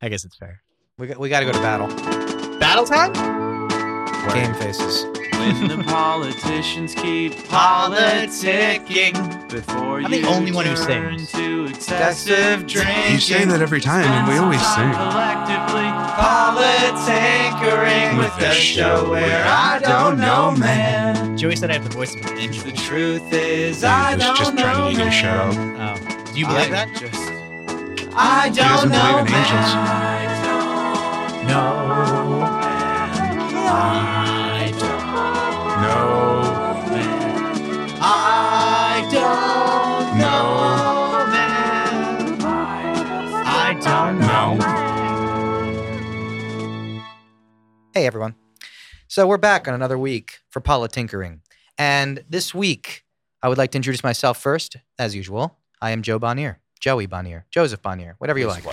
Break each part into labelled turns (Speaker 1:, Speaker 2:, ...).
Speaker 1: I guess it's fair.
Speaker 2: We got, we got to go to battle.
Speaker 1: Battle time?
Speaker 2: Game faces.
Speaker 3: when the politicians keep politicking before
Speaker 1: I'm the
Speaker 3: you
Speaker 1: only one who
Speaker 3: turn
Speaker 1: sings.
Speaker 3: to excessive drinking.
Speaker 4: You say that every time, and we always sing.
Speaker 3: Collectively politinkering with the show where I don't know man.
Speaker 1: Joey said I have the voice of an angel.
Speaker 3: The truth is I
Speaker 4: He was
Speaker 3: don't
Speaker 4: just
Speaker 3: know
Speaker 4: trying to get you to shut
Speaker 3: man.
Speaker 4: up.
Speaker 1: Oh. Do you believe that?
Speaker 3: Just I don't
Speaker 4: doesn't
Speaker 3: know
Speaker 4: believe in angels. No.
Speaker 3: I don't know man. I don't
Speaker 4: No.
Speaker 2: Hey, everyone. So we're back on another week for Politinkering. And this week, I would like to introduce myself first, as usual. I am Joe Bonnier, Joey Bonnier, Joseph Bonnier, whatever you like. you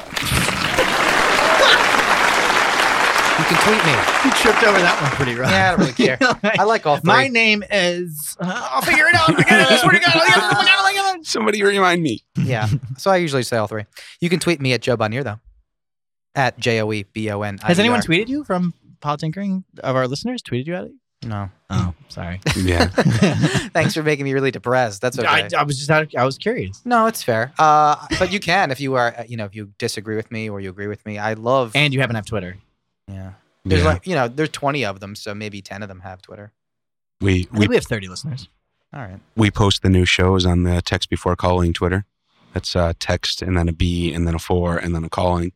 Speaker 2: can tweet me.
Speaker 1: You tripped over that one pretty rough.
Speaker 2: Yeah, I don't really care. I like all three.
Speaker 1: My name is. uh, I'll figure it out. I swear to God. I gotta- I gotta-
Speaker 4: Somebody remind me.
Speaker 2: yeah. So I usually say all three. You can tweet me at Joe Bonnier, though. At J O E B O N I E R.
Speaker 1: Has anyone tweeted you from Politinkering of our listeners? Tweeted you at it?
Speaker 2: No.
Speaker 1: Oh, sorry.
Speaker 4: Yeah.
Speaker 2: Thanks for making me really depressed. That's okay.
Speaker 1: I, I was just out of, I was curious.
Speaker 2: No, it's fair. Uh, but you can if you are, uh, you know, if you disagree with me or you agree with me. I love.
Speaker 1: And you haven't have Twitter.
Speaker 2: yeah. There's
Speaker 4: Yeah.
Speaker 2: like, you know, there's 20 of them, so maybe 10 of them have Twitter.
Speaker 4: we
Speaker 1: I think
Speaker 4: we
Speaker 1: we have 30 listeners.
Speaker 2: All right.
Speaker 4: we post the new shows on the text before calling Twitter. That's uh, text and then a B and then a four and then a calling.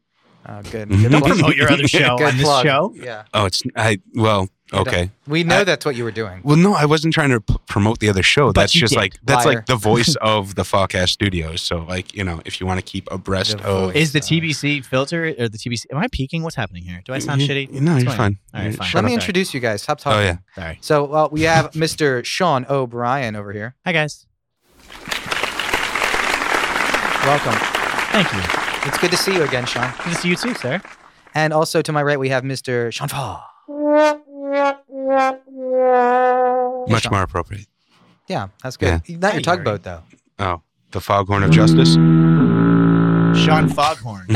Speaker 2: Uh, good.
Speaker 4: Mhm.
Speaker 2: good
Speaker 4: Don't
Speaker 2: plug.
Speaker 4: promote your other
Speaker 1: show
Speaker 2: Good plug.
Speaker 1: show.
Speaker 2: Yeah.
Speaker 4: Oh, it's I well okay.
Speaker 2: We know
Speaker 4: I-
Speaker 2: that's what you were doing.
Speaker 4: Well, no, I wasn't trying to p- promote the other show.
Speaker 1: But
Speaker 4: That's
Speaker 1: you
Speaker 4: just
Speaker 1: did.
Speaker 4: like that's
Speaker 2: Liar.
Speaker 4: like the voice of the Fawcast Studios. So like you know, if you want to keep abreast
Speaker 2: The
Speaker 4: of
Speaker 2: voice.
Speaker 1: Is the
Speaker 2: Uh,
Speaker 1: TBC filter or the TBC? Am I peaking? What's happening here? Do I sound
Speaker 4: You-
Speaker 1: shitty?
Speaker 4: No,
Speaker 1: What's
Speaker 4: you're
Speaker 1: going on?
Speaker 4: fine.
Speaker 1: All right,
Speaker 4: You're-
Speaker 1: fine.
Speaker 2: Let
Speaker 1: I'm
Speaker 2: me
Speaker 1: sorry.
Speaker 2: introduce you guys. Stop
Speaker 4: Oh
Speaker 2: talking.
Speaker 4: yeah,
Speaker 1: Sorry.
Speaker 2: So uh, we have Mr. Sean O'Brien over here.
Speaker 1: Hi, guys.
Speaker 2: Welcome.
Speaker 1: Thank you.
Speaker 2: It's good to see you again, Sean.
Speaker 1: Good to see you too, sir.
Speaker 2: And also to my right, we have Mr. Sean Fall.
Speaker 4: much
Speaker 2: Sean.
Speaker 4: more appropriate.
Speaker 2: Yeah, that's good. Not your
Speaker 1: Hey, Yuri.
Speaker 2: tugboat, though.
Speaker 4: Oh, the Foghorn of Justice,
Speaker 1: Sean Foghorn.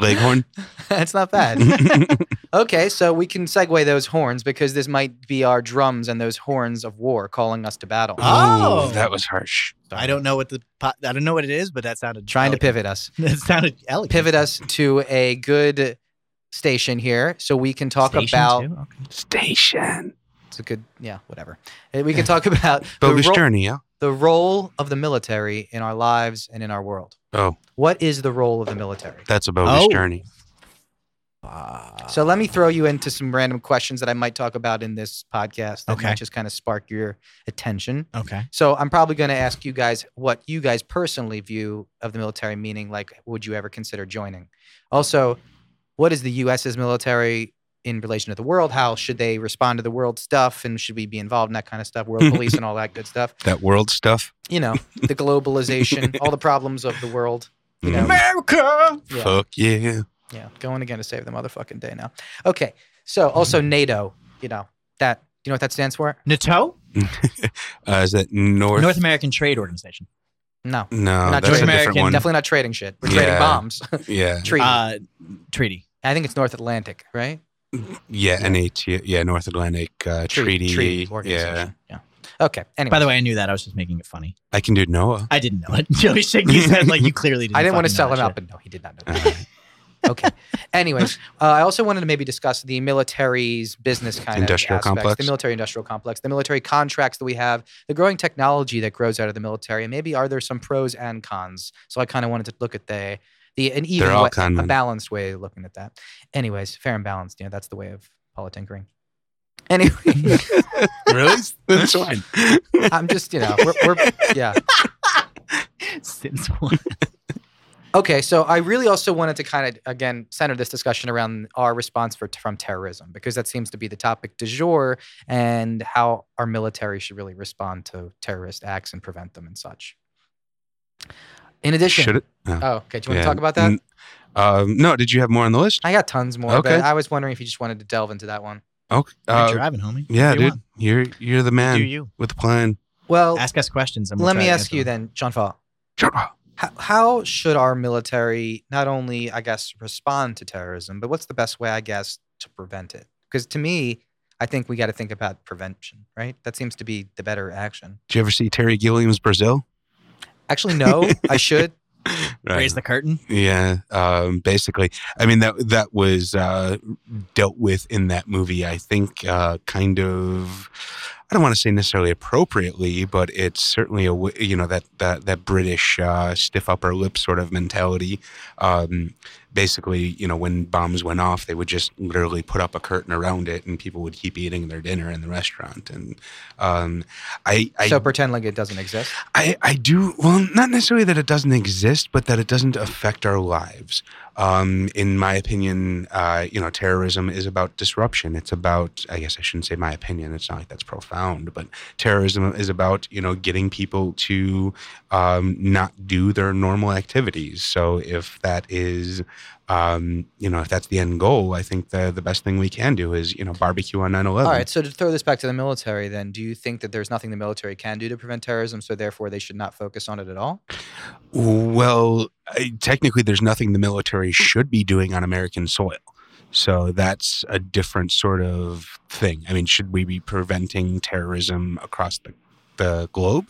Speaker 4: Leghorn.
Speaker 2: That's not bad. okay, so we can segue those horns because this might be our drums and those horns of war calling us to battle.
Speaker 4: Ah.
Speaker 1: Oh.
Speaker 4: Ooh, that was harsh.
Speaker 1: I don't know what the po- I don't know what it is, but that sounded
Speaker 2: Trying to
Speaker 1: elegant.
Speaker 2: pivot us.
Speaker 1: It sounded elegant.
Speaker 2: Pivot us to a good station here so we can talk
Speaker 1: Station
Speaker 2: about
Speaker 1: two? Okay.
Speaker 4: Station.
Speaker 2: it's a good yeah, whatever. Uh, We can talk about the,
Speaker 4: Bogus
Speaker 2: ro-
Speaker 4: journey. Yeah.
Speaker 2: the role of the military in our lives and in our world.
Speaker 4: Oh,
Speaker 2: What is the role of the military?
Speaker 4: that's a bogus
Speaker 1: Oh.
Speaker 4: journey.
Speaker 2: So let me throw you into some random questions that I might talk about in this podcast that
Speaker 1: Okay.
Speaker 2: might just kind of spark your attention.
Speaker 1: Okay.
Speaker 2: So I'm probably going to ask you guys what you guys personally view of the military, meaning like, would you ever consider joining? Also, what is the U.S.'s military in relation to the world? How should they respond to the world stuff? And should we be involved in that kind of stuff, world police and all that good stuff?
Speaker 4: That world stuff.
Speaker 2: You know, the globalization, all the problems of the world. You know,
Speaker 1: America.
Speaker 2: yeah.
Speaker 4: Mm. Fuck yeah.
Speaker 2: Yeah, going again to save the motherfucking day now. Okay, so also
Speaker 4: Mm-hmm.
Speaker 2: NATO, you know, that, you know what that stands for?
Speaker 1: NATO.
Speaker 4: Uh, is that North?
Speaker 1: North American Trade Organization.
Speaker 2: No,
Speaker 4: No,
Speaker 2: Not
Speaker 4: that's
Speaker 2: North
Speaker 4: a different
Speaker 1: American,
Speaker 4: one.
Speaker 2: definitely not trading shit. We're trading
Speaker 4: Yeah.
Speaker 2: bombs.
Speaker 4: Yeah.
Speaker 2: Treaty.
Speaker 1: Uh, treaty.
Speaker 2: I think it's North Atlantic, right?
Speaker 4: Yeah, NAT, yeah, North Atlantic uh, Treaty. yeah,
Speaker 2: organization. Yeah. Okay. Anyway,
Speaker 1: By the way, I knew that. I was just making it funny.
Speaker 4: I can do NOAA.
Speaker 1: I didn't know it. Joey shaking his head like you clearly didn't.
Speaker 2: I didn't want to
Speaker 1: fucking
Speaker 2: sell
Speaker 1: know
Speaker 2: him
Speaker 1: that
Speaker 2: out,
Speaker 1: shit.
Speaker 2: but no, he did not know.
Speaker 4: Uh,
Speaker 2: That. okay. Anyways, uh, I also wanted to maybe discuss the military's business kind
Speaker 4: Industrial
Speaker 2: of aspects, the
Speaker 4: complex.
Speaker 2: military industrial complex, the military contracts that we have, the growing technology that grows out of the military, and maybe are there some pros and cons? So I kind of wanted to look at the the an even
Speaker 4: all
Speaker 2: way,
Speaker 4: con
Speaker 2: a
Speaker 4: men.
Speaker 2: balanced way of looking at that. Anyways, fair and balanced. You know, that's the way of politinkering. Anyway.
Speaker 4: really? That's fine.
Speaker 2: I'm just, you know, we're, we're yeah.
Speaker 1: Since when?
Speaker 2: Okay, so I really also wanted to kind of again center this discussion around our response for, from terrorism because that seems to be the topic du jour and how our military should really respond to terrorist acts and prevent them and such. In addition,
Speaker 4: Should it?
Speaker 2: oh, okay, do you want
Speaker 4: Yeah.
Speaker 2: to talk about that?
Speaker 4: N- Um, no, did you have more on the list?
Speaker 2: I got tons more,
Speaker 4: Okay.
Speaker 2: but I was wondering if you just wanted to delve into that one.
Speaker 4: Okay.
Speaker 1: You're
Speaker 4: Uh,
Speaker 1: driving, homie.
Speaker 4: yeah,
Speaker 1: What do you
Speaker 4: dude, you're you're the
Speaker 1: want?
Speaker 4: man
Speaker 1: Do you
Speaker 4: with the plan.
Speaker 2: Well,
Speaker 1: ask us questions? And we'll
Speaker 2: let
Speaker 1: try
Speaker 2: me
Speaker 1: to
Speaker 2: ask
Speaker 1: answer
Speaker 2: you
Speaker 1: them.
Speaker 2: then, John Fall. How, how should our military not only, I guess, respond to terrorism, but what's the best way, I guess, to prevent it? Because to me, I think we got to think about prevention, right? That seems to be the better action.
Speaker 4: Did you ever see Terry Gilliam's Brazil?
Speaker 2: Actually, no, I should.
Speaker 1: Raise the curtain.
Speaker 4: Yeah, um, basically. I mean that that was uh, dealt with in that movie. I think uh, kind of. I don't want to say necessarily appropriately, but it's certainly a w- you know that that that British uh, stiff upper lip sort of mentality. Um, basically, you know, when bombs went off, they would just literally put up a curtain around it, and people would keep eating their dinner in the restaurant. And um, I, I
Speaker 2: so pretend like it doesn't exist.
Speaker 4: I, I do well not necessarily that it doesn't exist but that it doesn't affect our lives um, in my opinion uh, you know terrorism is about disruption it's about i guess i shouldn't say my opinion it's not like that's profound but terrorism is about you know getting people to um, not do their normal activities so if that is um, you know if that's the end goal i think the, the best thing we can do is you know barbecue on 9-11
Speaker 2: All right. So to throw this back to the military, then, do you think that there's nothing the military can do to prevent terrorism? So therefore, they should not focus on it at all.
Speaker 4: Well, I- technically, there's nothing the military should be doing on American soil. So that's a different sort of thing. I mean, should we be preventing terrorism across the, the globe?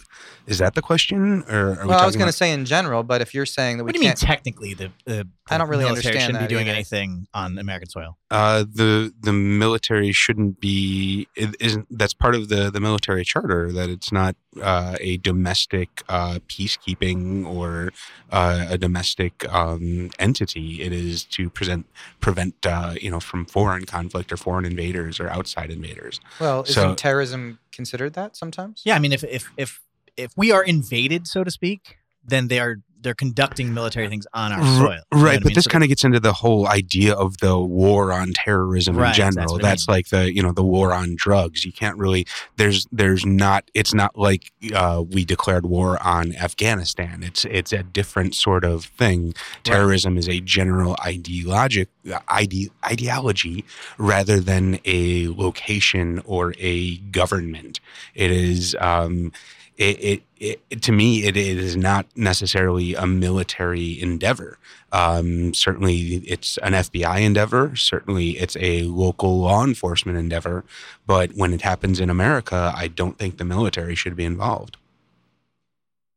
Speaker 4: Is that the question? Or are
Speaker 2: well, I was
Speaker 4: we talking
Speaker 2: going to
Speaker 4: about-
Speaker 2: say in general, but if you're saying that we
Speaker 1: What do you mean
Speaker 2: can't,
Speaker 1: technically the, the
Speaker 2: I don't really
Speaker 1: military
Speaker 2: understand
Speaker 1: shouldn't
Speaker 2: that
Speaker 1: be doing
Speaker 2: either.
Speaker 1: anything on American soil?
Speaker 4: uh, the the military shouldn't be it isn't that's part of the the military charter that it's not uh, a domestic uh, peacekeeping or uh, a domestic um, entity. It is to present prevent uh, you know from foreign conflict or foreign invaders or outside invaders.
Speaker 2: well, isn't
Speaker 4: so-
Speaker 2: terrorism considered that sometimes?
Speaker 1: Yeah, I mean, if if if if we are invaded, so to speak, then they are they're conducting military things on our soil,
Speaker 4: R-
Speaker 1: You know
Speaker 4: Right,
Speaker 1: what I
Speaker 4: but
Speaker 1: mean?
Speaker 4: this
Speaker 1: So-
Speaker 4: kind of gets into the whole idea of the war on terrorism
Speaker 1: Right,
Speaker 4: in
Speaker 1: that's
Speaker 4: general.
Speaker 1: what I
Speaker 4: That's
Speaker 1: mean.
Speaker 4: like the you know the war on drugs. You can't really there's there's not it's not like uh, we declared war on Afghanistan. It's it's a different sort of thing. Terrorism is a general ideologic ide, ideology rather than a location or a government. It is. Um, it, it, it to me it, it is not necessarily a military endeavor um, certainly, it's an FBI endeavor. Certainly, it's a local law enforcement endeavor. But when it happens in America, I don't think the military should be involved.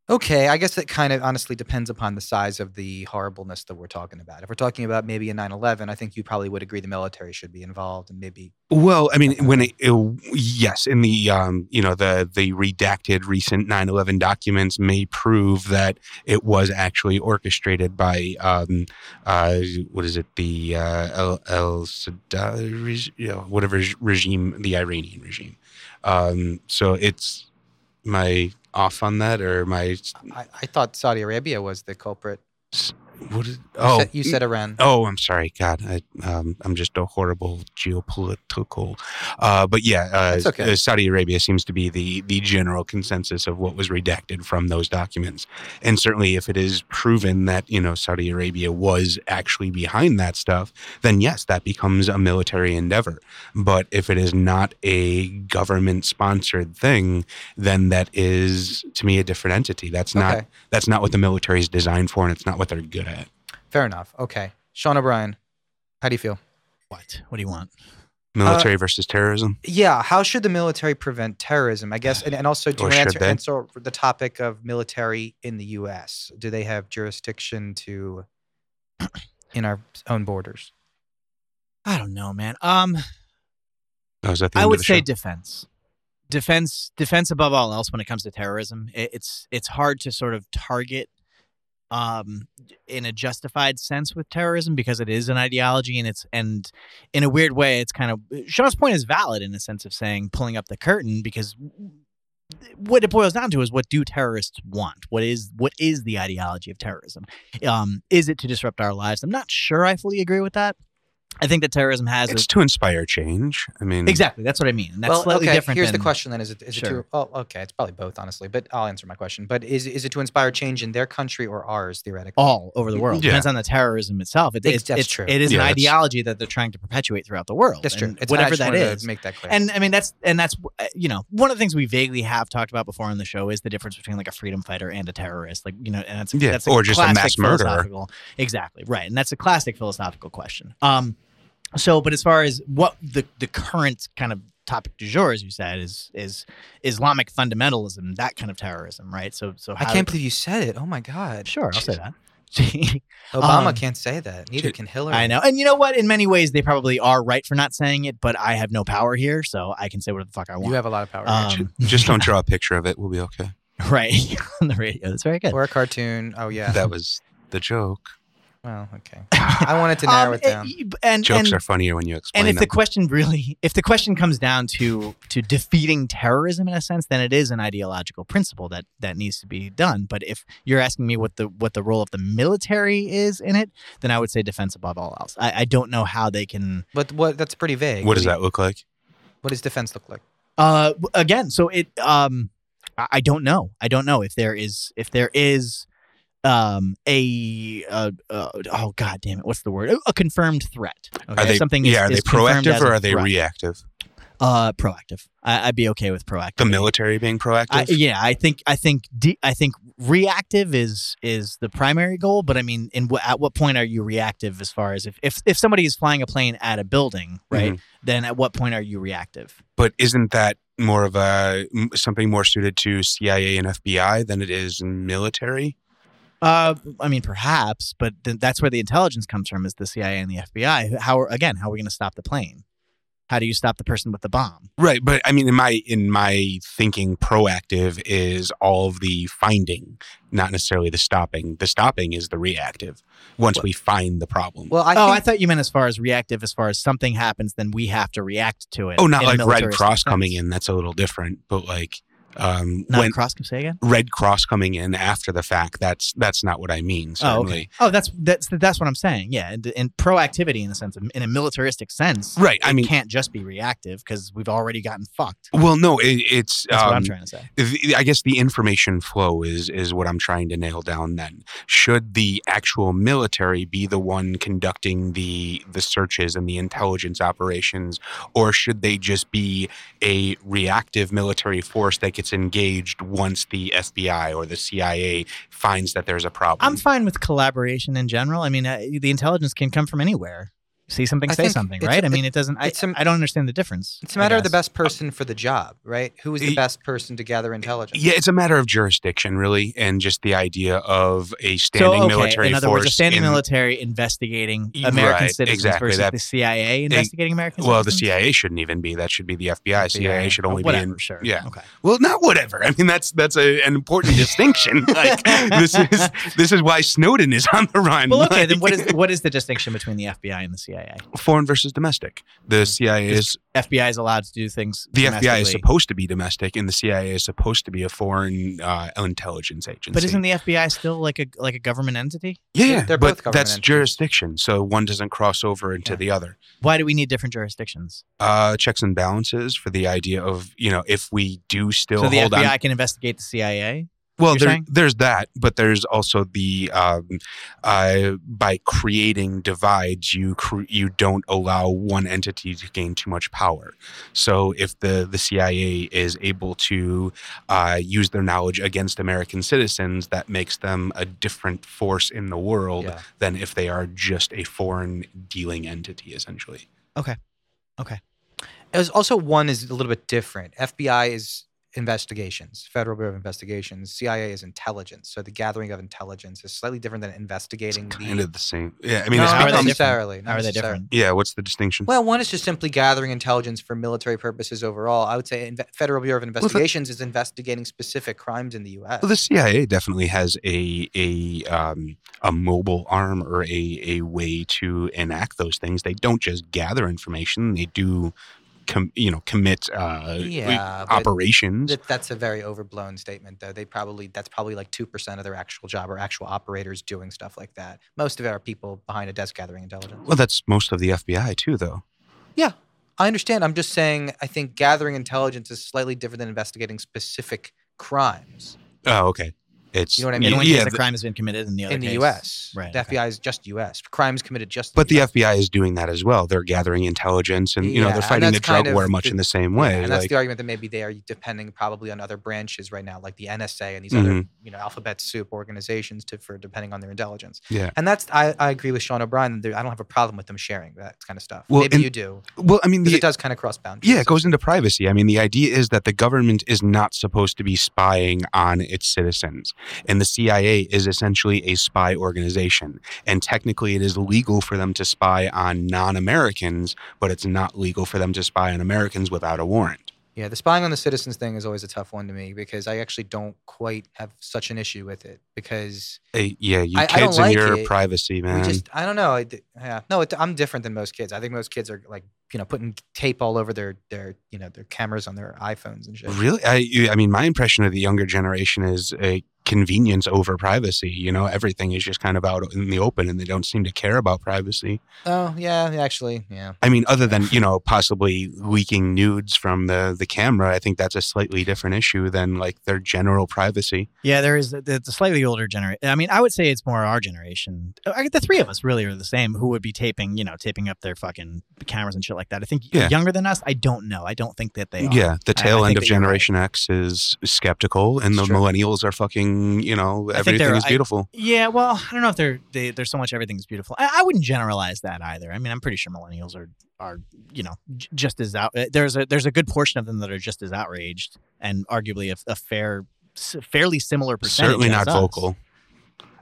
Speaker 2: Okay, I guess that kind of honestly depends upon the size of the horribleness that we're talking about. If we're talking about maybe a 9/11, I think you probably would agree the military should be involved and maybe
Speaker 4: Well, I mean, when it, it- yes, in the um, you know the the redacted recent 9/11 documents may prove that it was actually orchestrated by um, uh, what is it the uh, El El Sadat reg- you know, whatever reg- regime the Iranian regime. Um, so it's my off on that or my
Speaker 2: I, I thought Saudi Arabia was the culprit.
Speaker 4: what is,
Speaker 2: You
Speaker 4: oh
Speaker 2: said, you said Iran.
Speaker 4: Oh, I'm sorry, God. I, um, I'm just a horrible geopolitical. Uh, but yeah, uh,
Speaker 2: That's okay.
Speaker 4: uh, Saudi Arabia seems to be the the general consensus of what was redacted from those documents. And certainly, if it is proven that you know Saudi Arabia was actually behind that stuff, then yes, that becomes a military endeavor. But if it is not a government sponsored thing, then that is to me a different entity. That's not
Speaker 2: Okay.
Speaker 4: that's not what the military is designed for, and it's not what they're good at.
Speaker 2: Fair enough. Okay, Sean O'Brien, how do you feel?
Speaker 1: what? What do you want? Uh,
Speaker 4: Military versus terrorism.
Speaker 2: Yeah, how should the military prevent terrorism? I guess, and, and also do
Speaker 4: Or
Speaker 2: you
Speaker 4: should
Speaker 2: answer,
Speaker 4: they?
Speaker 2: answer for the topic of military in the U.S. Do they have jurisdiction to in our own borders?
Speaker 1: I don't know, man. Um,
Speaker 4: Oh, is that the
Speaker 1: I
Speaker 4: end of
Speaker 1: would
Speaker 4: the
Speaker 1: say
Speaker 4: show?
Speaker 1: defense, defense, defense above all else when it comes to terrorism. It, it's it's hard to sort of target, um, in a justified sense with terrorism because it is an ideology and it's and in a weird way it's kind of Sean's point is valid in a sense of saying pulling up the curtain because what it boils down to is what do terrorists want? What is what is the ideology of terrorism? Um, is it to disrupt our lives? I'm not sure I fully agree with that. I think that terrorism has a-
Speaker 4: It's to inspire change. I mean,
Speaker 1: exactly that's what I mean. And that's
Speaker 2: Mm-hmm. well,
Speaker 1: slightly
Speaker 2: okay,
Speaker 1: different.
Speaker 2: Here's the
Speaker 1: than-
Speaker 2: question then: Is it is it
Speaker 1: Sure.
Speaker 2: to? Oh, okay, it's probably both, honestly. But I'll answer my question. But is is it to inspire change in their country or ours theoretically?
Speaker 1: All over the world
Speaker 4: Yeah.
Speaker 1: depends on the terrorism itself. It,
Speaker 2: Ex-
Speaker 1: it's,
Speaker 2: that's
Speaker 1: it's-
Speaker 2: true.
Speaker 1: It is
Speaker 4: Yeah,
Speaker 1: an
Speaker 4: that's-
Speaker 1: ideology that they're trying to perpetuate throughout the world.
Speaker 2: That's true.
Speaker 1: and
Speaker 2: It's, I
Speaker 1: whatever
Speaker 2: just
Speaker 1: that
Speaker 2: wanted to
Speaker 1: is.
Speaker 2: make that clear.
Speaker 1: And I mean that's and that's uh, you know one of the things we vaguely have talked about before on the show is the difference between like a freedom fighter and a terrorist. Like you know, and that's
Speaker 4: Yeah,
Speaker 1: that's a
Speaker 4: or just a
Speaker 1: classic
Speaker 4: mass murderer.
Speaker 1: philosophical- Exactly right, and that's a classic philosophical question. Um, so but as far as what the the current kind of topic du jour, as you said, is is Islamic fundamentalism, that kind of terrorism, right? So so
Speaker 2: I
Speaker 1: how-
Speaker 2: can't believe you said it. Oh my God.
Speaker 1: Sure, I'll say that.
Speaker 2: Obama
Speaker 1: Um,
Speaker 2: can't say that. Neither
Speaker 4: dude,
Speaker 2: can Hillary.
Speaker 1: I know. And you know what? In many ways, they probably are right for not saying it, but I have no power here, so I can say whatever the fuck I want.
Speaker 2: You have a lot of power.
Speaker 1: Um,
Speaker 4: Ju- just don't draw a picture of it. We'll be okay.
Speaker 1: right on the radio. That's very good.
Speaker 2: or a cartoon. Oh yeah.
Speaker 4: That was the joke.
Speaker 2: well, okay. I wanted to narrow
Speaker 1: Um,
Speaker 2: it down.
Speaker 1: and- And
Speaker 4: Jokes
Speaker 1: and,
Speaker 4: are funnier when you explain
Speaker 1: and if
Speaker 4: them.
Speaker 1: the question really, if the question comes down to to defeating terrorism in a sense, then it is an ideological principle that that needs to be done. But if you're asking me what the what the role of the military is in it, then I would say defense above all else. I, I don't know how they can.
Speaker 2: But what? That's pretty vague.
Speaker 4: what does that look like?
Speaker 2: What does defense look like?
Speaker 1: Uh, w- again, so it um, I I don't know. I don't know if there is if there is um a uh, uh oh god damn it what's the word a, a confirmed threat okay
Speaker 4: Are they
Speaker 1: something is-
Speaker 4: Yeah, are
Speaker 1: is
Speaker 4: they
Speaker 1: confirmed
Speaker 4: proactive
Speaker 1: as a
Speaker 4: or are they
Speaker 1: threat.
Speaker 4: reactive?
Speaker 1: Uh, proactive. I, I'd be okay with proactive.
Speaker 4: The military being proactive.
Speaker 1: I, yeah, I think I think de- I think reactive is is the primary goal. But I mean, in wh- at what point are you reactive? As far as if if, if somebody is flying a plane at a building, right?
Speaker 4: Mm-hmm.
Speaker 1: Then at what point are you reactive?
Speaker 4: but isn't that more of a m- something more suited to CIA and FBI than it is military?
Speaker 1: Uh, I mean, perhaps, but th- that's where the intelligence comes from is the CIA and the FBI. How are, again? How are we going to stop the plane? How do you stop the person with the bomb?
Speaker 4: Right, but I mean, in my in my thinking, proactive is all of the finding, not necessarily the stopping. The stopping is the reactive. Once we find the problem.
Speaker 2: Well, I
Speaker 1: oh,
Speaker 2: think
Speaker 1: I thought you meant as far as reactive, as far as something happens, then we have to react to it.
Speaker 4: oh, not
Speaker 1: in a
Speaker 4: like Red
Speaker 1: militaristic
Speaker 4: Cross
Speaker 1: sense.
Speaker 4: coming in. That's a little different. But like um,
Speaker 1: Not
Speaker 4: when
Speaker 1: cross. Say again.
Speaker 4: Red Cross coming in after the fact, that's that's not what I mean.
Speaker 1: Oh,
Speaker 4: Certainly.
Speaker 1: okay. oh, that's that's that's what I'm saying. Yeah, and, and proactivity in the sense of in a militaristic sense,
Speaker 4: Right. I mean,
Speaker 1: can't just be reactive because we've already gotten fucked.
Speaker 4: well, no, it, it's
Speaker 1: That's what I'm
Speaker 4: um,
Speaker 1: trying to say.
Speaker 4: the- I guess the information flow is is what I'm trying to nail down. Then, should the actual military be the one conducting the the searches and the intelligence operations, or should they just be a reactive military force that gets engaged once the FBI or the CIA finds that there's a problem?
Speaker 1: I'm fine with collaboration in general. I mean, uh, the intelligence can come from anywhere. See something,
Speaker 2: I
Speaker 1: say
Speaker 2: think
Speaker 1: something,
Speaker 2: it's-
Speaker 1: right? I
Speaker 2: it-
Speaker 1: mean, it doesn't. I
Speaker 2: it's a-
Speaker 1: I don't understand the difference.
Speaker 2: it's a matter
Speaker 1: I
Speaker 2: of the
Speaker 1: guess.
Speaker 2: best person for the job, right? Who is the
Speaker 4: Y-
Speaker 2: best person to gather intelligence?
Speaker 4: yeah, it's a matter of jurisdiction, really, and just the idea of a standing
Speaker 1: so, okay,
Speaker 4: military
Speaker 1: in other
Speaker 4: force.
Speaker 1: words, a standing
Speaker 4: in-
Speaker 1: military investigating
Speaker 4: Y-
Speaker 1: American
Speaker 4: right,
Speaker 1: citizens
Speaker 4: exactly,
Speaker 1: versus
Speaker 4: that-
Speaker 1: the CIA investigating American
Speaker 4: well, the
Speaker 1: citizens.
Speaker 4: CIA shouldn't even be. That should be the FBI. CIA should
Speaker 1: Oh,
Speaker 4: only
Speaker 1: whatever,
Speaker 4: be in.
Speaker 1: sure.
Speaker 4: yeah.
Speaker 1: Okay.
Speaker 4: Well, not whatever. I mean, that's that's a, an important distinction. Like this is this is why Snowden is on the run.
Speaker 1: Well, okay. Then
Speaker 4: Like,
Speaker 1: what is what is the distinction between the FBI and the CIA?
Speaker 4: foreign versus domestic? The CIA is
Speaker 1: FBI is allowed to do things.
Speaker 4: the FBI is
Speaker 1: domestically.
Speaker 4: supposed to be domestic, and the CIA is supposed to be a foreign uh, intelligence agency.
Speaker 1: But isn't the FBI still like a like a government entity?
Speaker 4: yeah,
Speaker 2: they're-
Speaker 4: yeah,
Speaker 2: they're both
Speaker 4: but
Speaker 2: government
Speaker 4: that's
Speaker 2: entities.
Speaker 4: jurisdiction, so one doesn't cross over into
Speaker 2: Yeah.
Speaker 4: the other.
Speaker 1: Why do we need different jurisdictions?
Speaker 4: Uh, checks and balances for the idea of you know if we do still
Speaker 1: so the
Speaker 4: hold on
Speaker 1: FBI can investigate the CIA.
Speaker 4: Well,
Speaker 1: You're
Speaker 4: there,
Speaker 1: saying?
Speaker 4: there's that, but there's also the um, uh, by creating divides, you cre- you don't allow one entity to gain too much power. So if the the CIA is able to uh, use their knowledge against American citizens, that makes them a different force in the world
Speaker 2: Yeah.
Speaker 4: than if they are just a foreign dealing entity, essentially.
Speaker 2: It was also one is a little bit different. FBI is investigations, Federal Bureau of Investigations. CIA is intelligence. So the gathering of intelligence is slightly different than investigating.
Speaker 4: Kind
Speaker 2: the,
Speaker 4: of the same. Yeah, I mean, it's
Speaker 1: No, how are they
Speaker 4: become-
Speaker 1: different?
Speaker 2: necessarily. not
Speaker 1: How are they
Speaker 2: necessarily.
Speaker 1: different?
Speaker 4: yeah. What's the distinction?
Speaker 2: Well, one is just simply gathering intelligence for military purposes overall. I would say inve- Federal Bureau of
Speaker 4: the-
Speaker 2: Investigations is investigating specific crimes in the U.S.
Speaker 4: Well, the CIA definitely has a a um, a mobile arm or a a way to enact those things. They don't just gather information; they do com, you know commit uh,
Speaker 2: Yeah, but
Speaker 4: operations.
Speaker 2: That, that's a very overblown statement, though. They probably that's probably like two percent of their actual job or actual operators doing stuff like that. Most of it are people behind a desk gathering intelligence.
Speaker 4: well, that's most of the FBI too, though.
Speaker 2: I understand. I'm just saying. I think gathering intelligence is slightly different than investigating specific crimes
Speaker 4: Oh, okay. It's
Speaker 2: You know what I
Speaker 1: In
Speaker 2: mean?
Speaker 1: one
Speaker 4: yeah,
Speaker 1: case, the
Speaker 4: the-
Speaker 1: crime has been committed, in the other
Speaker 2: in the
Speaker 1: case-
Speaker 2: U.S.
Speaker 1: Right,
Speaker 2: The
Speaker 1: okay.
Speaker 2: FBI is just U.S. Crimes committed just. in
Speaker 4: but the
Speaker 2: US.
Speaker 4: FBI is doing that as well. They're gathering intelligence, and you know
Speaker 2: Yeah,
Speaker 4: they're
Speaker 2: and
Speaker 4: fighting
Speaker 2: that's
Speaker 4: the drug
Speaker 2: kind of
Speaker 4: war much
Speaker 2: the-
Speaker 4: in the same way.
Speaker 2: and that's
Speaker 4: like-
Speaker 2: the argument that maybe they are depending probably on other branches right now, like the NSA and these other,
Speaker 4: Mm-hmm.
Speaker 2: you know, alphabet soup organizations to for depending on their intelligence.
Speaker 4: Yeah.
Speaker 2: And that's I, I agree with Sean O'Brien. There- I don't have a problem with them sharing that kind of stuff.
Speaker 4: Well,
Speaker 2: maybe
Speaker 4: and
Speaker 2: you do.
Speaker 4: well, I mean,
Speaker 2: 'cause
Speaker 4: the,
Speaker 2: it does kind of cross boundaries.
Speaker 4: Yeah, it goes into privacy. I mean, the idea is that the government is not supposed to be spying on its citizens. And the CIA is essentially a spy organization. And technically, it is legal for them to spy on non Americans, but it's not legal for them to spy on Americans without a warrant.
Speaker 2: Yeah, the spying on the citizens thing is always a tough one to me because I actually don't quite have such an issue with it because
Speaker 4: Eh, yeah, you
Speaker 2: I- I don't
Speaker 4: kids
Speaker 2: like
Speaker 4: and your
Speaker 2: it.
Speaker 4: privacy, man.
Speaker 2: We just, I don't know. I d yeah, no, it, I'm different than most kids. I think most kids are like, you know, putting tape all over their, their, you know, their cameras on their iPhones and shit.
Speaker 4: Really, I, you- I mean, my impression of the younger generation is a convenience over privacy. You know, everything is just kind of out in the open, and they don't seem to care about privacy.
Speaker 2: Oh yeah, actually, yeah.
Speaker 4: I mean, other than you know possibly leaking nudes from the the camera, I think that's a slightly different issue than like their general privacy.
Speaker 1: Yeah, there is the, the slightly older generation. I mean, I would say it's more our generation. Uh, I, the three of us really are the same who would be taping, you know, taping up their fucking cameras and shit like that. I think
Speaker 4: Yeah.
Speaker 1: younger than us, I don't know. I don't think that they are.
Speaker 4: Yeah, the
Speaker 1: I- I
Speaker 4: tail
Speaker 1: think
Speaker 4: end of
Speaker 1: that you're right.
Speaker 4: Generation X is skeptical, and
Speaker 2: It's
Speaker 4: the
Speaker 2: true.
Speaker 4: millennials are fucking. You know,
Speaker 1: I think they're-
Speaker 4: everything is
Speaker 1: I-
Speaker 4: beautiful.
Speaker 1: Yeah, well, I don't know if they're they, there's so much everything's beautiful. I, I wouldn't generalize that either. I mean, I'm pretty sure millennials are are you know j- just as out. uh, There's a there's a good portion of them that are just as outraged and arguably a, a fair s- fairly similar percentage.
Speaker 4: Certainly
Speaker 1: as
Speaker 4: not
Speaker 1: us.
Speaker 4: vocal.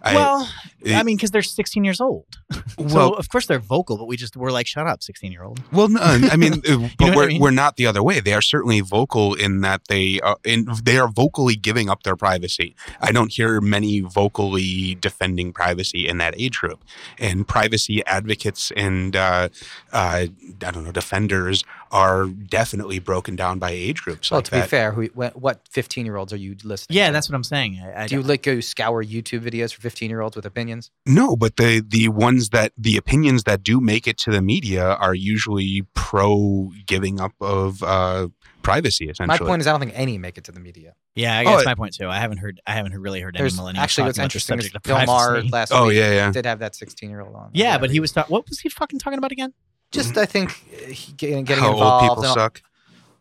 Speaker 4: I-
Speaker 1: well,
Speaker 4: it-
Speaker 1: I mean, because they're 16 years old.
Speaker 4: well,
Speaker 1: So of course they're vocal, but we just we're like, shut up, 16 year old.
Speaker 4: Well, no, I mean, uh,
Speaker 1: what
Speaker 4: but
Speaker 1: I
Speaker 4: we're,
Speaker 1: mean?
Speaker 4: we're not the other way. They are certainly vocal in that they are in they are vocally giving up their privacy. I don't hear many vocally defending privacy in that age group, and privacy advocates and uh, uh, I don't know defenders are definitely broken down by age groups.
Speaker 2: Well,
Speaker 4: like
Speaker 2: to
Speaker 4: that.
Speaker 2: be fair, who, wh- what 15 year olds are you listening?
Speaker 1: Yeah,
Speaker 2: to?
Speaker 1: that's what I'm saying. I, I,
Speaker 2: Do you like go scour YouTube videos for 15 year olds with opinions?
Speaker 4: No, but the the ones that the opinions that do make it to the media are usually pro giving up of uh, privacy. Essentially,
Speaker 2: My point is, I don't think any make it to the media.
Speaker 1: yeah, I
Speaker 4: Oh,
Speaker 1: guess
Speaker 4: it-
Speaker 1: my point too. I haven't heard, I haven't really heard any
Speaker 2: There's
Speaker 1: millennials
Speaker 2: actually
Speaker 1: talking
Speaker 2: what's
Speaker 1: about the
Speaker 2: interesting is
Speaker 1: subject of
Speaker 2: Bill Maher
Speaker 1: privacy.
Speaker 2: last
Speaker 4: oh
Speaker 2: week
Speaker 4: yeah, yeah.
Speaker 2: did have that 16 year old on.
Speaker 1: Yeah, but he
Speaker 2: was
Speaker 1: was ta- what was he fucking talking about again?
Speaker 2: just I think uh, he, getting, getting
Speaker 4: How
Speaker 2: involved.
Speaker 4: old people
Speaker 2: and all-
Speaker 4: suck.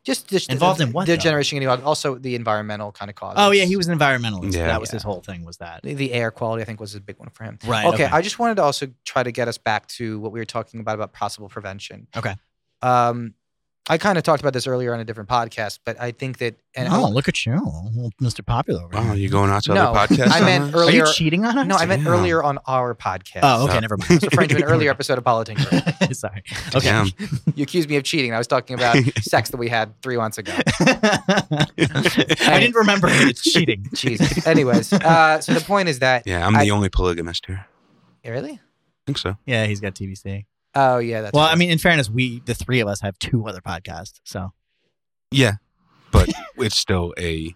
Speaker 2: Just, just
Speaker 1: Involved in what,
Speaker 2: Their
Speaker 1: though?
Speaker 2: generation getting involved. Also the environmental kind of cause.
Speaker 1: Oh yeah, he was an environmentalist.
Speaker 4: Yeah.
Speaker 1: That was
Speaker 2: Uh, Yeah.
Speaker 1: his whole thing. Was that
Speaker 2: The, the air quality, I think, was a big one for him.
Speaker 1: right?
Speaker 2: okay, I just wanted to also try to get us back to what we were talking about about possible prevention.
Speaker 1: Okay.
Speaker 2: Um, I kind of talked about this earlier on a different podcast, but I think that and
Speaker 1: oh, look at you, Mr. Popular. over
Speaker 4: Wow,
Speaker 1: here.
Speaker 4: Oh, you going out to
Speaker 2: Mm. No,
Speaker 4: other podcasts?
Speaker 2: I
Speaker 4: on
Speaker 2: meant
Speaker 4: that?
Speaker 1: Are
Speaker 2: earlier-
Speaker 1: you cheating on us?
Speaker 2: no, I meant
Speaker 4: Yeah.
Speaker 2: earlier on our podcast.
Speaker 1: Oh,
Speaker 4: Uh,
Speaker 1: okay, never
Speaker 2: I
Speaker 1: mind.
Speaker 2: was referring to an earlier episode of Politics.
Speaker 1: Sorry. Okay.
Speaker 4: Damn.
Speaker 2: You accused me of cheating. I was talking about sex that we had three months ago.
Speaker 1: I didn't remember it. It's cheating.
Speaker 2: Jesus. Anyways, uh, so the point is that
Speaker 4: Yeah, I'm
Speaker 2: I-
Speaker 4: the only polygamist here. I
Speaker 2: really.
Speaker 4: think so.
Speaker 1: Yeah, he's got TBC.
Speaker 2: Oh yeah, that's
Speaker 1: Well,
Speaker 2: right.
Speaker 1: I mean, in fairness, we the three of us have two other podcasts, so
Speaker 4: Yeah, but it's still a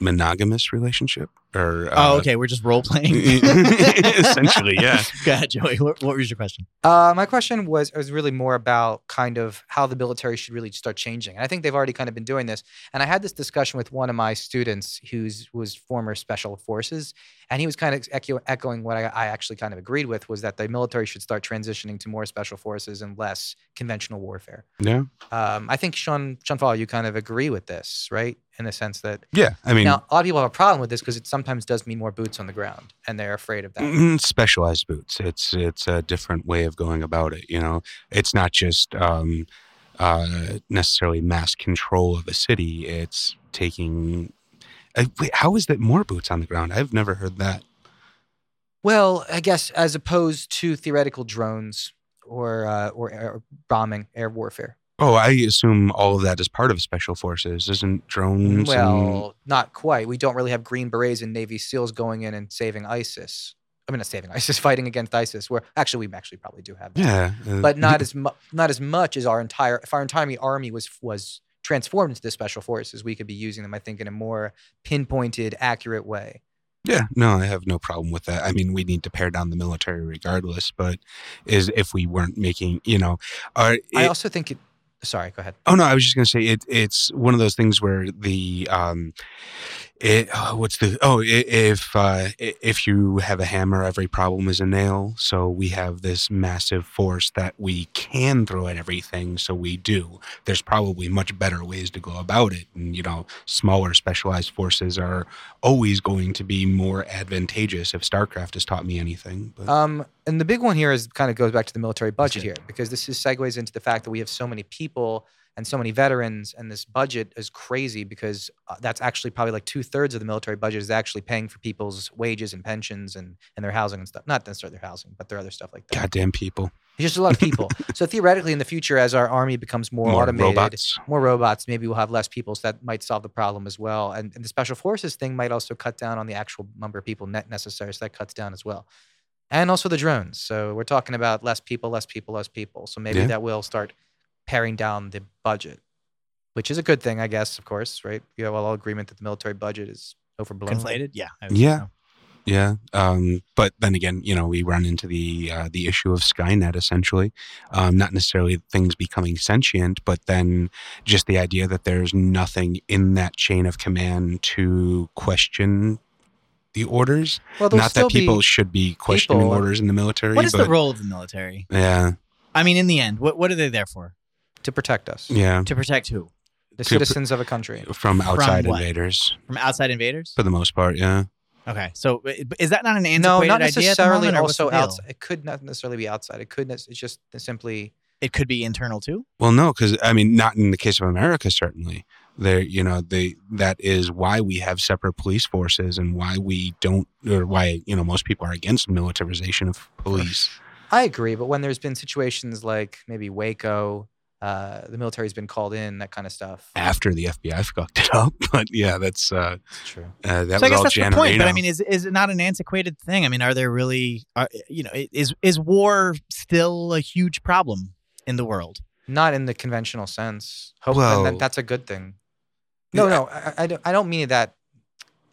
Speaker 4: monogamous relationship. Or uh,
Speaker 1: Oh, okay. We're just role playing.
Speaker 4: Essentially, yeah.
Speaker 1: Go ahead, Joey. What, what was your question?
Speaker 2: Uh, my question was was really more about kind of how the military should really start changing, and I think they've already kind of been doing this. And I had this discussion with one of my students who's was former special forces, and he was kind of echo, echoing what I, I actually kind of agreed with was that the military should start transitioning to more special forces and less conventional warfare.
Speaker 4: Yeah,
Speaker 2: Um, I think Sean Sean Fowler, you kind of agree with this, right? In the sense that
Speaker 4: yeah. I mean,
Speaker 2: now a lot of people have a problem with this because it sometimes does mean more boots on the ground, and they're afraid of that.
Speaker 4: mm, specialized boots. It's it's a different way of going about it. You know, it's not just um, uh, necessarily mass control of a city. It's taking. Uh, wait, how is that more boots on the ground? I've never heard that.
Speaker 2: Well, I guess as opposed to theoretical drones or uh, or air bombing, air warfare.
Speaker 4: Oh, I assume all of that is part of special forces, isn't drones? and-
Speaker 2: Well, not quite. We don't really have Green Berets and Navy SEALs going in and saving ISIS. I mean, not saving ISIS, fighting against ISIS. Where actually, we actually probably do have, that.
Speaker 4: Yeah, uh,
Speaker 2: but not as mu- not as much as our entire. If our entire army was was transformed into the special forces, we could be using them. I think in a more pinpointed, accurate way.
Speaker 4: Yeah, no, I have no problem with that. I mean, we need to pare down the military regardless, but is if we weren't making, you know, are,
Speaker 2: I
Speaker 4: it-
Speaker 2: also think it. Sorry, go ahead.
Speaker 4: Oh no, I was just gonna say it. It's one of those things where the um, it oh, what's the oh i- if uh, i- if you have a hammer, every problem is a nail. So we have this massive force that we can throw at everything. So we do. There's probably much better ways to go about it, and you know, smaller specialized forces are always going to be more advantageous. If StarCraft has taught me anything, but
Speaker 2: Um, and the big one here is kind of goes back to the military budget
Speaker 4: Okay.
Speaker 2: here because this is segues into the fact that we have so many people and so many veterans, and this budget is crazy because uh, that's actually probably like two thirds of the military budget is actually paying for people's wages and pensions and and their housing and stuff. Not necessarily their housing, but their other stuff like that.
Speaker 4: goddamn people,
Speaker 2: It's just a lot of people. so theoretically, in the future, as our army becomes more,
Speaker 4: more
Speaker 2: automated,
Speaker 4: robots.
Speaker 2: more robots, maybe we'll have less people. So that might solve the problem as well. And, and the special forces thing might also cut down on the actual number of people net necessary. So that cuts down as well. And also the drones. So we're talking about less people, less people, less people. So maybe
Speaker 4: Yeah.
Speaker 2: that will start paring down the budget, which is a good thing, I guess, of course, right? You have all agreement that the military budget is overblown.
Speaker 1: Conflated? Yeah. I would say
Speaker 4: Yeah.
Speaker 1: so.
Speaker 4: Yeah, um, but then again, you know, we run into the uh, the issue of Skynet essentially, um, not necessarily things becoming sentient, but then just the idea that there's nothing in that chain of command to question the orders.
Speaker 2: Well, there'll
Speaker 4: Not
Speaker 2: still
Speaker 4: that people
Speaker 2: be,
Speaker 4: should be questioning
Speaker 2: people-
Speaker 4: orders in the military.
Speaker 1: What is
Speaker 4: but
Speaker 1: the role of the military?
Speaker 4: Yeah,
Speaker 1: I mean, in the end, what what are they there for?
Speaker 2: to protect us,
Speaker 4: yeah,
Speaker 1: To protect who?
Speaker 2: the
Speaker 4: to pr-
Speaker 2: citizens of a country.
Speaker 4: from outside
Speaker 1: what?
Speaker 4: invaders
Speaker 1: From outside invaders?
Speaker 4: for the most part. Yeah,
Speaker 1: Okay. So i- is that not an antiquated
Speaker 2: No, not
Speaker 1: idea at the
Speaker 2: necessarily.
Speaker 1: moment, or what's the
Speaker 2: also
Speaker 1: deal?
Speaker 2: outside. It could not necessarily be outside. It could. nec- It's just simply
Speaker 1: It could be internal too.
Speaker 4: Well, no, because I mean, not in the case of America, certainly. There, you know, they that is why we have separate police forces and why we don't, or why you know most people are against militarization of police.
Speaker 2: I agree, but when there's been situations like maybe Waco, uh, the military's been called in, that kind of stuff.
Speaker 4: After the FBI fucked it up, but yeah, that's uh,
Speaker 2: It's true.
Speaker 4: uh that
Speaker 1: so I
Speaker 4: was
Speaker 1: guess
Speaker 4: all
Speaker 1: that's
Speaker 4: Jan
Speaker 1: the point. But I
Speaker 4: Reno.
Speaker 1: mean, is is it not an antiquated thing? I mean, are there really? Are, you know, i- is is war still a huge problem in the world?
Speaker 2: Not in the conventional sense. Hope, and
Speaker 4: Well-
Speaker 2: that, that's a good thing. No,
Speaker 4: Yeah.
Speaker 2: no, I, I, don't, I don't mean that.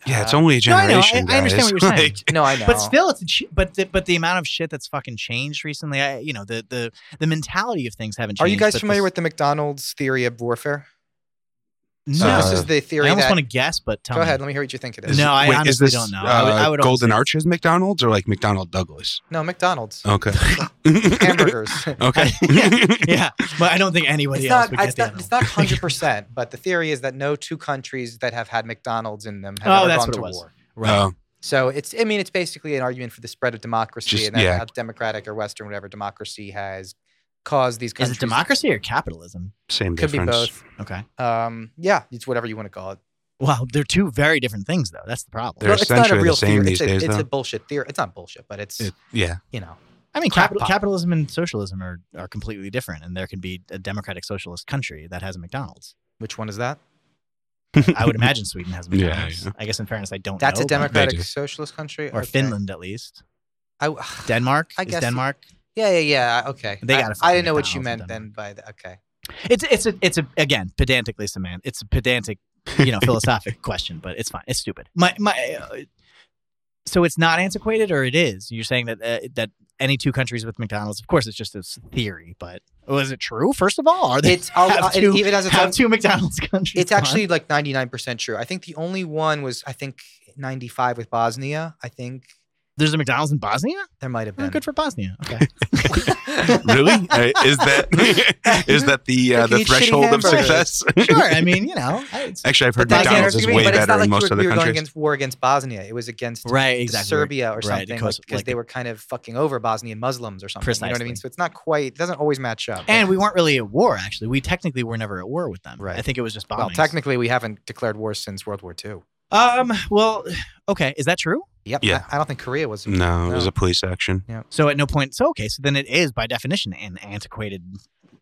Speaker 4: yeah, it's
Speaker 2: uh,
Speaker 4: only a
Speaker 1: No, I know. I-
Speaker 4: generation.
Speaker 1: I understand
Speaker 4: guys.
Speaker 1: what you're saying.
Speaker 4: Like,
Speaker 2: no, I know.
Speaker 1: But still, it's a ch- but the, but the amount of shit that's fucking changed recently. I you know the the the mentality of things haven't. changed.
Speaker 2: are you guys
Speaker 1: but
Speaker 2: familiar
Speaker 1: this-
Speaker 2: with the McDonald's theory of warfare?
Speaker 1: No,
Speaker 2: So this
Speaker 4: Uh,
Speaker 2: is the
Speaker 1: I
Speaker 2: theory
Speaker 1: almost
Speaker 2: that.
Speaker 1: want to guess, but tell
Speaker 2: go
Speaker 1: me.
Speaker 2: ahead. Let me hear what you think it is.
Speaker 4: is-
Speaker 1: No, I
Speaker 4: wait, is
Speaker 1: honestly
Speaker 4: this,
Speaker 1: don't know. I would-
Speaker 4: uh,
Speaker 1: I would almost
Speaker 4: Golden
Speaker 1: say-
Speaker 4: Arches McDonald's or like McDonald Douglas.
Speaker 2: No, McDonald's
Speaker 1: Oh.
Speaker 4: Okay.
Speaker 2: hamburgers.
Speaker 4: okay.
Speaker 1: yeah, but I don't think anybody
Speaker 2: It's
Speaker 1: else
Speaker 2: not,
Speaker 1: would get
Speaker 2: it's,
Speaker 1: the
Speaker 2: not,
Speaker 1: other
Speaker 2: it's
Speaker 1: one.
Speaker 2: not 100%, but the theory is that no two countries that have had McDonald's in them have
Speaker 1: Oh,
Speaker 2: ever
Speaker 1: that's
Speaker 2: gone
Speaker 1: what
Speaker 2: to
Speaker 1: it was.
Speaker 2: war.
Speaker 1: Right.
Speaker 4: Oh,
Speaker 2: So it's, I mean, it's basically an argument for the spread of democracy
Speaker 4: Just-
Speaker 2: and that
Speaker 4: yeah.
Speaker 2: how democratic or Western, whatever democracy has caused these
Speaker 1: is
Speaker 2: countries.
Speaker 1: it democracy or capitalism?
Speaker 4: same
Speaker 2: Could
Speaker 4: difference.
Speaker 2: be
Speaker 1: Okay.
Speaker 2: both. Um, yeah, it's whatever you want to call it.
Speaker 1: Well, they're two very different things, though. That's the problem.
Speaker 4: They're
Speaker 2: Well, it's not a
Speaker 4: essentially the
Speaker 2: real
Speaker 4: same
Speaker 2: theory. it's
Speaker 4: these
Speaker 2: a,
Speaker 4: days,
Speaker 2: it's a
Speaker 4: though.
Speaker 2: bullshit theory. It's not bullshit, but it's,
Speaker 4: It- yeah.
Speaker 2: you know,
Speaker 1: I mean,
Speaker 2: Crap
Speaker 1: capital,
Speaker 2: pot.
Speaker 1: capitalism and socialism are, are completely different, and there can be a democratic socialist country that has a McDonald's.
Speaker 2: which one is that?
Speaker 1: I would imagine Sweden has a
Speaker 4: Yeah,
Speaker 1: McDonald's.
Speaker 4: yeah.
Speaker 1: I guess, in fairness, I don't
Speaker 2: That's
Speaker 1: know.
Speaker 2: a
Speaker 1: but-
Speaker 2: democratic
Speaker 4: do.
Speaker 2: socialist country?
Speaker 1: Or
Speaker 2: Okay.
Speaker 1: Finland, at least.
Speaker 2: I,
Speaker 1: Denmark?
Speaker 2: I
Speaker 1: is
Speaker 2: guess-
Speaker 1: Denmark?
Speaker 2: yeah, yeah, yeah. Okay.
Speaker 1: They
Speaker 2: I-
Speaker 1: got a
Speaker 2: I,
Speaker 1: fucking
Speaker 2: didn't know what you
Speaker 1: McDonald's
Speaker 2: meant
Speaker 1: in
Speaker 2: then by the, okay.
Speaker 1: It's, it's, a, it's a, again, pedantically semantic. It's a pedantic, you know, philosophic question, but it's fine. It's stupid. My, my, uh, so it's not antiquated, or it is? You're saying that, uh, that any two countries with McDonald's, of course, it's just a s- theory, but was it true, first of all? Are they
Speaker 2: It's, I'll,
Speaker 1: have
Speaker 2: I'll- it
Speaker 1: two-
Speaker 2: even has its own
Speaker 1: have two McDonald's countries?
Speaker 2: It's
Speaker 1: Come on.
Speaker 2: actually like 99% true. I think the only one was, I think, 95 with Bosnia. I think
Speaker 1: There's a McDonald's in Bosnia?
Speaker 2: there might have
Speaker 1: Oh,
Speaker 2: been.
Speaker 1: good for Bosnia. Okay.
Speaker 4: really? Uh, Is that is that the
Speaker 2: They
Speaker 4: uh,
Speaker 2: can
Speaker 4: the
Speaker 2: eat shitty
Speaker 4: threshold of
Speaker 2: hamburgers.
Speaker 4: success?
Speaker 1: sure. I mean, you know. I- it's-
Speaker 4: Actually, I've heard
Speaker 1: But that's
Speaker 4: McDonald's
Speaker 1: the
Speaker 4: is
Speaker 1: argument,
Speaker 4: way
Speaker 2: but it's
Speaker 4: better
Speaker 2: not
Speaker 4: in
Speaker 2: like
Speaker 4: most
Speaker 2: you were,
Speaker 4: other
Speaker 2: you were going
Speaker 4: countries.
Speaker 2: against war against Bosnia. It was against
Speaker 1: right. Exactly.
Speaker 2: Serbia or
Speaker 1: Right,
Speaker 2: something because
Speaker 1: because, like-
Speaker 2: they were kind of fucking over Bosnian Muslims or something. You know what I mean?
Speaker 1: Precisely.
Speaker 2: So it's not quite, it doesn't always match up.
Speaker 1: And we weren't really at war. Actually, we technically were never at war with them.
Speaker 2: Right.
Speaker 1: I think it was just bombings.
Speaker 2: well, technically, we haven't declared war since World War II.
Speaker 1: Um. Well. Okay. Is that true?
Speaker 2: Yep.
Speaker 4: Yeah.
Speaker 2: I, I don't think Korea was.
Speaker 4: No, it was
Speaker 2: No.
Speaker 4: a police action.
Speaker 1: So at no point. So okay. So then it is by definition an antiquated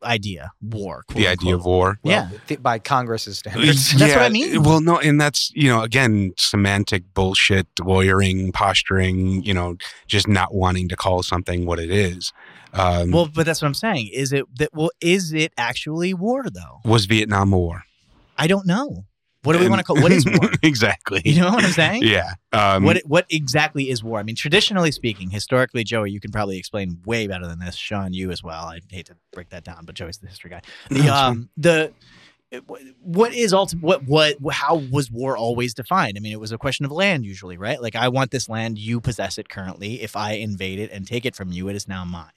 Speaker 1: idea, war. quote
Speaker 4: the idea
Speaker 1: unquote.
Speaker 4: of war.
Speaker 1: Yeah.
Speaker 2: th- by Congress's standards.
Speaker 1: That's what I mean.
Speaker 4: Well, no, and that's you know again semantic bullshit, lawyering, posturing. You know, just not wanting to call something what it is. Um,
Speaker 1: Well, but that's what I'm saying. Is it that? Well, is it actually war though?
Speaker 4: was Vietnam a war?
Speaker 1: I don't know. What do we want to call? What is war?
Speaker 4: exactly.
Speaker 1: You know what I'm saying?
Speaker 4: Yeah. Um,
Speaker 1: what what exactly is war? I mean, traditionally speaking, historically, Joey, you can probably explain way better than this. Sean, you as well. I hate to break that down, but Joey's the history guy.
Speaker 4: No, it's
Speaker 1: The um the eh, what is ultimate what what how was war always defined? I mean, it was a question of land usually, right? Like I want this land, you possess it currently. If I invade it and take it from you, it is now mine.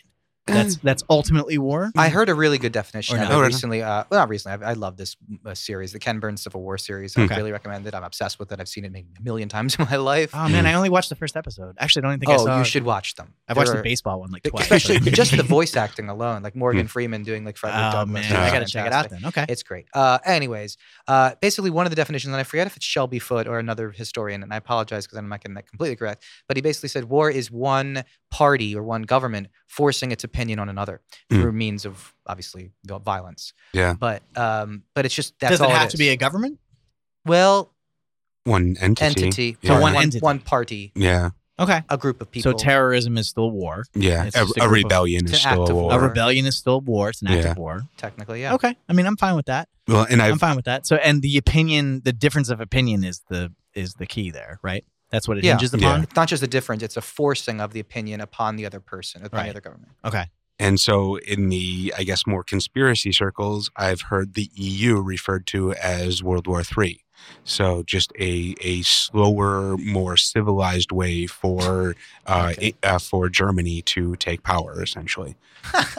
Speaker 1: That's that's ultimately war.
Speaker 2: I heard a really good definition
Speaker 1: Or
Speaker 2: of
Speaker 1: not.
Speaker 2: it
Speaker 4: Oh, really?
Speaker 2: recently. Uh, well, not recently. I, I love this uh, series, the Ken Burns Civil War series. I
Speaker 1: Okay.
Speaker 2: really recommend it. I'm obsessed with it. I've seen it maybe a million times in my life.
Speaker 1: Oh man, I only watched the first episode. Actually, I don't even think I
Speaker 2: Mm. oh,
Speaker 1: saw.
Speaker 2: you should watch them.
Speaker 1: I've watched
Speaker 2: They're-
Speaker 1: the baseball one like twice.
Speaker 2: especially
Speaker 1: but-
Speaker 2: just the voice acting alone, like Morgan Freeman doing like Frederick
Speaker 1: Hmm. Oh
Speaker 2: Douglass.
Speaker 1: man,
Speaker 2: is
Speaker 1: I gotta check it out
Speaker 2: fantastic.
Speaker 1: then. Okay.
Speaker 2: It's great. Uh, anyways, uh, basically one of the definitions, and I forget if it's Shelby Foote or another historian, and I apologize because I'm not getting that completely correct, but he basically said war is one party or one government forcing its opinion on another
Speaker 4: Mm.
Speaker 1: Hmm.
Speaker 2: through means of obviously vi- violence.
Speaker 4: Yeah.
Speaker 2: But um, but it's just that's
Speaker 1: Does it
Speaker 2: all
Speaker 1: have
Speaker 2: is.
Speaker 1: to be a government?
Speaker 2: well
Speaker 4: one entity.
Speaker 2: entity,
Speaker 4: Yeah.
Speaker 1: So one
Speaker 2: one, one,
Speaker 1: entity.
Speaker 2: party,
Speaker 4: Yeah.
Speaker 1: Okay.
Speaker 2: a group of people.
Speaker 1: So terrorism is still war.
Speaker 4: Yeah.
Speaker 1: It's
Speaker 4: A,
Speaker 1: just a
Speaker 4: a
Speaker 1: group of-
Speaker 4: rebellion
Speaker 2: it's
Speaker 4: is
Speaker 2: an act
Speaker 4: still a
Speaker 2: of
Speaker 4: war.
Speaker 1: A
Speaker 2: war.
Speaker 1: rebellion is still war. It's an act of war.
Speaker 2: technically, yeah.
Speaker 1: Okay. I mean, I'm fine with that.
Speaker 4: Well, and I've
Speaker 1: I'm fine with that. So, and the opinion, the difference of opinion is the is the key there, right? That's what it
Speaker 2: Yeah.
Speaker 1: hinges
Speaker 4: Yeah.
Speaker 1: upon.
Speaker 2: It's not just a difference; it's a forcing of the opinion upon the other person, upon
Speaker 1: Right.
Speaker 2: the other government.
Speaker 1: Okay.
Speaker 4: And so, in the, I guess, more conspiracy circles, I've heard the EU referred to as World War III. So, just a, a slower, more civilized way for uh,
Speaker 2: Okay.
Speaker 4: i- uh, for Germany to take power, essentially.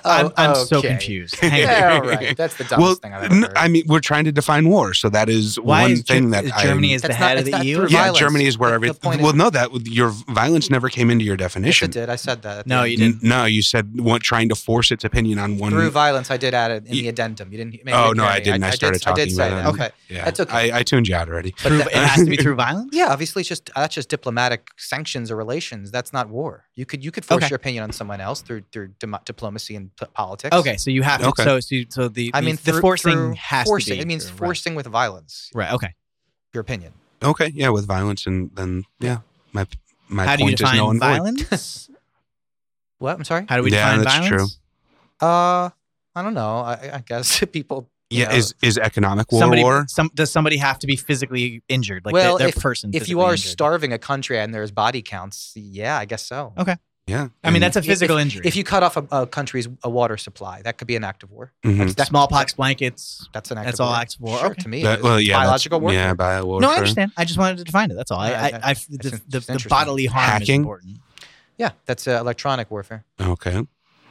Speaker 1: I'm, Oh, I'm so
Speaker 2: Oh, okay.
Speaker 1: confused. Hang on.
Speaker 2: Yeah, all right. That's the dumbest
Speaker 4: well,
Speaker 2: thing I've ever
Speaker 4: n-
Speaker 2: heard.
Speaker 4: I mean, we're trying to define war, so that is
Speaker 1: Why
Speaker 4: one
Speaker 1: is
Speaker 4: thing
Speaker 1: Ge-
Speaker 4: that
Speaker 1: is Germany
Speaker 4: I'm,
Speaker 1: is the
Speaker 2: That's not-
Speaker 1: head of
Speaker 2: it's
Speaker 1: the
Speaker 2: not
Speaker 1: EU?
Speaker 2: through
Speaker 4: yeah,
Speaker 2: violence.
Speaker 4: Germany is where
Speaker 2: The- the
Speaker 4: everything.
Speaker 2: point is-
Speaker 4: Well, no, that your violence never came into
Speaker 2: Yes,
Speaker 4: your
Speaker 2: it
Speaker 4: definition.
Speaker 2: did. I said that. at the
Speaker 1: No,
Speaker 2: end.
Speaker 1: you
Speaker 4: N-
Speaker 1: didn't.
Speaker 4: no, you said what, trying to force its opinion on one
Speaker 2: through violence. I did add it in
Speaker 4: You-
Speaker 2: the addendum. You didn't. maybe
Speaker 4: Oh,
Speaker 2: you
Speaker 4: no,
Speaker 2: hear
Speaker 4: I
Speaker 2: me.
Speaker 4: didn't. I started
Speaker 2: I
Speaker 4: talking
Speaker 2: did say
Speaker 4: about
Speaker 2: that.
Speaker 4: it.
Speaker 2: Okay.
Speaker 4: Yeah,
Speaker 2: That's okay.
Speaker 4: I, I tuned you out already.
Speaker 1: Through, it has to be through violence.
Speaker 2: Yeah, obviously, it's just that's just diplomatic sanctions or relations. That's not war. You could you could force
Speaker 1: Okay.
Speaker 2: your opinion on someone else through through dim- diplomacy and p- politics.
Speaker 1: Okay, so you have to.
Speaker 4: Okay.
Speaker 1: So, so, so the
Speaker 2: I
Speaker 1: the-
Speaker 2: mean,
Speaker 1: the
Speaker 2: through-
Speaker 1: forcing
Speaker 2: through
Speaker 1: has
Speaker 2: forcing.
Speaker 1: to be.
Speaker 2: It means
Speaker 1: through-
Speaker 2: forcing with violence.
Speaker 1: Right. right. Okay.
Speaker 2: Your opinion.
Speaker 4: Okay, yeah, with violence and then yeah, my my
Speaker 1: How do you
Speaker 4: point is
Speaker 1: define
Speaker 4: no and void.
Speaker 1: violence?
Speaker 2: What? I'm sorry.
Speaker 1: How do we
Speaker 4: Yeah,
Speaker 1: define
Speaker 4: that's true.
Speaker 1: violence?
Speaker 2: Uh, I don't know. I, I guess people. you
Speaker 4: Yeah,
Speaker 2: know,
Speaker 4: is is economic war
Speaker 1: somebody,
Speaker 4: war?
Speaker 1: Some, does somebody have to be physically injured? Like
Speaker 2: Well,
Speaker 1: their, their person.
Speaker 2: if you
Speaker 1: physically
Speaker 2: are
Speaker 1: injured?
Speaker 2: starving a country and there's body counts, yeah, I guess so.
Speaker 1: Okay.
Speaker 4: Yeah,
Speaker 1: I mean, that's a
Speaker 2: Mm-hmm. If-
Speaker 1: physical injury.
Speaker 2: If you cut off a, a country's a water supply, that could be an act of war.
Speaker 4: Mhm.
Speaker 2: That's
Speaker 1: smallpox blankets.
Speaker 2: That's an act.
Speaker 1: That's
Speaker 2: of
Speaker 1: all
Speaker 2: war.
Speaker 1: acts of war.
Speaker 2: Sure,
Speaker 1: Okay.
Speaker 2: To me,
Speaker 4: That-
Speaker 2: it's
Speaker 4: well, yeah, that's-
Speaker 2: biological war.
Speaker 4: Yeah, bio war.
Speaker 1: No, I understand. I just wanted to define it. That's all. I,
Speaker 2: Yeah,
Speaker 1: I,
Speaker 2: that-
Speaker 1: I, the,
Speaker 2: that's
Speaker 1: the, the
Speaker 2: interesting.
Speaker 1: bodily harm is
Speaker 4: Hacking?
Speaker 1: important,
Speaker 2: Yeah, that's uh, electronic warfare.
Speaker 4: Okay,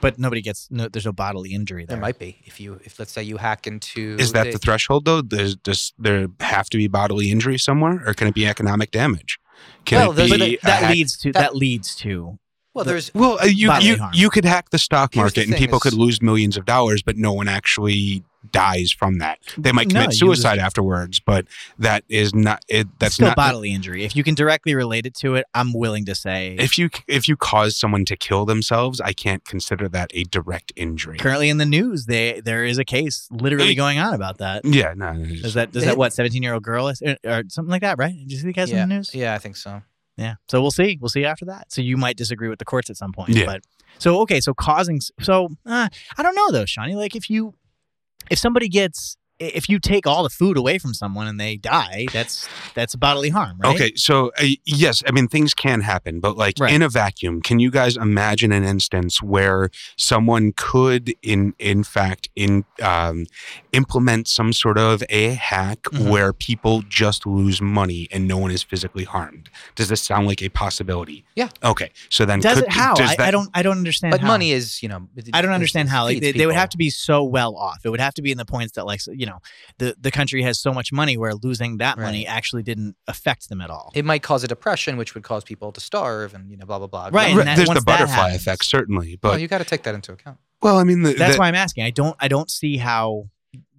Speaker 1: but nobody gets. No, there's no bodily injury
Speaker 2: There
Speaker 1: there.
Speaker 2: might be if you if let's say you hack into.
Speaker 4: is that the threshold though? Does does there have to be bodily injury somewhere, or can it be economic damage? Can
Speaker 2: Well,
Speaker 4: it
Speaker 2: those
Speaker 4: be
Speaker 2: are the-
Speaker 1: But
Speaker 4: a
Speaker 1: that
Speaker 4: hack-
Speaker 1: leads to that,
Speaker 2: that-
Speaker 1: leads to
Speaker 2: well,
Speaker 1: the-
Speaker 2: there's
Speaker 4: Well, uh, you
Speaker 1: bodily
Speaker 4: you,
Speaker 1: harm.
Speaker 4: you could hack the stock
Speaker 2: Here's the
Speaker 4: market and
Speaker 2: thing
Speaker 4: people
Speaker 2: is-
Speaker 4: could lose millions of dollars, but no one actually dies from that. They might
Speaker 1: No,
Speaker 4: commit
Speaker 1: you lose-
Speaker 4: suicide afterwards, but that is not it. That's
Speaker 1: still
Speaker 4: not
Speaker 1: bodily injury. If you can directly relate it to it, I'm willing to say.
Speaker 4: if you if you cause someone to kill themselves, I can't consider that a direct injury.
Speaker 1: currently in the news, they there is a case literally
Speaker 4: Hey.
Speaker 1: going on about that.
Speaker 4: Yeah, no, no,
Speaker 1: Is
Speaker 4: just-
Speaker 1: that is that what 17 year old girl is, or, or something like that? Right? Did you see the guys
Speaker 2: yeah,
Speaker 1: in the news?
Speaker 2: yeah, I think so.
Speaker 1: Yeah. So we'll see. We'll see after that. So you might disagree with the courts at some point.
Speaker 4: Yeah.
Speaker 1: But so okay. So causing. So uh, I don't know though, Shawnee. Like if you, if somebody gets, if you take all the food away from someone and they die, that's that's bodily harm, right?
Speaker 4: okay. So uh, yes, I mean things can happen, but like
Speaker 1: Right.
Speaker 4: in a vacuum, can you guys imagine an instance where someone could, in in fact, in um, implement some sort of a hack
Speaker 1: Mhm.
Speaker 4: where people just lose money and no one is physically harmed? Does this sound like a possibility?
Speaker 2: Yeah.
Speaker 4: Okay. So then,
Speaker 1: Does
Speaker 4: could-
Speaker 1: it how?
Speaker 4: does
Speaker 1: I, I
Speaker 4: that-
Speaker 1: don't. I don't understand.
Speaker 2: But
Speaker 1: how.
Speaker 2: money is you know. it-
Speaker 1: I don't
Speaker 2: it
Speaker 1: understand how like
Speaker 2: feeds
Speaker 1: they, they would
Speaker 2: people.
Speaker 1: have to be so well off. It would have to be in the points that like so, you know the the country has so much money where losing that money actually didn't affect them at all.
Speaker 2: It might cause a depression, which would cause people to starve, and you know, blah blah blah.
Speaker 1: Right, and
Speaker 4: Right,
Speaker 1: that-
Speaker 4: there's the
Speaker 1: once that
Speaker 4: butterfly
Speaker 1: happens-
Speaker 4: effect, certainly,
Speaker 2: Well,
Speaker 4: but
Speaker 2: you got to take that into account.
Speaker 4: well, I mean, the,
Speaker 1: That's
Speaker 4: the-
Speaker 1: why I'm asking. I don't I don't see how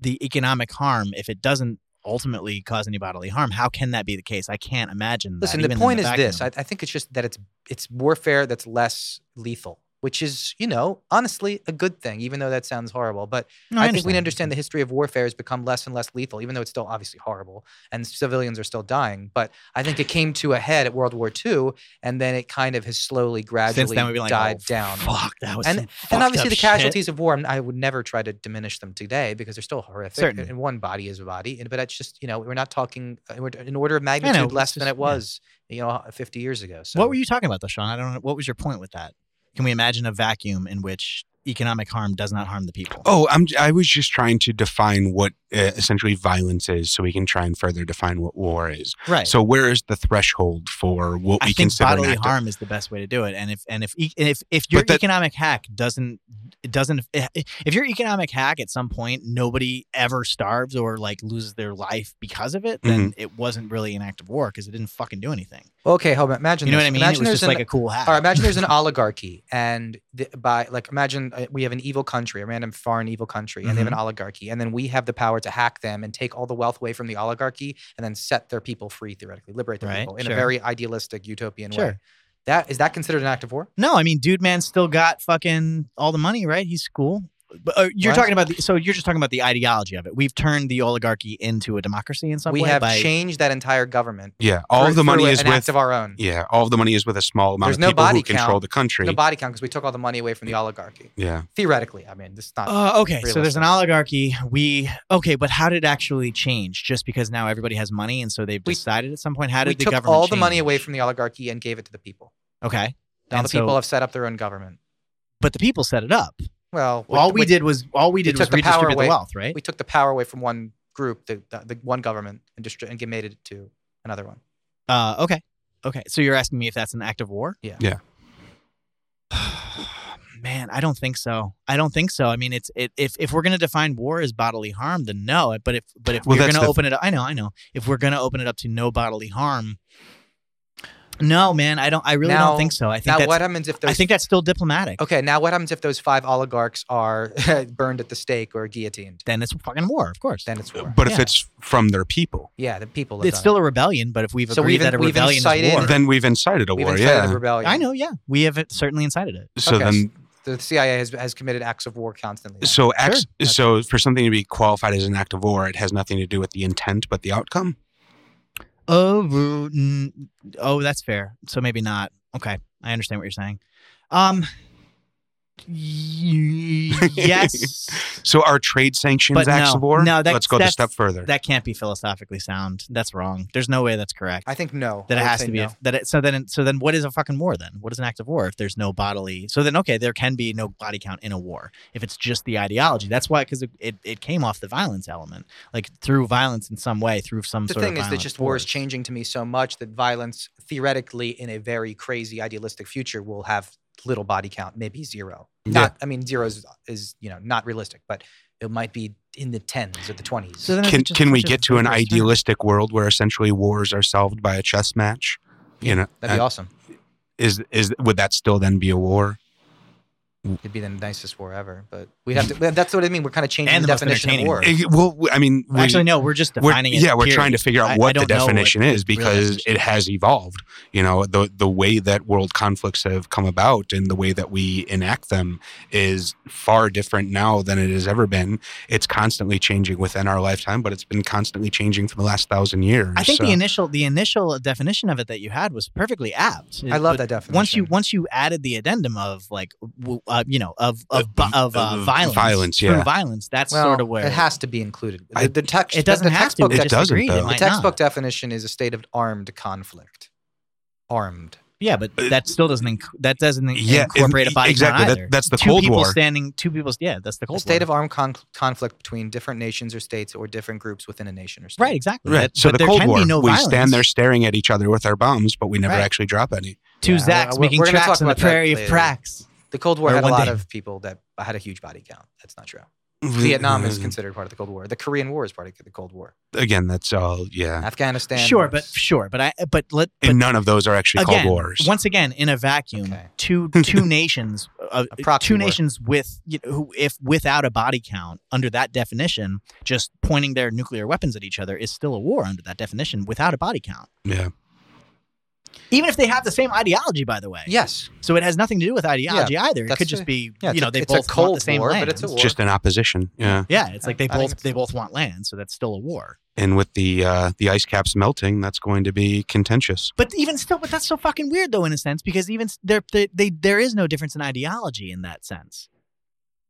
Speaker 1: the economic harm, if it doesn't ultimately cause any bodily harm, how can that be the case? I can't imagine. that,
Speaker 2: Listen,
Speaker 1: even
Speaker 2: the
Speaker 1: in
Speaker 2: point is this: I,
Speaker 1: vacuum.
Speaker 2: I think it's just that it's it's warfare that's less lethal. which is, you know, honestly a good thing, even though that sounds horrible. But
Speaker 1: No,
Speaker 2: I, think we understand the history of warfare has become less and less lethal, even though it's still obviously horrible and civilians are still dying. But I think it came to a head at World War II, and then it kind of has slowly, gradually
Speaker 1: Since then, we've been like,
Speaker 2: died
Speaker 1: oh,
Speaker 2: down.
Speaker 1: Fuck, that was some fucked
Speaker 2: And
Speaker 1: up
Speaker 2: obviously, the
Speaker 1: shit.
Speaker 2: casualties of war, I'm- I would never try to diminish them today because they're still horrific.
Speaker 1: Certainly.
Speaker 2: And one body is a body. And, but that's just, you know, we're not talking uh, we're in order of
Speaker 1: know,
Speaker 2: magnitude
Speaker 1: it's
Speaker 2: less than
Speaker 1: just- yeah.
Speaker 2: it was, you know, 50 years ago. So.
Speaker 1: What were you talking about, though, Sean? I don't know. What was your point with that? Can we imagine a vacuum in which economic harm does not harm the people?
Speaker 4: Oh, I'm, I was just trying to define what uh, essentially violence is so we can try and further define what war is.
Speaker 1: right.
Speaker 4: So, where is the threshold for what
Speaker 1: I
Speaker 4: we
Speaker 1: think
Speaker 4: consider an
Speaker 1: bodily
Speaker 4: act of-
Speaker 1: harm is the best way to do it. And if and if e- and if if your
Speaker 4: But that-
Speaker 1: economic hack doesn't it doesn't eh, if your economic hack at some point nobody ever starves or like loses their life because of it, then
Speaker 2: Mm-hmm.
Speaker 1: it wasn't really an act of war because it didn't fucking do anything.
Speaker 2: Okay, hold on. Imagine
Speaker 1: You know
Speaker 2: this.
Speaker 1: what I mean?
Speaker 2: Imagine
Speaker 1: it was
Speaker 2: there's
Speaker 1: just
Speaker 2: an-
Speaker 1: like a cool hack.
Speaker 2: Or imagine there's an oligarchy, and the, by like imagine uh, we have an evil country, a random foreign evil country, and they
Speaker 1: Mm-hmm.
Speaker 2: have an oligarchy, and then we have the power to hack them and take all the wealth away from the oligarchy, and then set their people free theoretically, liberate their
Speaker 1: Right,
Speaker 2: people in
Speaker 1: sure.
Speaker 2: a very idealistic utopian way.
Speaker 1: Sure.
Speaker 2: That is that considered an act of war?
Speaker 1: No, I mean, dude, man, still got fucking all the money, right? He's cool. But uh, you're
Speaker 2: What?
Speaker 1: talking about the, so you're just talking about the ideology of it. We've turned the oligarchy into a democracy in some
Speaker 2: we
Speaker 1: way.
Speaker 2: have
Speaker 1: by,
Speaker 2: changed that entire government.
Speaker 4: Yeah, all
Speaker 2: through-
Speaker 4: the money
Speaker 2: through
Speaker 4: is
Speaker 2: an act
Speaker 4: with
Speaker 2: of our own.
Speaker 4: yeah, all the money is with a small amount
Speaker 2: There's
Speaker 4: of
Speaker 2: no
Speaker 4: people
Speaker 2: body
Speaker 4: who control
Speaker 2: count.
Speaker 4: the country.
Speaker 2: No body count because we took all the money away from the oligarchy.
Speaker 4: yeah,
Speaker 2: Theoretically, I mean, this is not.
Speaker 1: Uh, okay, so there's
Speaker 2: realistic.
Speaker 1: an oligarchy. We okay, but how did it actually change? Just because now everybody has money, and so they've
Speaker 2: We-
Speaker 1: decided at some point. How did
Speaker 2: we
Speaker 1: the
Speaker 2: took
Speaker 1: government
Speaker 2: all the money
Speaker 1: change?
Speaker 2: away from the oligarchy and gave it to the people.
Speaker 1: Okay,
Speaker 2: Now
Speaker 1: And
Speaker 2: the
Speaker 1: so-
Speaker 2: people have set up their own government.
Speaker 1: but the people set it up.
Speaker 2: Well,
Speaker 1: all we
Speaker 2: did.
Speaker 1: did was all we did was
Speaker 2: took the power
Speaker 1: redistribute the
Speaker 2: away.
Speaker 1: wealth, right?
Speaker 2: we took the power away from one group, the the, the one government, and distri- and made it to another one.
Speaker 1: Uh, okay, okay. So you're asking me if that's an act of war?
Speaker 2: Yeah.
Speaker 4: Yeah.
Speaker 1: Man, I don't think so. I don't think so. I mean, it's it, if if we're gonna define war as bodily harm, then no. But if but if
Speaker 4: Well,
Speaker 1: we're
Speaker 4: that's
Speaker 1: gonna
Speaker 4: the-
Speaker 1: open it up, I know, I know. If we're gonna open it up to no bodily harm, no, man, I don't. I really
Speaker 2: Now-
Speaker 1: don't think so. I think
Speaker 2: Now,
Speaker 1: that's
Speaker 2: what happens if those?
Speaker 1: I think that's still diplomatic.
Speaker 2: okay. Now, what happens if those five oligarchs are burned at the stake or guillotined?
Speaker 1: Then it's fucking war, of course.
Speaker 2: Then it's war.
Speaker 4: Uh, but if
Speaker 1: Yeah.
Speaker 4: it's from their people,
Speaker 2: yeah, the people. have
Speaker 1: it's
Speaker 2: done
Speaker 1: still a rebellion, but if we've
Speaker 2: So
Speaker 1: agreed
Speaker 2: we've-
Speaker 1: that a
Speaker 2: we've
Speaker 1: rebellion
Speaker 2: incited-
Speaker 1: is war,
Speaker 4: then we've incited a
Speaker 2: it. We've
Speaker 4: war.
Speaker 2: incited
Speaker 4: Yeah,
Speaker 2: a rebellion.
Speaker 1: I know, yeah, we have certainly incited it.
Speaker 4: so
Speaker 2: Okay,
Speaker 4: then
Speaker 2: The CIA has, has committed acts of war constantly. now.
Speaker 4: so acts,
Speaker 2: Sure.
Speaker 4: so for something to be qualified as an act of war, it has nothing to do with the intent but the outcome.
Speaker 1: Oh, ru- n- oh, that's fair. So maybe not. Okay, I understand what you're saying. Um, y- yes,
Speaker 4: So are trade sanctions
Speaker 1: But
Speaker 4: acts
Speaker 1: no,
Speaker 4: of war?
Speaker 1: no, that's-
Speaker 4: let's go the
Speaker 1: that's-
Speaker 4: step further.
Speaker 1: that can't be philosophically sound. That's wrong. There's no way that's correct.
Speaker 2: I think no.
Speaker 1: that
Speaker 2: I
Speaker 1: it
Speaker 2: would
Speaker 1: has
Speaker 2: say
Speaker 1: to be
Speaker 2: no.
Speaker 1: a, that it, so then so then what is a fucking war then what is an act of war if there's no bodily so then okay there can be no body count in a war if it's just the ideology that's why because it, it, it came off the violence element like through violence in some way through some
Speaker 2: the
Speaker 1: sort
Speaker 2: thing
Speaker 1: of
Speaker 2: is that
Speaker 1: violent
Speaker 2: just war is
Speaker 1: force.
Speaker 2: changing to me so much that violence, theoretically, in a very crazy idealistic future, will have little body count, maybe zero.
Speaker 4: Yeah.
Speaker 2: Not, I mean, zero is, is you know not realistic, but it might be in the tens or the twenties.
Speaker 1: so then is it
Speaker 4: can
Speaker 1: just
Speaker 4: can
Speaker 1: a
Speaker 4: we
Speaker 1: bunch of
Speaker 4: get to an
Speaker 1: reverse turn?
Speaker 4: idealistic world where essentially wars are solved by a chess match? You know,
Speaker 2: That'd be
Speaker 4: uh,
Speaker 2: awesome.
Speaker 4: is is would that still then be a war?
Speaker 2: It'd be the nicest war ever, but we'd have to. well, That's what I mean. We're kind of changing
Speaker 1: And
Speaker 2: the
Speaker 1: the most
Speaker 2: definition of
Speaker 1: entertaining
Speaker 2: war.
Speaker 1: war.
Speaker 4: Eh, Well, I mean, we-
Speaker 1: actually no we're just
Speaker 4: we're-
Speaker 1: defining it
Speaker 4: yeah, we're
Speaker 1: period.
Speaker 4: trying to figure
Speaker 1: I- I
Speaker 4: out what the
Speaker 1: don't know what
Speaker 4: definition
Speaker 1: the
Speaker 4: is
Speaker 1: real
Speaker 4: because
Speaker 1: definition
Speaker 4: it has evolved. You know, the the way that world conflicts have come about and the way that we enact them is far different now than it has ever been. It's constantly changing within our lifetime, but it's been constantly changing for the last thousand years.
Speaker 1: I think
Speaker 4: so-
Speaker 1: the initial the initial definition of it that you had was perfectly apt.
Speaker 2: I love
Speaker 1: But
Speaker 2: that definition.
Speaker 1: Once you once you added the addendum of like w- uh, you know of of bu- of uh,
Speaker 4: Of
Speaker 1: violence
Speaker 4: violence,
Speaker 1: through
Speaker 4: yeah.
Speaker 1: violence that's
Speaker 2: well,
Speaker 1: sort of where
Speaker 2: it has to be included. The,
Speaker 4: I-
Speaker 2: the text.
Speaker 1: It doesn't
Speaker 2: the
Speaker 1: have to.
Speaker 2: textbook
Speaker 1: We
Speaker 4: It
Speaker 1: just
Speaker 4: doesn't,
Speaker 1: agreed
Speaker 4: though.
Speaker 1: It
Speaker 4: The
Speaker 1: might
Speaker 2: The textbook
Speaker 1: not.
Speaker 2: definition is a state of armed conflict. Armed.
Speaker 1: Yeah, but that still doesn't inc- that doesn't in-
Speaker 4: Yeah, it-
Speaker 1: incorporate a body
Speaker 4: exactly.
Speaker 1: count
Speaker 4: That-
Speaker 1: either.
Speaker 4: that's the
Speaker 1: two
Speaker 4: Cold
Speaker 1: people
Speaker 4: War.
Speaker 1: standing. Two people. Yeah, that's the
Speaker 2: A
Speaker 1: Cold
Speaker 2: state
Speaker 1: War.
Speaker 2: of armed con- conflict between different nations or states or different groups within a nation or state.
Speaker 1: right. Exactly.
Speaker 4: Right.
Speaker 1: That-
Speaker 4: so
Speaker 1: but
Speaker 4: the
Speaker 1: there
Speaker 4: Cold
Speaker 1: can
Speaker 4: War,
Speaker 1: Be no
Speaker 4: we
Speaker 1: violence.
Speaker 4: stand there staring at each other with our bombs, but we never
Speaker 1: Right.
Speaker 4: actually drop any.
Speaker 1: Two
Speaker 2: Yeah,
Speaker 1: Zachs
Speaker 2: we're-
Speaker 1: making
Speaker 2: we're gonna
Speaker 1: tracks
Speaker 2: talk
Speaker 1: on the
Speaker 2: about that
Speaker 1: prairie of
Speaker 2: later.
Speaker 1: tracks.
Speaker 2: The Cold War
Speaker 1: Or
Speaker 2: had a
Speaker 1: one
Speaker 2: lot
Speaker 1: day.
Speaker 2: of people that had a huge body count. That's not true. Vietnam is considered part of the Cold War. The Korean War is part of the Cold War.
Speaker 4: Mm-hmm. again. That's all. Yeah,
Speaker 2: Afghanistan.
Speaker 1: Sure, but
Speaker 2: was-
Speaker 1: sure, but I but let but
Speaker 4: and none of those are actually
Speaker 1: again,
Speaker 4: called wars.
Speaker 1: once again, in a vacuum,
Speaker 2: Okay.
Speaker 1: two two nations, uh,
Speaker 2: A proxy
Speaker 1: two
Speaker 2: war.
Speaker 1: nations with you know, who, if without a body count under that definition, just pointing their nuclear weapons at each other is still a war under that definition without a body count.
Speaker 4: yeah,
Speaker 1: Even if they have the same ideology, by the way.
Speaker 2: Yes.
Speaker 1: So it has nothing to do with ideology either. It
Speaker 2: that's
Speaker 1: could just
Speaker 2: true.
Speaker 1: be
Speaker 2: Yeah,
Speaker 1: you
Speaker 2: it's
Speaker 1: know
Speaker 2: a-
Speaker 1: they
Speaker 2: it's a
Speaker 1: both want
Speaker 2: Cold
Speaker 1: the same
Speaker 2: War,
Speaker 1: land.
Speaker 2: but it's a war.
Speaker 4: Just an opposition. Yeah.
Speaker 1: Yeah, it's like they
Speaker 2: I think
Speaker 1: both
Speaker 2: it's-
Speaker 1: they both want land, so that's still a war.
Speaker 4: And with the uh, the ice caps melting, that's going to be contentious.
Speaker 1: But even still, but that's so fucking weird though, in a sense, because even s- there they, they there is no difference in ideology in that sense.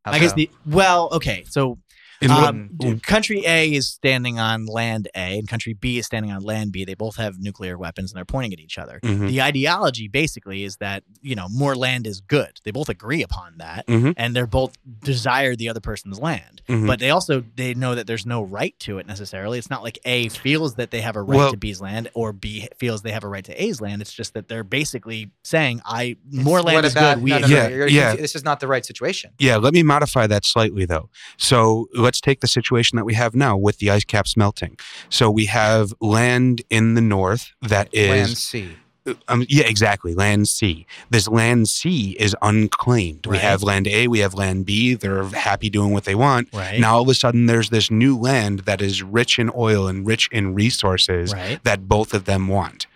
Speaker 1: I guess the well, okay, so
Speaker 4: In what-
Speaker 1: um, d- country A is standing on land A, and country B is standing on land B. They both have nuclear weapons, and they're pointing at each other.
Speaker 4: Mhm.
Speaker 1: The ideology basically is that you know more land is good. They both agree upon that,
Speaker 4: Mhm.
Speaker 1: and they're both desire the other person's land.
Speaker 4: Mhm.
Speaker 1: But they also they know that there's no right to it necessarily. It's not like A feels that they have a right
Speaker 4: Well-
Speaker 1: to B's land, or B feels they have a right to A's land. It's just that they're basically saying, "I more
Speaker 2: It's-
Speaker 1: land
Speaker 2: what
Speaker 1: is
Speaker 2: about-
Speaker 1: good. We
Speaker 2: no, no,
Speaker 1: agree."
Speaker 2: no,
Speaker 4: Yeah,
Speaker 2: you're-
Speaker 4: yeah.
Speaker 2: This is not the right situation.
Speaker 4: Yeah, let me modify that slightly though. So let's take the situation that we have now with the ice caps melting. So we have land in the north that
Speaker 2: Plan
Speaker 4: is,
Speaker 2: C.
Speaker 4: um, yeah, exactly, land C. This land C is unclaimed. We
Speaker 1: Right.
Speaker 4: have land A, we have land B. They're happy doing what they want.
Speaker 1: right,
Speaker 4: Now all of a sudden, there's this new land that is rich in oil and rich in resources
Speaker 1: right.
Speaker 4: that both of them want.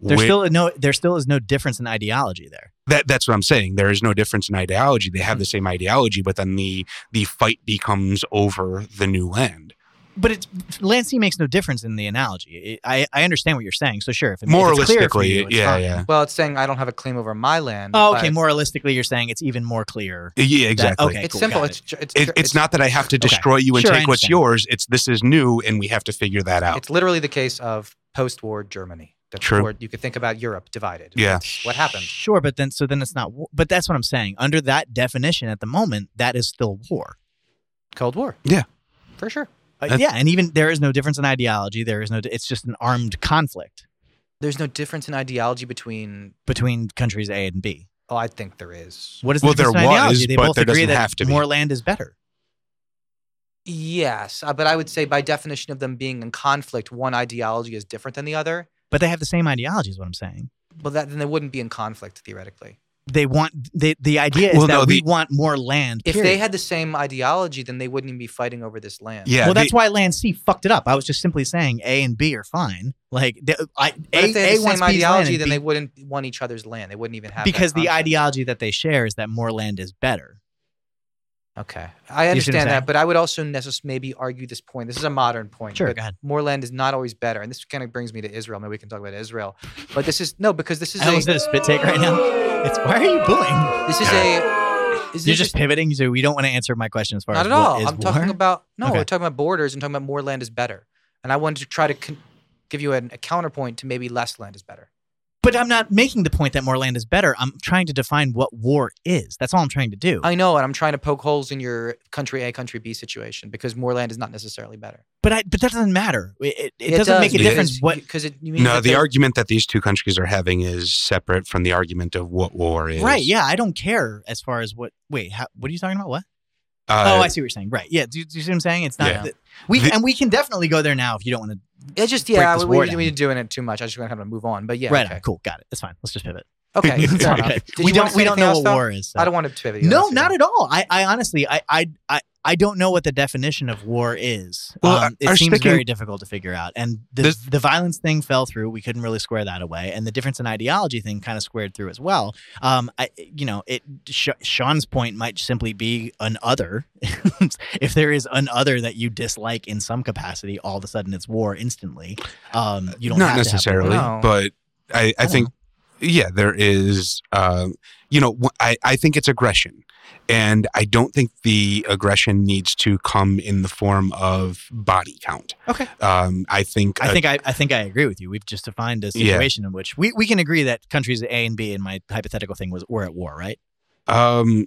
Speaker 1: There's
Speaker 4: Whi-
Speaker 1: still no there still is no difference in ideology there.
Speaker 4: that that's what I'm saying. There is no difference in ideology. They
Speaker 1: Mm-hmm.
Speaker 4: have the same ideology, but then the the fight becomes over the new land.
Speaker 1: But it's Lancey makes no difference in the analogy. It, I I understand what you're saying. So sure, if, it, if it's clear for
Speaker 4: Moralistically,
Speaker 1: you, it's
Speaker 4: yeah,
Speaker 1: fine.
Speaker 4: yeah,
Speaker 2: Well, it's saying I don't have a claim over my land.
Speaker 1: Oh, okay.
Speaker 2: but
Speaker 1: Moralistically, you're saying it's even more clear.
Speaker 4: yeah, exactly.
Speaker 1: okay.
Speaker 2: It's
Speaker 1: cool,
Speaker 2: simple.
Speaker 1: got
Speaker 2: It's, ju- it's,
Speaker 4: It, it's not that I have to destroy you and
Speaker 1: Sure, I
Speaker 4: take what's
Speaker 1: understand.
Speaker 4: yours. It's this is new, and we have to figure that out.
Speaker 2: It's literally the case of post-war Germany. That's
Speaker 4: True.
Speaker 2: where you could think about Europe divided.
Speaker 4: yeah,
Speaker 2: What happened?
Speaker 1: Sure, but then so then it's not. wa- But that's what I'm saying. Under that definition, at the moment, that is still war.
Speaker 2: Cold War.
Speaker 4: Yeah.
Speaker 2: For sure.
Speaker 1: Uh,
Speaker 4: That's-
Speaker 1: yeah, and even there is no difference in ideology. There is no. It's just an armed conflict
Speaker 2: There's no difference in ideology between.
Speaker 1: between countries A and B.
Speaker 2: Oh, I think there is.
Speaker 1: What is the
Speaker 4: Well,
Speaker 1: difference
Speaker 4: there
Speaker 1: in
Speaker 4: was,
Speaker 1: ideology? They
Speaker 4: but
Speaker 1: both
Speaker 4: there
Speaker 1: agree
Speaker 4: doesn't
Speaker 1: that
Speaker 4: have to be.
Speaker 1: more land is better.
Speaker 2: Yes, uh, but I would say by definition of them being in conflict, one ideology is different than the other.
Speaker 1: But they have the same ideology. Is what I'm saying.
Speaker 2: Well, that then they wouldn't be in conflict theorecally.
Speaker 1: They want they, the idea is
Speaker 4: Well,
Speaker 1: that
Speaker 4: no,
Speaker 1: we
Speaker 4: the-
Speaker 1: want more land.
Speaker 2: If
Speaker 1: period.
Speaker 2: they had the same ideology, then they wouldn't even be fighting over this land.
Speaker 4: yeah.
Speaker 1: well,
Speaker 4: the-
Speaker 1: that's why Land C fucked it up. I was just simply saying A and B are fine. Like they, I,
Speaker 2: But
Speaker 1: A,
Speaker 2: if they had
Speaker 1: A
Speaker 2: the
Speaker 1: wants
Speaker 2: same
Speaker 1: B's land
Speaker 2: ideology,
Speaker 1: and
Speaker 2: then
Speaker 1: B-
Speaker 2: they wouldn't want each other's land. They wouldn't even have that
Speaker 1: because the
Speaker 2: conflict.
Speaker 1: ideology that they share is that more land is better.
Speaker 2: Okay, I
Speaker 1: what I'm
Speaker 2: understand
Speaker 1: saying?
Speaker 2: that, but I would also necess- maybe argue this point. This is a modern point.
Speaker 1: Sure,
Speaker 2: but
Speaker 1: go ahead.
Speaker 2: More land is not always better, and this kind of brings me to Israel. Maybe we can talk about Israel, but this is no because this is
Speaker 1: I
Speaker 2: a
Speaker 1: almost did a spit take right now. It's why are you booing?
Speaker 2: this is a. Is
Speaker 1: You're
Speaker 2: this
Speaker 1: just pivoting, so you don't want to answer my question as far
Speaker 2: Not
Speaker 1: as
Speaker 2: at
Speaker 1: what
Speaker 2: all.
Speaker 1: is
Speaker 2: I'm talking
Speaker 1: war?
Speaker 2: about no.
Speaker 1: Okay.
Speaker 2: We're talking about borders and talking about more land is better. And I wanted to try to con- give you an, a counterpoint to maybe less land is better.
Speaker 1: But I'm not making the point that more land is better. I'm trying to define what war is. That's all I'm trying to do.
Speaker 2: I know, and I'm trying to poke holes in your country A, country B situation because more land is not necessarily better.
Speaker 1: but I, but that doesn't matter. It, it, it doesn't make a
Speaker 4: does. It
Speaker 1: difference what
Speaker 2: because it you mean
Speaker 4: no,
Speaker 2: that
Speaker 4: the
Speaker 2: they're-
Speaker 4: argument that these two countries are having is separate from the argument of what war is.
Speaker 1: Right, yeah, I don't care as far as what. Wait, how, what are you talking about? What? oh,
Speaker 4: Uh,
Speaker 1: I see what you're saying. Right, yeah. Do, do you see what I'm saying? It's not.
Speaker 4: Yeah.
Speaker 1: that- we
Speaker 4: The-
Speaker 1: and we can definitely go there now if you don't want to.
Speaker 2: It's just
Speaker 1: break
Speaker 2: yeah,
Speaker 1: this
Speaker 2: we, we,
Speaker 1: war
Speaker 2: we're
Speaker 1: down.
Speaker 2: doing it too much. I just gonna have to move on. But yeah,
Speaker 1: right,
Speaker 2: okay.
Speaker 1: on, cool, got it. That's fine. Let's just pivot.
Speaker 2: okay.
Speaker 4: It's
Speaker 2: fair
Speaker 4: okay.
Speaker 2: enough.
Speaker 1: Okay.
Speaker 2: Did
Speaker 1: We
Speaker 2: you wanna
Speaker 1: don't
Speaker 2: say
Speaker 1: we don't
Speaker 2: anything
Speaker 1: know
Speaker 2: else,
Speaker 1: what
Speaker 2: though?
Speaker 1: war is. so-
Speaker 2: I don't want to pivot. you,
Speaker 1: no,
Speaker 2: honestly.
Speaker 1: not at all. I, I honestly, I, I, I, I don't know what the definition of war is.
Speaker 4: Well,
Speaker 1: um,
Speaker 4: our
Speaker 1: it seems
Speaker 4: sticking-
Speaker 1: very difficult to figure out. And the,
Speaker 4: This-
Speaker 1: the violence thing fell through. We couldn't really square that away. And the difference in ideology thing kind of squared through as well. Um, I, you know, it Sh- Sean's point might simply be an other. if there is an other that you dislike in some capacity, all of a sudden it's war instantly. Um, you don't
Speaker 4: not
Speaker 1: have to have war. Oh.
Speaker 4: necessarily,
Speaker 2: No.
Speaker 4: but I, I
Speaker 1: I
Speaker 4: think yeah, there is. Um, you know, wh- I I think it's aggression, and I don't think the aggression needs to come in the form of body count.
Speaker 1: Okay.
Speaker 4: Um, I think.
Speaker 1: I
Speaker 4: uh,
Speaker 1: think I, I think I agree with you. We've just defined a
Speaker 4: Yeah.
Speaker 1: situation in which we, we can agree that countries A and B in my hypothetical thing was were at war, right?
Speaker 4: Um.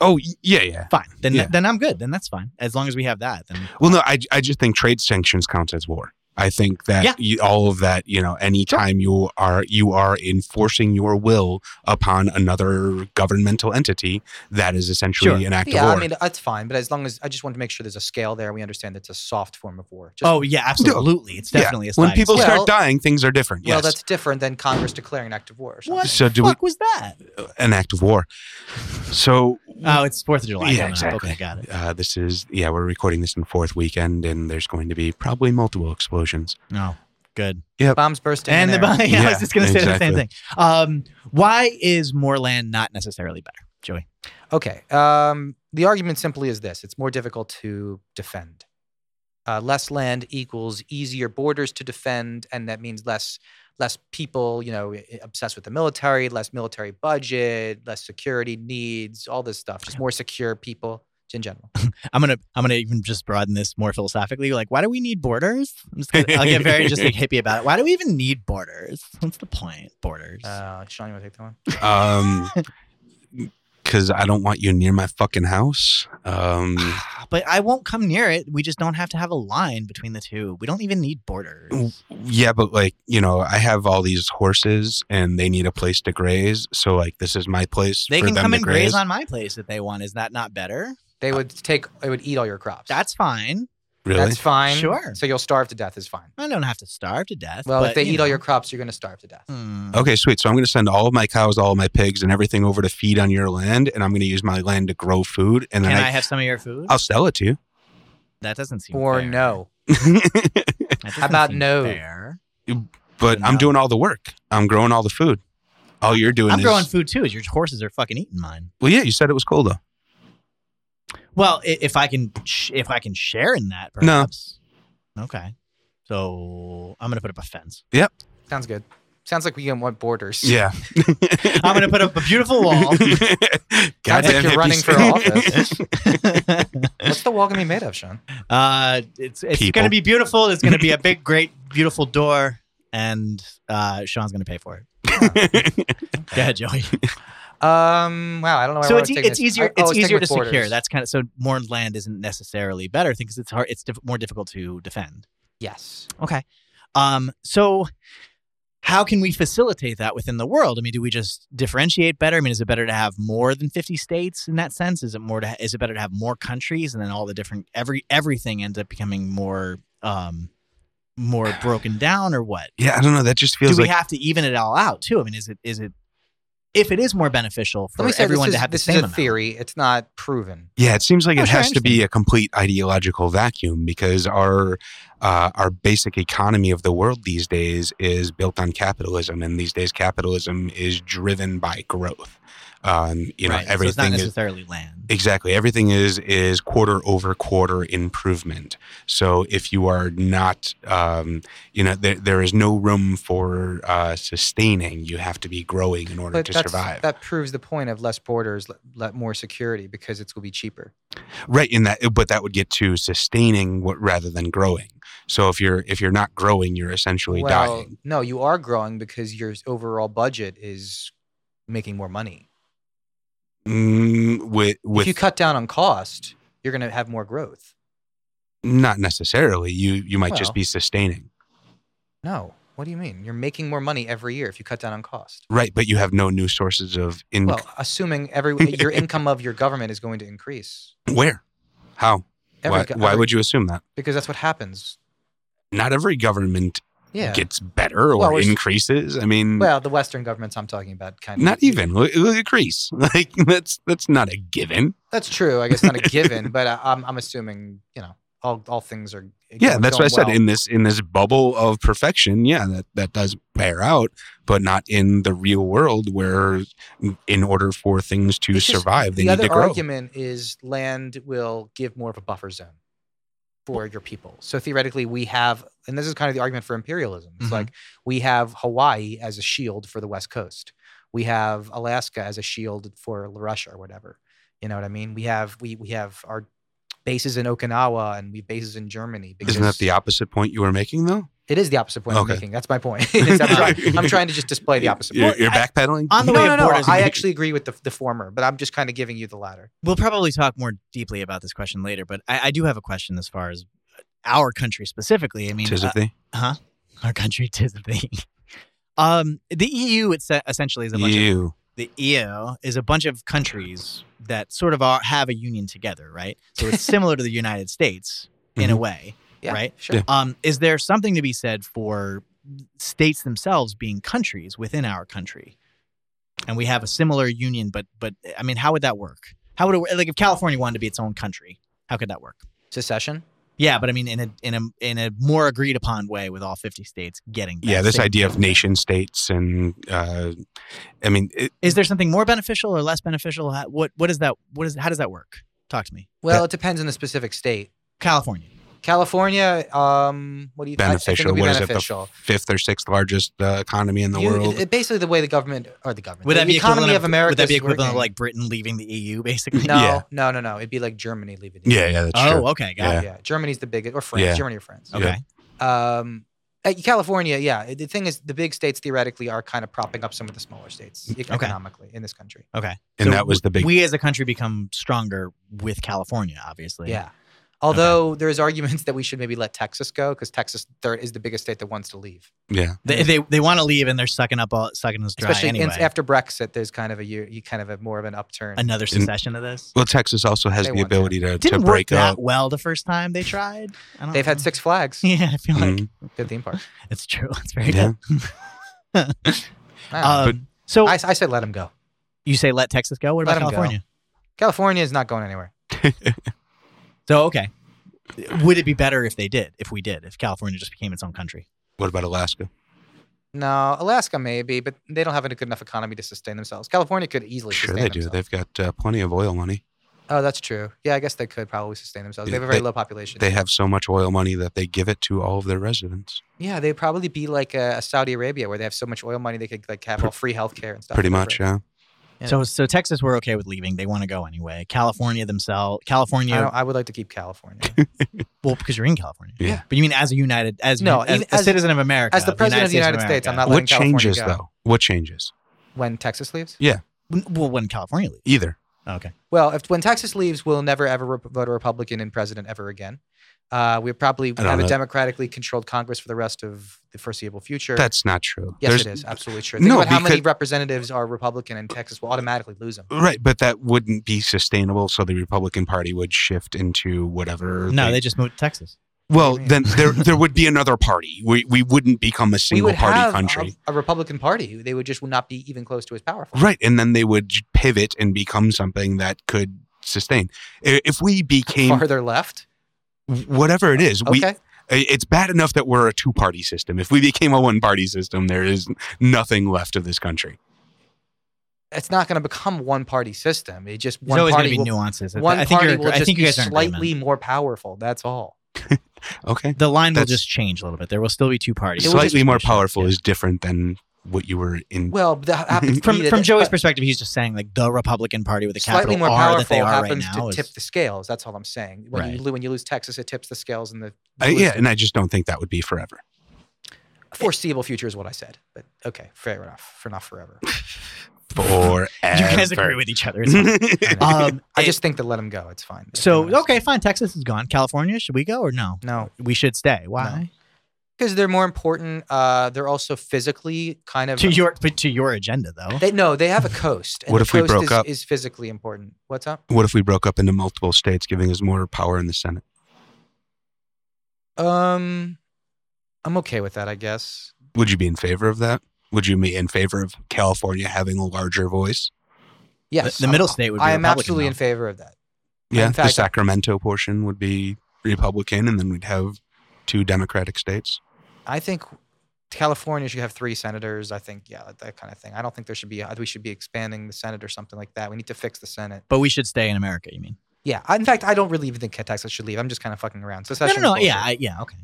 Speaker 4: Oh y- yeah, yeah.
Speaker 1: Fine. Then
Speaker 4: Yeah.
Speaker 1: then I'm good. Then that's fine. As long as we have that, then
Speaker 4: Well, no, I I just think trade sanctions counts as war. I think that
Speaker 1: Yeah.
Speaker 4: you, all of that, you know, anytime you are you are enforcing your will upon another governmental entity, that is essentially
Speaker 1: Sure.
Speaker 4: an act
Speaker 2: Yeah,
Speaker 4: of war.
Speaker 2: I mean that's fine, but as long as I just want to make sure there's a scale there, we understand it's a soft form of war. Just,
Speaker 1: oh yeah, absolutely. It's
Speaker 4: Yeah.
Speaker 1: definitely a
Speaker 4: when
Speaker 1: sliding
Speaker 4: people
Speaker 1: scale.
Speaker 2: Well-
Speaker 4: start dying, things are different.
Speaker 2: well,
Speaker 4: Yes,
Speaker 2: that's different than Congress declaring an act of war. Or something.
Speaker 1: what
Speaker 4: So
Speaker 1: the
Speaker 4: do we-
Speaker 1: fuck was that?
Speaker 4: an act of war. So
Speaker 1: Oh, it's Fourth of July.
Speaker 4: Yeah,
Speaker 1: coming up.
Speaker 4: exactly.
Speaker 1: Okay, got it.
Speaker 4: uh, this is yeah, we're recording this in the fourth weekend, and there's going to be probably multiple explosions.
Speaker 1: No, Oh, Good.
Speaker 2: Bombs bursting.
Speaker 1: And the,
Speaker 2: in air.
Speaker 1: yeah, I was
Speaker 4: Yeah,
Speaker 1: just going to say the same
Speaker 4: exactly.
Speaker 1: thing. Um, why is more land not necessarily better, Joey?
Speaker 2: Okay. Um, the argument simply is this it's more difficult to defend. Uh, less land equals easier borders to defend, and that means less less people, you know, i- obsessed with the military, less military budget, less security needs, all this stuff. Just more secure people in general.
Speaker 1: I'm gonna I'm gonna even just broaden this more philosophically. Like, why do we need borders? I'm just gonna, I'll get very just like hippie about it. Why do we even need borders? What's the point? Borders.
Speaker 2: Uh, Sean, you want to take that one?
Speaker 4: Um 'cause because I don't want you near my fucking house. Um,
Speaker 1: Ah, but I won't come near it. We just don't have to have a line between the two. We don't even need borders.
Speaker 4: yeah, but like you know, I have all these horses, and they need a place to graze. So like, this is my place.
Speaker 1: They
Speaker 4: for
Speaker 1: can
Speaker 4: them
Speaker 1: come
Speaker 4: to
Speaker 1: and graze on my place if they want. Is that not better?
Speaker 2: They would take, they would eat all your crops.
Speaker 1: That's fine.
Speaker 4: Really?
Speaker 2: that's fine.
Speaker 1: Sure.
Speaker 2: So you'll starve to death is fine.
Speaker 1: I don't have to starve to death.
Speaker 2: Well, if
Speaker 1: but,
Speaker 2: they
Speaker 1: you
Speaker 2: eat all
Speaker 1: know.
Speaker 2: your crops, you're going to starve to death.
Speaker 1: Hmm.
Speaker 4: Okay, sweet. So I'm going to send all of my cows, all of my pigs, and everything over to feed on your land, and I'm going to use my land to grow food, and
Speaker 1: Can
Speaker 4: then
Speaker 1: I
Speaker 4: I,
Speaker 1: have some of your food?
Speaker 4: I'll sell it to you.
Speaker 1: that doesn't seem
Speaker 2: Or
Speaker 1: fair.
Speaker 2: no.
Speaker 4: but
Speaker 1: That doesn't
Speaker 2: about
Speaker 1: seem
Speaker 2: no?
Speaker 1: fair.
Speaker 4: I'm doing all the work. I'm growing all the food. All you're doing
Speaker 1: I'm
Speaker 4: is
Speaker 1: growing food too. Your horses are fucking eating mine.
Speaker 4: Well, yeah, you said it was cool though.
Speaker 1: Well, i- if I can, sh- if I can share in that, perhaps. No. Okay. So I'm gonna put up a fence.
Speaker 2: Sounds good. Sounds like we don't want borders.
Speaker 4: Yeah.
Speaker 1: I'm gonna put up a beautiful wall.
Speaker 2: Sounds like
Speaker 4: Goddamn
Speaker 2: you're running
Speaker 4: hippies.
Speaker 2: for office. What's the wall gonna be made of, Sean?
Speaker 1: uh, it's it's
Speaker 4: People.
Speaker 1: gonna be beautiful. It's gonna be a big, great, beautiful door, and uh, Sean's gonna pay for it. Go ahead, Joey.
Speaker 2: Um, wow, Oh, I don't know. Where
Speaker 1: so
Speaker 2: I oh,
Speaker 1: it's, e- it's easier. it's easier to secure.
Speaker 2: That's
Speaker 1: That's kind of so. More land isn't necessarily a better thing because it's hard. It's diff- more difficult to defend.
Speaker 2: yes.
Speaker 1: Okay. Um, so how can we facilitate that within the world? I mean, do we just differentiate better? I mean, is it better to have more than 50 states in that sense? Is it more to is it better to have more countries and then all the different every everything ends up becoming more um more broken down or what?
Speaker 4: yeah, I don't know. That just feels
Speaker 1: do we
Speaker 4: like
Speaker 1: have to even it all out too? I mean, is it is it if it is more beneficial for
Speaker 2: Let me say
Speaker 1: everyone
Speaker 2: this is,
Speaker 1: to have
Speaker 2: this
Speaker 1: the same
Speaker 2: is a
Speaker 1: amount?
Speaker 2: theory. It's not proven.
Speaker 4: yeah, it seems like
Speaker 1: Oh,
Speaker 4: it
Speaker 1: sure, I
Speaker 4: has to be a complete ideological vacuum because our uh, our basic economy of the world these days is built on capitalism, and these days capitalism is driven by growth. Um, you know,
Speaker 1: Right, so it's not
Speaker 4: everything is
Speaker 1: necessarily land.
Speaker 4: Exactly. Everything is is quarter over quarter improvement. So if you are not, um, you know, there, there is no room for uh, sustaining. You have to be growing in order
Speaker 2: But
Speaker 4: to
Speaker 2: that's,
Speaker 4: survive.
Speaker 2: that proves the point of less borders, let, let more security because it's will be cheaper.
Speaker 4: right. In that, but that would get to sustaining what, rather than growing. So if you're if you're not growing, you're essentially
Speaker 2: well,
Speaker 4: dying.
Speaker 2: no, you are growing because your overall budget is making more money.
Speaker 4: Mm,
Speaker 2: if
Speaker 4: with with
Speaker 2: you cut down on cost, you're gonna have more growth.
Speaker 4: not necessarily. You you might
Speaker 2: Well.
Speaker 4: just be sustaining.
Speaker 2: No, what do you mean? You're making more money every year if you cut down on cost.
Speaker 4: Right. But you have no new sources of in
Speaker 2: Well, assuming every your income of your government is going to increase.
Speaker 4: where, how.
Speaker 2: Every,
Speaker 4: why, why would you assume that?
Speaker 2: Because that's what happens.
Speaker 4: Not every government
Speaker 2: Yeah.
Speaker 4: gets better or
Speaker 2: Well, it's-
Speaker 4: increases. I mean,
Speaker 2: well, the Western governments I'm talking about kind of.
Speaker 4: not even look, look at Greece. Like that's that's not a given.
Speaker 2: That's true. I guess not a given, but I, I'm I'm assuming you know all all things are.
Speaker 4: Yeah, that's why I
Speaker 2: going
Speaker 4: said
Speaker 2: well.
Speaker 4: in this in this bubble of perfection. Yeah, that that does bear out, but not in the real world where, in order for things to
Speaker 2: It's just
Speaker 4: survive, they
Speaker 2: the
Speaker 4: need
Speaker 2: other
Speaker 4: to grow.
Speaker 2: argument is land will give more of a buffer zone for your people. So theoretically, we have, and this is kind of the argument for imperialism. It's
Speaker 1: Mhm.
Speaker 4: Mm-hmm.
Speaker 2: like we have Hawaii as a shield for the West Coast. We have Alaska as a shield for Russia or whatever. You know what I mean? We have we we have our bases in Okinawa and we have bases in Germany.
Speaker 4: Isn't that the opposite point you were making though?
Speaker 2: It is the opposite point
Speaker 4: Okay.
Speaker 2: I'm making. That's my point. Is I'm, trying, I'm trying to just display the opposite.
Speaker 4: You're,
Speaker 2: point.
Speaker 4: you're
Speaker 1: I-
Speaker 4: backpedaling.
Speaker 1: on the
Speaker 2: no,
Speaker 1: way
Speaker 2: no,
Speaker 1: of
Speaker 2: no.
Speaker 1: borders-
Speaker 2: I actually agree with the, the former, but I'm just kind of giving you the latter.
Speaker 1: We'll probably talk more deeply about this question later, but I, I do have a question as far as our country specifically. I mean,
Speaker 4: Tis
Speaker 1: uh,
Speaker 4: of thee.
Speaker 1: our country tis the thing. Um, the EU it's essentially is a bunch of
Speaker 4: You.
Speaker 1: the EU is a bunch of countries that sort of are, have a union together, right? So it's similar to the United States in a
Speaker 4: Mhm.
Speaker 1: way.
Speaker 2: Yeah,
Speaker 1: Right?
Speaker 2: Sure.
Speaker 4: Yeah.
Speaker 1: Um, is there something to be said for states themselves being countries within our country, and we have a similar union? But but I mean, how would that work? How would it, like if California wanted to be its own country? How could that work?
Speaker 2: Secession.
Speaker 1: Yeah, but I mean, in a in a in a more agreed upon way, with all fifty states getting. that
Speaker 4: yeah, this
Speaker 1: same
Speaker 4: idea
Speaker 1: thing.
Speaker 4: of nation states and uh, I mean, it,
Speaker 1: Is there something more beneficial or less beneficial? How, what what is that? What is how does that work? Talk to me.
Speaker 2: Well, it depends on the specific state.
Speaker 1: California.
Speaker 2: California, um, what do you I- I think
Speaker 4: beneficial.
Speaker 2: it'll be
Speaker 4: What is it, the
Speaker 2: beneficial.
Speaker 4: fifth or sixth largest uh, economy in the
Speaker 2: You-
Speaker 4: world.
Speaker 2: it- basically, the way the government or the government,
Speaker 1: Would
Speaker 2: the
Speaker 1: that be
Speaker 2: economy
Speaker 1: equivalent
Speaker 2: of, America
Speaker 1: Would that be
Speaker 2: is
Speaker 1: equivalent to
Speaker 2: working.
Speaker 1: like Britain leaving the EU, basically?
Speaker 2: No,
Speaker 4: Yeah.
Speaker 2: no, no, no. It'd be like Germany leaving. the
Speaker 4: yeah,
Speaker 2: EU.
Speaker 4: yeah, that's
Speaker 1: Oh,
Speaker 4: true.
Speaker 1: okay, got
Speaker 4: Yeah.
Speaker 1: it.
Speaker 2: yeah. Germany's the biggest, or France,
Speaker 4: Yeah.
Speaker 2: Germany or France.
Speaker 4: Yeah.
Speaker 1: Okay.
Speaker 2: Um, uh, California, yeah. The thing is, the big states theoretically are kind of propping up some of the smaller states
Speaker 4: Mm,
Speaker 2: e- economically in this country.
Speaker 4: And
Speaker 1: So
Speaker 4: that was the big.
Speaker 1: We as a country become stronger with California, obviously.
Speaker 2: Yeah. Although there's arguments that we should maybe let Texas go because Texas third is the biggest state that wants to leave.
Speaker 4: yeah,
Speaker 1: They they, they want to leave and they're sucking up all sucking us dry
Speaker 2: Especially in-
Speaker 1: anyway.
Speaker 2: after Brexit, there's kind of a you, you kind of a more of an upturn.
Speaker 1: Another succession of this.
Speaker 4: well, Texas also has
Speaker 2: They
Speaker 4: the
Speaker 2: want that.
Speaker 4: ability to, to
Speaker 1: Didn't work
Speaker 4: break
Speaker 1: that
Speaker 4: up.
Speaker 1: well the first time they tried. I don't
Speaker 2: They've had
Speaker 1: know.
Speaker 2: Six Flags.
Speaker 1: Yeah, I feel like
Speaker 4: Mhm.
Speaker 2: Good theme park.
Speaker 1: it's true. It's very
Speaker 4: Yeah.
Speaker 1: good.
Speaker 2: I, don't know.
Speaker 1: um,
Speaker 4: Uh,
Speaker 1: so
Speaker 2: I, I say let them go.
Speaker 1: you say let Texas go? What
Speaker 2: Let
Speaker 1: about
Speaker 2: 'em go.
Speaker 1: California?
Speaker 2: California is not going anywhere.
Speaker 1: So okay, would it be better if they did? If we did? If California just became its own country?
Speaker 4: What about Alaska?
Speaker 2: No, Alaska maybe, but they don't have a good enough economy to sustain themselves. California could easily
Speaker 4: Sure,
Speaker 2: sustain
Speaker 4: they do.
Speaker 2: themselves.
Speaker 4: They've got uh, plenty of oil money.
Speaker 2: Oh, that's true. Yeah, I guess they could probably sustain themselves. They
Speaker 4: Yeah,
Speaker 2: have a very
Speaker 4: they-
Speaker 2: low population.
Speaker 4: They have so much oil money that they give it to all of their residents.
Speaker 2: yeah, they'd probably be like a, a Saudi Arabia where they have so much oil money they could like have all free healthcare and stuff.
Speaker 4: Pretty
Speaker 2: or whatever.
Speaker 4: much, yeah.
Speaker 2: Yeah.
Speaker 1: So so Texas, we're okay with leaving. They want to go anyway. California themselves,
Speaker 2: I,
Speaker 1: California.
Speaker 2: don't, I would like to keep California.
Speaker 1: Well, because you're in California.
Speaker 4: Yeah.
Speaker 1: But you mean as a united, as
Speaker 2: No,
Speaker 1: no, as,
Speaker 2: even
Speaker 1: a
Speaker 2: as-
Speaker 1: citizen of America,
Speaker 2: as the president of the United States, I'm not letting
Speaker 4: What
Speaker 2: California
Speaker 4: changes
Speaker 2: go.
Speaker 4: though? What changes?
Speaker 2: when Texas leaves?
Speaker 1: not. Well, when California leaves.
Speaker 4: Either.
Speaker 1: Okay.
Speaker 2: Well, if when Texas leaves, we'll never ever rep- vote a Republican in president ever again. Uh, we probably
Speaker 4: don't
Speaker 2: have a
Speaker 4: know.
Speaker 2: democratically controlled Congress for the rest of the foreseeable future.
Speaker 4: That's not true.
Speaker 2: yes,
Speaker 4: There's-
Speaker 2: it is absolutely true. Think
Speaker 4: No,
Speaker 2: about how many
Speaker 4: because-
Speaker 2: representatives are Republican in Texas will automatically lose them.
Speaker 4: Right, but that wouldn't be sustainable. So the Republican Party would shift into whatever.
Speaker 1: No, they just moved to Texas.
Speaker 2: do
Speaker 4: well,
Speaker 2: you mean?
Speaker 4: then there there would be another party. We we wouldn't become a
Speaker 2: We
Speaker 4: single
Speaker 2: would
Speaker 4: party
Speaker 2: have a-
Speaker 4: country.
Speaker 2: A, Republican Party. They would just would not be even close to as powerful.
Speaker 4: right, and then they would pivot and become something that could sustain. I- If we became
Speaker 2: Farther left.
Speaker 4: whatever it is, we
Speaker 2: Okay.
Speaker 4: i- it's bad enough that we're a two party system. If we became a one party system, there is nothing left of this country.
Speaker 2: it's not going to become one party system. It just
Speaker 1: There's
Speaker 2: one
Speaker 1: always going to
Speaker 2: party
Speaker 1: be
Speaker 2: will,
Speaker 1: nuances.
Speaker 2: one
Speaker 1: I think
Speaker 2: party
Speaker 1: you're,
Speaker 2: will
Speaker 1: I
Speaker 2: just
Speaker 1: think you
Speaker 2: be
Speaker 1: guys are in agreement.
Speaker 2: slightly more powerful. That's all.
Speaker 4: Okay.
Speaker 1: The line will
Speaker 4: That's-
Speaker 1: just change a little bit. There will still be two parties.
Speaker 4: slightly more
Speaker 1: Yeah.
Speaker 4: powerful is different than what you were in.
Speaker 2: Well, that happens to
Speaker 1: From
Speaker 2: be that-
Speaker 1: from Joey's
Speaker 2: but
Speaker 1: perspective, he's just saying like the Republican Party with a
Speaker 2: slightly
Speaker 1: capital
Speaker 2: more
Speaker 1: R that
Speaker 2: powerful
Speaker 1: they are right
Speaker 2: happens
Speaker 1: now.
Speaker 2: to
Speaker 1: is-
Speaker 2: tip the scales. That's all I'm saying. When you
Speaker 1: Right.
Speaker 2: you when you lose Texas, it tips the scales in the
Speaker 4: I- yeah, and I just don't think that would be forever.
Speaker 2: foreseeable future is what I said. But okay, fair enough. For not forever.
Speaker 4: Forever.
Speaker 1: you guys agree with each other. It's fine.
Speaker 4: with
Speaker 1: um,
Speaker 2: I
Speaker 1: it-
Speaker 2: just think that let them go. It's fine. If
Speaker 1: so
Speaker 2: they wanna-
Speaker 1: okay, fine. Texas is gone. California, should we go or no?
Speaker 2: No,
Speaker 1: We should stay. Why?
Speaker 2: because they're more important. Uh, they're also physically kind of
Speaker 1: To your but to your agenda though.
Speaker 2: They, no, they have a coast. And
Speaker 4: What
Speaker 2: the
Speaker 4: if we
Speaker 2: coast
Speaker 4: broke
Speaker 2: is,
Speaker 4: up?
Speaker 2: Is physically important. What's up?
Speaker 4: What if we broke up into multiple states, giving us more power in the Senate?
Speaker 2: Um, I'm okay with that, I guess.
Speaker 4: Would you be in favor of that? Would you be in favor of California having a larger voice?
Speaker 2: Yes,
Speaker 1: the, the middle state would. be
Speaker 2: I am
Speaker 1: Republican,
Speaker 2: absolutely
Speaker 1: though.
Speaker 2: in favor of that.
Speaker 4: Yeah,
Speaker 2: In
Speaker 4: the
Speaker 2: fact-
Speaker 4: Sacramento portion would be Republican, and then we'd have two Democratic states.
Speaker 2: I think California should have three senators. I think, yeah, that, that kind of thing. I don't think there should be. We should be expanding the Senate or something like that. We need to fix the Senate.
Speaker 1: But we should stay in America. You mean?
Speaker 2: Yeah. I- In fact, I don't really even think Texas should leave. I'm just kind of fucking around.
Speaker 1: No,
Speaker 2: Secession.
Speaker 1: no,
Speaker 2: is
Speaker 1: no.
Speaker 2: bullshit.
Speaker 1: Yeah, I, yeah. Okay.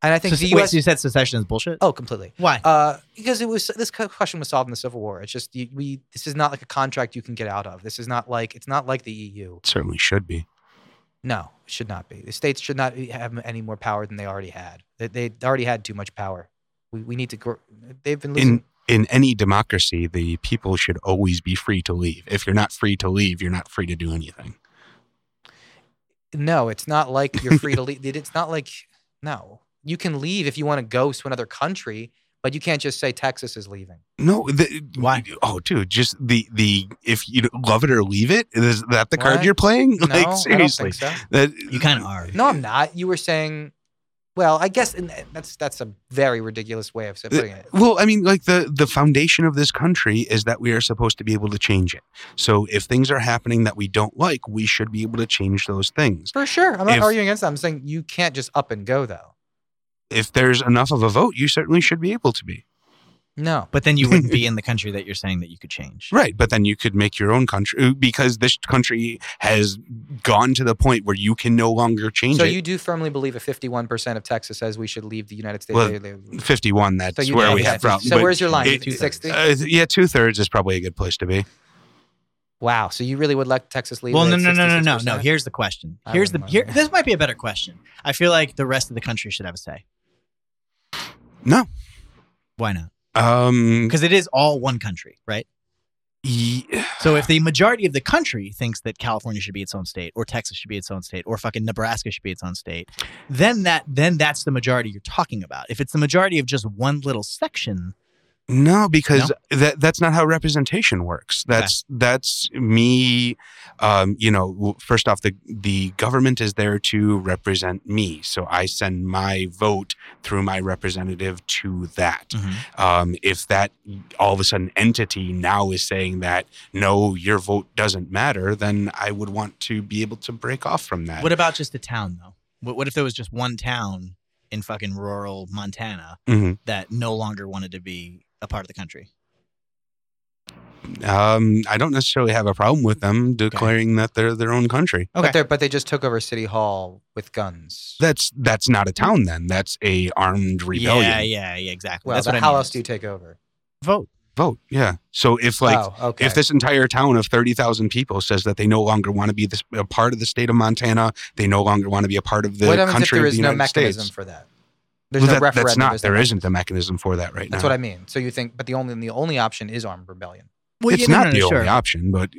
Speaker 2: and I think
Speaker 1: so,
Speaker 2: the
Speaker 1: wait,
Speaker 2: U.S.
Speaker 1: so you said secession is bullshit.
Speaker 2: oh, completely.
Speaker 1: Why?
Speaker 2: Uh, because it was this co- question was solved in the Civil War. It's just you, we. This is not like a contract you can get out of. This is not like it's not like the EU.
Speaker 4: It certainly should be.
Speaker 2: No, it should not be. The states should not have any more power than they already had. They, they already had too much power. We, we need to. Grow, they've been losing.
Speaker 4: In in any democracy, the people should always be free to leave. If you're not free to leave, you're not free to do anything.
Speaker 2: no, it's not like you're free to leave. It's not like no. You can leave if you want to go to another country, but you can't just say Texas is leaving.
Speaker 4: No, the,
Speaker 1: Why?
Speaker 4: Oh, dude, just the the if you love it or leave it, is that the card
Speaker 2: What?
Speaker 4: you're playing?
Speaker 2: No,
Speaker 4: like
Speaker 2: I don't
Speaker 4: seriously,
Speaker 2: think so.
Speaker 4: that
Speaker 1: you kind of are.
Speaker 2: No, I'm not. You were saying. Well, I guess and that's that's a very ridiculous way of putting it.
Speaker 4: Well, I mean, like the the foundation of this country is that we are supposed to be able to change it. So if things are happening that we don't like, we should be able to change those things.
Speaker 2: For sure, I'm not
Speaker 4: If-
Speaker 2: arguing against that. I'm saying you can't just up and go though.
Speaker 4: If there's enough of a vote, you certainly should be able to be.
Speaker 2: No,
Speaker 1: But then you wouldn't be in the country that you're saying that you could change.
Speaker 4: Right, but then you could make your own country uh, because this country has gone to the point where you can no longer change
Speaker 2: so
Speaker 4: it.
Speaker 2: you do firmly believe if 51 percent of Texas says we should leave the United States.
Speaker 4: Well,
Speaker 2: they- they-
Speaker 4: 51 that's
Speaker 2: so you
Speaker 4: where
Speaker 2: do
Speaker 4: we
Speaker 2: that.
Speaker 4: have problems.
Speaker 2: So
Speaker 4: but,
Speaker 2: where's your line?
Speaker 4: it-
Speaker 2: 60?
Speaker 4: uh, yeah, two thirds is probably a good place to be.
Speaker 2: wow. So you really would let Texas leave?
Speaker 1: Well,
Speaker 2: it
Speaker 1: no,
Speaker 2: at
Speaker 1: no, no, no, no, no.
Speaker 2: 66%?
Speaker 1: Here's the question.
Speaker 2: I
Speaker 1: Here's the
Speaker 2: wouldn't
Speaker 1: here.
Speaker 2: mind.
Speaker 1: This might be a better question. I feel like the rest of the country should have a say.
Speaker 4: No.
Speaker 1: Why not?
Speaker 4: Um,
Speaker 1: Because it is all one country, right?
Speaker 4: ye-
Speaker 1: So if the majority of the country thinks that California should be its own state, or Texas should be its own state, or fucking Nebraska should be its own state, then that then that's the majority you're talking about. If it's the majority of just one little section,
Speaker 4: No, because that that's not how representation works. That's that's me. Um, you know, w- first off, the the government is there to represent me, so I send my vote through my representative to that. Um, if that all of a sudden entity now is saying that no, your vote doesn't matter, then I would want to be able to break off from that.
Speaker 1: what about just a town though? What, what if there was just one town in fucking rural Montana
Speaker 4: Mhm.
Speaker 1: that no longer wanted to be a part of the country?
Speaker 4: um, I don't necessarily have a problem with them declaring that they're their own country.
Speaker 1: Okay.
Speaker 2: But, they're- but they just took over City Hall with guns.
Speaker 4: That's that's not a town then. That's a armed rebellion.
Speaker 1: Yeah, yeah, yeah, exactly.
Speaker 2: well,
Speaker 1: that's
Speaker 2: then
Speaker 1: what I
Speaker 2: how
Speaker 1: mean.
Speaker 2: else do you take over?
Speaker 1: vote?
Speaker 4: Vote. Yeah. So if like
Speaker 2: oh, okay.
Speaker 4: if this entire town of thirty thousand people says that they no longer want to be this, a part of the state of Montana, they no longer want to be a part of the
Speaker 2: what happens if
Speaker 4: country
Speaker 2: there
Speaker 4: of the
Speaker 2: is no
Speaker 4: United
Speaker 2: mechanism
Speaker 4: States.
Speaker 2: for that? There's no
Speaker 4: Well, that-
Speaker 2: referendum.
Speaker 4: that's not.
Speaker 2: there's
Speaker 4: There
Speaker 2: no-
Speaker 4: isn't a mechanism for that right
Speaker 2: That's
Speaker 4: now.
Speaker 2: what I mean. So you think, but the only the only option is armed rebellion.
Speaker 1: Well,
Speaker 4: it's
Speaker 1: yeah, no,
Speaker 4: not
Speaker 1: no,
Speaker 4: the
Speaker 1: no,
Speaker 4: only
Speaker 1: sure.
Speaker 4: option, but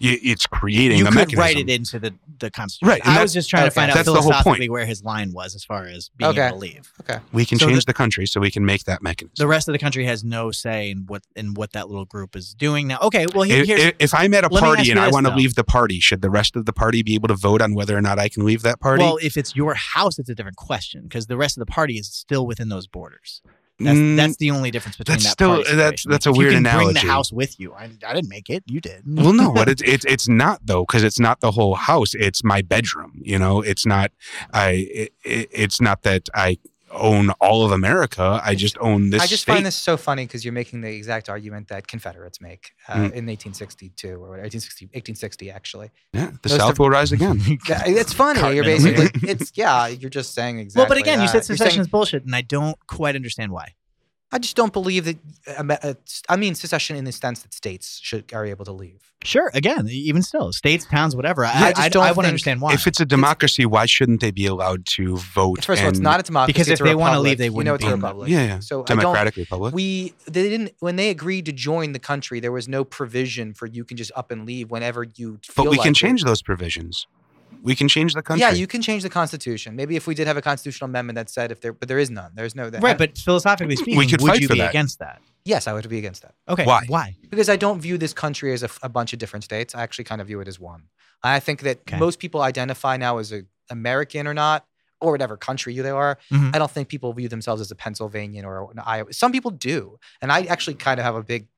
Speaker 4: y- it's creating
Speaker 1: you
Speaker 4: the
Speaker 1: could
Speaker 4: mechanism.
Speaker 1: write it into the, the Constitution.
Speaker 4: Right, and
Speaker 1: I
Speaker 4: that's-
Speaker 1: was just trying to
Speaker 2: okay.
Speaker 1: find out
Speaker 4: That's the whole point.
Speaker 1: philosophically where his line was as far as being
Speaker 2: Okay.
Speaker 1: able to leave.
Speaker 4: We can
Speaker 1: so
Speaker 4: change
Speaker 1: that-
Speaker 4: the country, so we can make that mechanism.
Speaker 1: The rest of the country has no say in what in what that little group is doing now. Okay, well here,
Speaker 4: if,
Speaker 1: here's
Speaker 4: if- if I'm at a
Speaker 1: let me ask
Speaker 4: party
Speaker 1: you
Speaker 4: and I
Speaker 1: this,
Speaker 4: want to
Speaker 1: though.
Speaker 4: leave the party, should the rest of the party be able to vote on whether or not I can leave that party?
Speaker 1: well, if it's your house, it's a different question because the rest of the party is still within those borders. That's,
Speaker 4: Mm,
Speaker 1: that's the only difference between
Speaker 4: that's
Speaker 1: that
Speaker 4: still-
Speaker 1: party
Speaker 4: that's-
Speaker 1: situation.
Speaker 4: that's a
Speaker 1: If
Speaker 4: weird
Speaker 1: you can Bring
Speaker 4: analogy.
Speaker 1: the house with you. I, I didn't make it. You did.
Speaker 4: Well, no, but it's it's it's not though, because it's not the whole house. It's my bedroom. You know, it's not. I. It, it- it's not that I own all of America. I just own this.
Speaker 2: I just
Speaker 4: state.
Speaker 2: find this so funny because you're making the exact argument that Confederates make uh,
Speaker 4: Mm.
Speaker 2: in 1862 or whatever, 1860, 1860 actually.
Speaker 4: Yeah, the
Speaker 2: those
Speaker 4: South
Speaker 2: are-
Speaker 4: will rise again.
Speaker 2: That- It's funny. You're
Speaker 1: Cartman.
Speaker 2: basically it's yeah. You're just saying exactly.
Speaker 1: well, but again, you
Speaker 2: that.
Speaker 1: said
Speaker 2: You're
Speaker 1: secession
Speaker 2: saying,
Speaker 1: is bullshit, and I don't quite understand why.
Speaker 2: I just don't believe that. uh, uh, it's- I mean, secession in the sense that states should are able to leave.
Speaker 1: Sure, again, even still, states, towns, whatever.
Speaker 2: Yeah, I
Speaker 1: I, I,
Speaker 2: just
Speaker 1: I,
Speaker 2: don't
Speaker 1: want
Speaker 2: think-
Speaker 1: to understand why.
Speaker 4: If it's a democracy, why shouldn't they be allowed to vote?
Speaker 2: First of all, it's
Speaker 4: and-
Speaker 2: not a democracy.
Speaker 1: Because
Speaker 2: it's
Speaker 1: if
Speaker 2: a
Speaker 1: they wanna
Speaker 2: republic.
Speaker 1: leave, they
Speaker 2: You know,
Speaker 1: wouldn't
Speaker 2: it's
Speaker 1: be
Speaker 2: a
Speaker 1: in that.
Speaker 2: republic.
Speaker 4: Yeah, yeah.
Speaker 2: So I don't
Speaker 4: democratic republic.
Speaker 2: We they didn't when they agreed to join the country. There was no provision for you can just up and leave whenever you. Feel
Speaker 4: but we
Speaker 2: like
Speaker 4: can
Speaker 2: it.
Speaker 4: change those provisions. We can change the country.
Speaker 2: Yeah, you can change the constitution. Maybe if we did have a constitutional amendment that said if there, but there is none. There's no that.
Speaker 1: right, but philosophically speaking,
Speaker 4: could
Speaker 1: would
Speaker 4: fight
Speaker 1: you
Speaker 4: for
Speaker 1: be
Speaker 4: that.
Speaker 1: against that?
Speaker 2: yes, I would be against that
Speaker 1: Okay,
Speaker 4: Why?
Speaker 1: Why?
Speaker 2: because I don't view this country as a, f- a bunch of different states. I actually kind of view it as one. I think that
Speaker 1: Okay.
Speaker 2: most people identify now as a American or not, or whatever country they are.
Speaker 1: Mhm.
Speaker 2: I don't think people view themselves as a Pennsylvanian or an Iowa. Some people do, and I actually kind of have a big.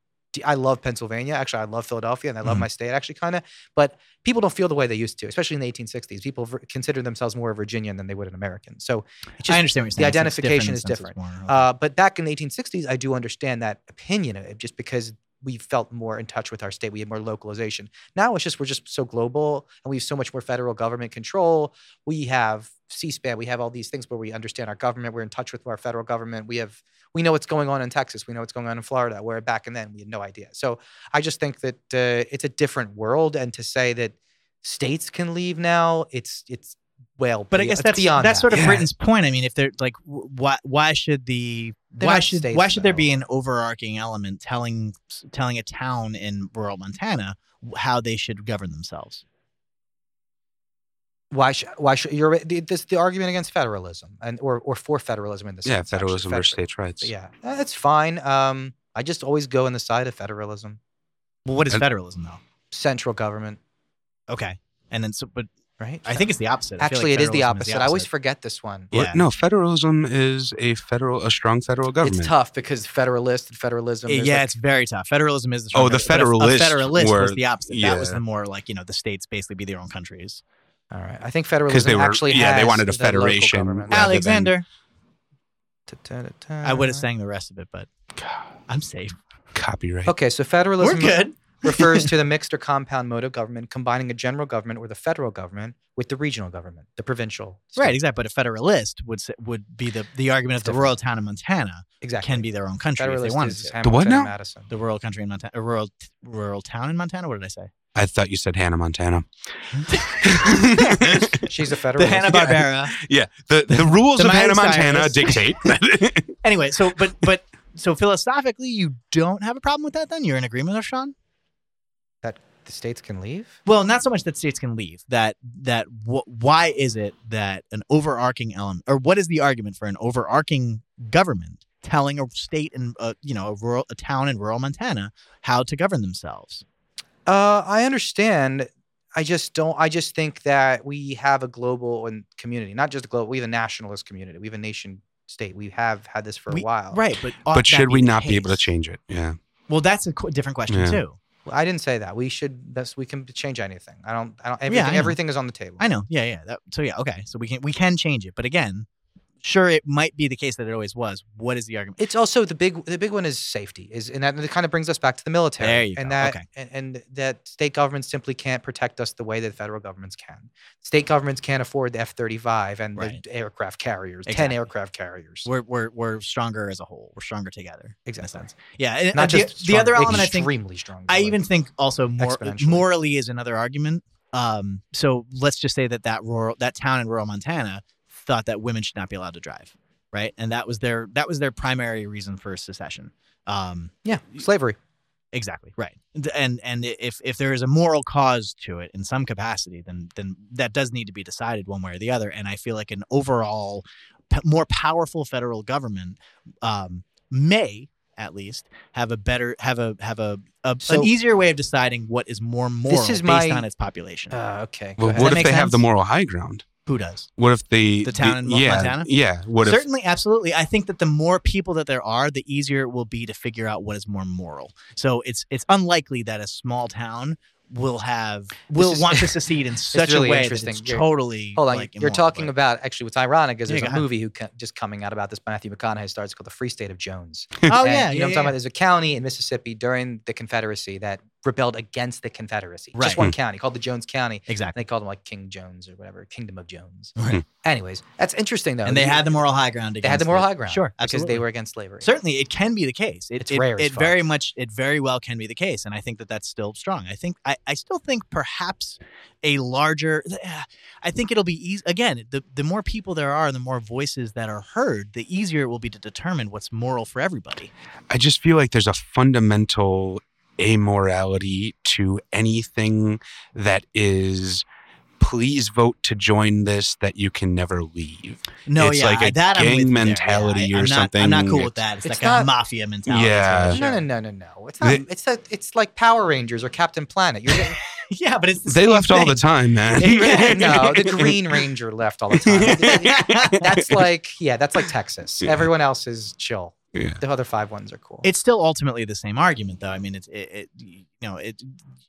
Speaker 2: I love Pennsylvania. Actually, I love Philadelphia, and I love
Speaker 1: Mhm.
Speaker 2: my state. Actually, kind of, but people don't feel the way they used to, especially in the 1860s. People ver- consider themselves more a Virginian than they would an American. So, it's
Speaker 1: I
Speaker 2: just-
Speaker 1: understand what you're
Speaker 2: the
Speaker 1: saying. It's- it's
Speaker 2: identification is
Speaker 1: since it's
Speaker 2: different.
Speaker 1: more- okay.
Speaker 2: uh, but back in the 1860s, I do understand that opinion of it just because we felt more in touch with our state. We had more localization. Now it's just we're just so global and we have so much more federal government control. We have C-SPAN. We have all these things where we understand our government. We're in touch with our federal government. We have we know what's going on in Texas. We know what's going on in Florida. Where back and then we had no idea. So I just think that uh, it's a different world. And to say that states can leave now, it's it's well,
Speaker 1: but I
Speaker 2: be-
Speaker 1: guess
Speaker 2: it's
Speaker 1: that's
Speaker 2: beyond
Speaker 1: that's
Speaker 2: that.
Speaker 1: sort of
Speaker 4: Yeah.
Speaker 1: Britain's point. I mean, if they're like, wh- why why should the
Speaker 2: They're
Speaker 1: why
Speaker 2: not
Speaker 1: should
Speaker 2: states,
Speaker 1: why should there
Speaker 2: though.
Speaker 1: be an overarching element telling telling a town in rural Montana wh- how they should govern themselves?
Speaker 2: why should why should you're the, this the argument against federalism and or or for federalism in this
Speaker 4: yeah,
Speaker 2: sense, actually,
Speaker 4: federalism versus
Speaker 2: feder-
Speaker 4: states' rights.
Speaker 2: yeah uh, that's fine um i just always go on the side of federalism
Speaker 1: Well, what is
Speaker 4: And-
Speaker 1: federalism though?
Speaker 2: central government
Speaker 1: Okay, and then so, but
Speaker 2: right?
Speaker 1: I think it's the opposite. I feel
Speaker 2: actually
Speaker 1: like
Speaker 2: it is the
Speaker 1: federalism
Speaker 2: opposite. I always forget this one.
Speaker 1: Yeah.
Speaker 4: Well, No, federalism is a federal, a strong federal government.
Speaker 2: It's tough because federalist and federalism.
Speaker 1: Eh,
Speaker 2: there's
Speaker 1: yeah,
Speaker 2: like-
Speaker 1: it's very tough. Federalism is the
Speaker 4: Oh,
Speaker 1: strong
Speaker 4: the
Speaker 1: government, but if A
Speaker 4: Federalists
Speaker 1: federalist was
Speaker 4: were-
Speaker 1: the opposite. That was
Speaker 4: yeah.
Speaker 1: the more like you know the states basically be their own countries.
Speaker 2: all right. I think
Speaker 4: 'Cause
Speaker 2: federalism
Speaker 4: they were-
Speaker 2: actually
Speaker 4: yeah, they
Speaker 2: has
Speaker 4: wanted a
Speaker 2: the local
Speaker 4: federation
Speaker 2: government.
Speaker 4: rather than-
Speaker 1: Alexander,
Speaker 2: Uh, Da-da-da-da.
Speaker 1: I would have sang the rest of it, but
Speaker 4: God,
Speaker 1: I'm safe.
Speaker 4: copyright.
Speaker 2: Okay, so federalism
Speaker 1: We're good.
Speaker 2: refers to the mixed or compound mode of government combining a general government or the federal government with the regional government, the provincial. state.
Speaker 1: Right, exactly. But a federalist would say, would be the the argument of the
Speaker 2: Different.
Speaker 1: rural town of Montana
Speaker 2: Exactly.
Speaker 1: can be their own country if they
Speaker 2: federalist
Speaker 1: wanted
Speaker 2: is
Speaker 1: to.
Speaker 2: Hamilton
Speaker 4: what
Speaker 2: and
Speaker 4: now?
Speaker 2: Madison.
Speaker 1: The rural country in Montana, a rural rural town in Montana. What did I say?
Speaker 4: I thought you said Hannah Montana.
Speaker 2: She's a
Speaker 1: The
Speaker 2: federalist.
Speaker 1: Hanna Barbera.
Speaker 4: yeah, the, the rules
Speaker 1: The
Speaker 4: of Hannah
Speaker 1: Miley
Speaker 4: Montana
Speaker 1: Cyrus.
Speaker 4: dictate.
Speaker 1: Anyway, so but but so philosophically, you don't have a problem with that. Then you're in agreement with Sean.
Speaker 2: the states can leave.
Speaker 1: Well, not so much that states can leave. That that wh- why is it that an overarching element, or what is the argument for an overarching government telling a state and uh, you know a rural a town in rural Montana how to govern themselves?
Speaker 2: Uh, I understand. I just don't. I just think that we have a global and community, not just a global. We have a nationalist community. We have a nation state. We have had this for
Speaker 1: We-
Speaker 2: a while.
Speaker 1: Right, but ought
Speaker 4: but
Speaker 1: that
Speaker 4: should we
Speaker 1: the
Speaker 4: not be able to
Speaker 1: case?
Speaker 4: change it? Yeah.
Speaker 1: Well, that's a qu- different question
Speaker 4: Yeah.
Speaker 1: too.
Speaker 2: Well, I didn't say that. We should. That's we can change anything. I don't. I don't.
Speaker 1: I
Speaker 2: Everything,
Speaker 1: know.
Speaker 2: everything is on the table.
Speaker 1: I know. Yeah, yeah. That, so yeah, okay. So we can we can change it, but again, sure, it might be the case that it always was. What is the argument?
Speaker 2: It's also the big. The big one is safety. Is and that and it kind of brings us back to the military.
Speaker 1: There you
Speaker 2: and
Speaker 1: go.
Speaker 2: that
Speaker 1: Okay.
Speaker 2: and, and that state governments simply can't protect us the way that federal governments can. State governments can't afford the F thirty five and
Speaker 1: Right.
Speaker 2: the aircraft carriers. Ten
Speaker 1: Exactly.
Speaker 2: aircraft carriers.
Speaker 1: We're we're we're stronger as a whole. We're stronger together.
Speaker 2: Exactly.
Speaker 1: sense. Yeah, and
Speaker 2: Not
Speaker 1: uh, the,
Speaker 2: just
Speaker 1: the other element I think
Speaker 2: extremely strong.
Speaker 1: I
Speaker 2: feeling.
Speaker 1: even think also mor-
Speaker 2: Exponentially.
Speaker 1: morally is another argument. Um, so let's just say that that rural that town in rural Montana thought that women should not be allowed to drive, right? And that was their that was their primary reason for secession. Um,
Speaker 2: yeah slavery.
Speaker 1: exactly right. And- And and if if there is a moral cause to it in some capacity, then then that does need to be decided one way or the other. And I feel like an overall p- more powerful federal government um, may at least have a better have a have a, a
Speaker 2: So-
Speaker 1: an easier way of deciding what is more moral
Speaker 2: is
Speaker 1: based
Speaker 2: my-
Speaker 1: on its population.
Speaker 2: Uh, okay. go
Speaker 4: Well,
Speaker 2: ahead.
Speaker 4: what
Speaker 1: That
Speaker 4: if they
Speaker 1: makes
Speaker 4: have the
Speaker 1: sense.
Speaker 4: moral high ground?
Speaker 1: Who does?
Speaker 4: What if the
Speaker 1: The town in Mo-
Speaker 4: yeah,
Speaker 1: Montana?
Speaker 4: Yeah. What if
Speaker 1: Certainly, absolutely. I think that the more people that there are, the easier it will be to figure out what is more moral. So it's it's unlikely that a small town will have will
Speaker 2: is-
Speaker 1: want to secede in such
Speaker 2: really
Speaker 1: a way that
Speaker 2: interesting.
Speaker 1: it's
Speaker 2: You're-
Speaker 1: totally.
Speaker 2: Hold on,
Speaker 1: like,
Speaker 2: you're
Speaker 1: immoral,
Speaker 2: talking
Speaker 1: but-
Speaker 2: about actually what's ironic is
Speaker 1: Yeah,
Speaker 2: there's
Speaker 1: go
Speaker 2: a
Speaker 1: ahead.
Speaker 2: movie who co- just coming out about this Matthew McConaughey starts called The Free State of Jones.
Speaker 1: Oh
Speaker 2: And
Speaker 1: yeah,
Speaker 2: you know what I'm talking about. There's a county in Mississippi during the Confederacy that rebelled against the Confederacy.
Speaker 1: Right. Hmm.
Speaker 2: Just one county called the Jones County,
Speaker 1: about exactly.
Speaker 2: and they called them like King Jones or whatever, Kingdom of Jones.
Speaker 4: Hmm.
Speaker 1: Right.
Speaker 2: Anyways, that's interesting though.
Speaker 1: And they
Speaker 2: You-
Speaker 1: had the moral high ground.
Speaker 2: they had the
Speaker 1: against
Speaker 2: moral
Speaker 1: it.
Speaker 2: high ground,
Speaker 1: Sure,
Speaker 2: because
Speaker 1: absolutely.
Speaker 2: they were against slavery.
Speaker 1: Certainly, it can be the case. It,
Speaker 2: It's
Speaker 1: it,
Speaker 2: rare as
Speaker 1: It
Speaker 2: fuck.
Speaker 1: very much, it very well can be the case, and I think that that's still strong. I think I, I still think perhaps a larger. uh, I think it'll be easy. Again, the the more people there are, the more voices that are heard, the easier it will be to determine what's moral for everybody.
Speaker 4: I just feel like there's a fundamental amorality to anything that is please vote to join this that you can never leave.
Speaker 1: No,
Speaker 4: It's
Speaker 1: yeah,
Speaker 4: like a
Speaker 1: I- that I'm
Speaker 4: gang
Speaker 1: with you there.
Speaker 4: mentality
Speaker 1: Yeah, I-
Speaker 4: or
Speaker 1: I'm not, I'm
Speaker 4: something.
Speaker 1: not cool with
Speaker 4: It's-
Speaker 1: that. It's,
Speaker 2: It's
Speaker 1: like a
Speaker 2: not-
Speaker 1: mafia mentality.
Speaker 4: Yeah.
Speaker 1: for
Speaker 2: No, no,
Speaker 1: sure.
Speaker 2: no, no, no. It's not.
Speaker 4: They-
Speaker 2: it's a, It's like Power Rangers or Captain Planet. You're getting,
Speaker 1: yeah, but it's the
Speaker 4: They
Speaker 1: same
Speaker 4: left all the
Speaker 1: thing.
Speaker 4: time, man.
Speaker 1: Yeah,
Speaker 2: no, the Green Ranger left all the time. that's like yeah, that's like Texas.
Speaker 4: Yeah.
Speaker 2: Everyone else is chill.
Speaker 4: Yeah.
Speaker 2: The other five ones are cool.
Speaker 1: it's still ultimately the same argument though i mean it's it, it you know it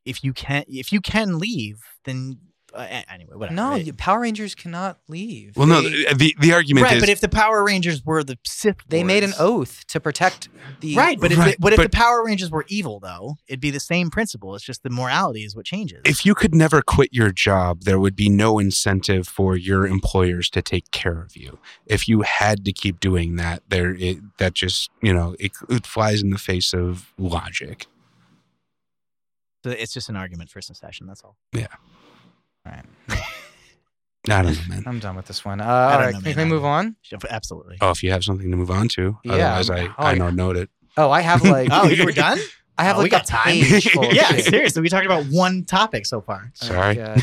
Speaker 1: if you can if you can leave then uh, a- anyway whatever
Speaker 2: no,
Speaker 1: It-
Speaker 2: you- Power Rangers cannot leave.
Speaker 4: Well, no,
Speaker 2: They-
Speaker 4: the the, the argument
Speaker 1: right
Speaker 4: is
Speaker 1: but if the power rangers were the sith
Speaker 2: They made an E.
Speaker 1: Lords-
Speaker 2: oath to protect the
Speaker 1: right but if,
Speaker 4: Right,
Speaker 1: the- but if
Speaker 4: but-
Speaker 1: the power rangers were evil though it'd be the same principle it's just the morality is what changes
Speaker 4: if you could never quit your job, there would be no incentive for your employers to take care of you. If you had to keep doing that, there it, that just you know it, it flies in the face of logic.
Speaker 1: So it's just an argument for secession that's all
Speaker 4: I don't know, man.
Speaker 2: I'm done with this one. Uh,
Speaker 1: don't
Speaker 2: all right,
Speaker 1: know,
Speaker 2: can
Speaker 1: man.
Speaker 2: we move on?
Speaker 1: absolutely
Speaker 4: Oh, if you have something to move on to,
Speaker 2: Yeah,
Speaker 4: otherwise
Speaker 2: I'm-
Speaker 4: I,
Speaker 2: oh,
Speaker 4: I
Speaker 2: yeah.
Speaker 4: know note it.
Speaker 2: Oh, I have like
Speaker 1: oh you were done
Speaker 2: I have
Speaker 1: Oh, we
Speaker 2: like a
Speaker 1: got time.
Speaker 2: page full of
Speaker 1: yeah
Speaker 2: shit.
Speaker 1: seriously we talked about one topic so far
Speaker 2: Oh,
Speaker 4: Sorry.
Speaker 2: God.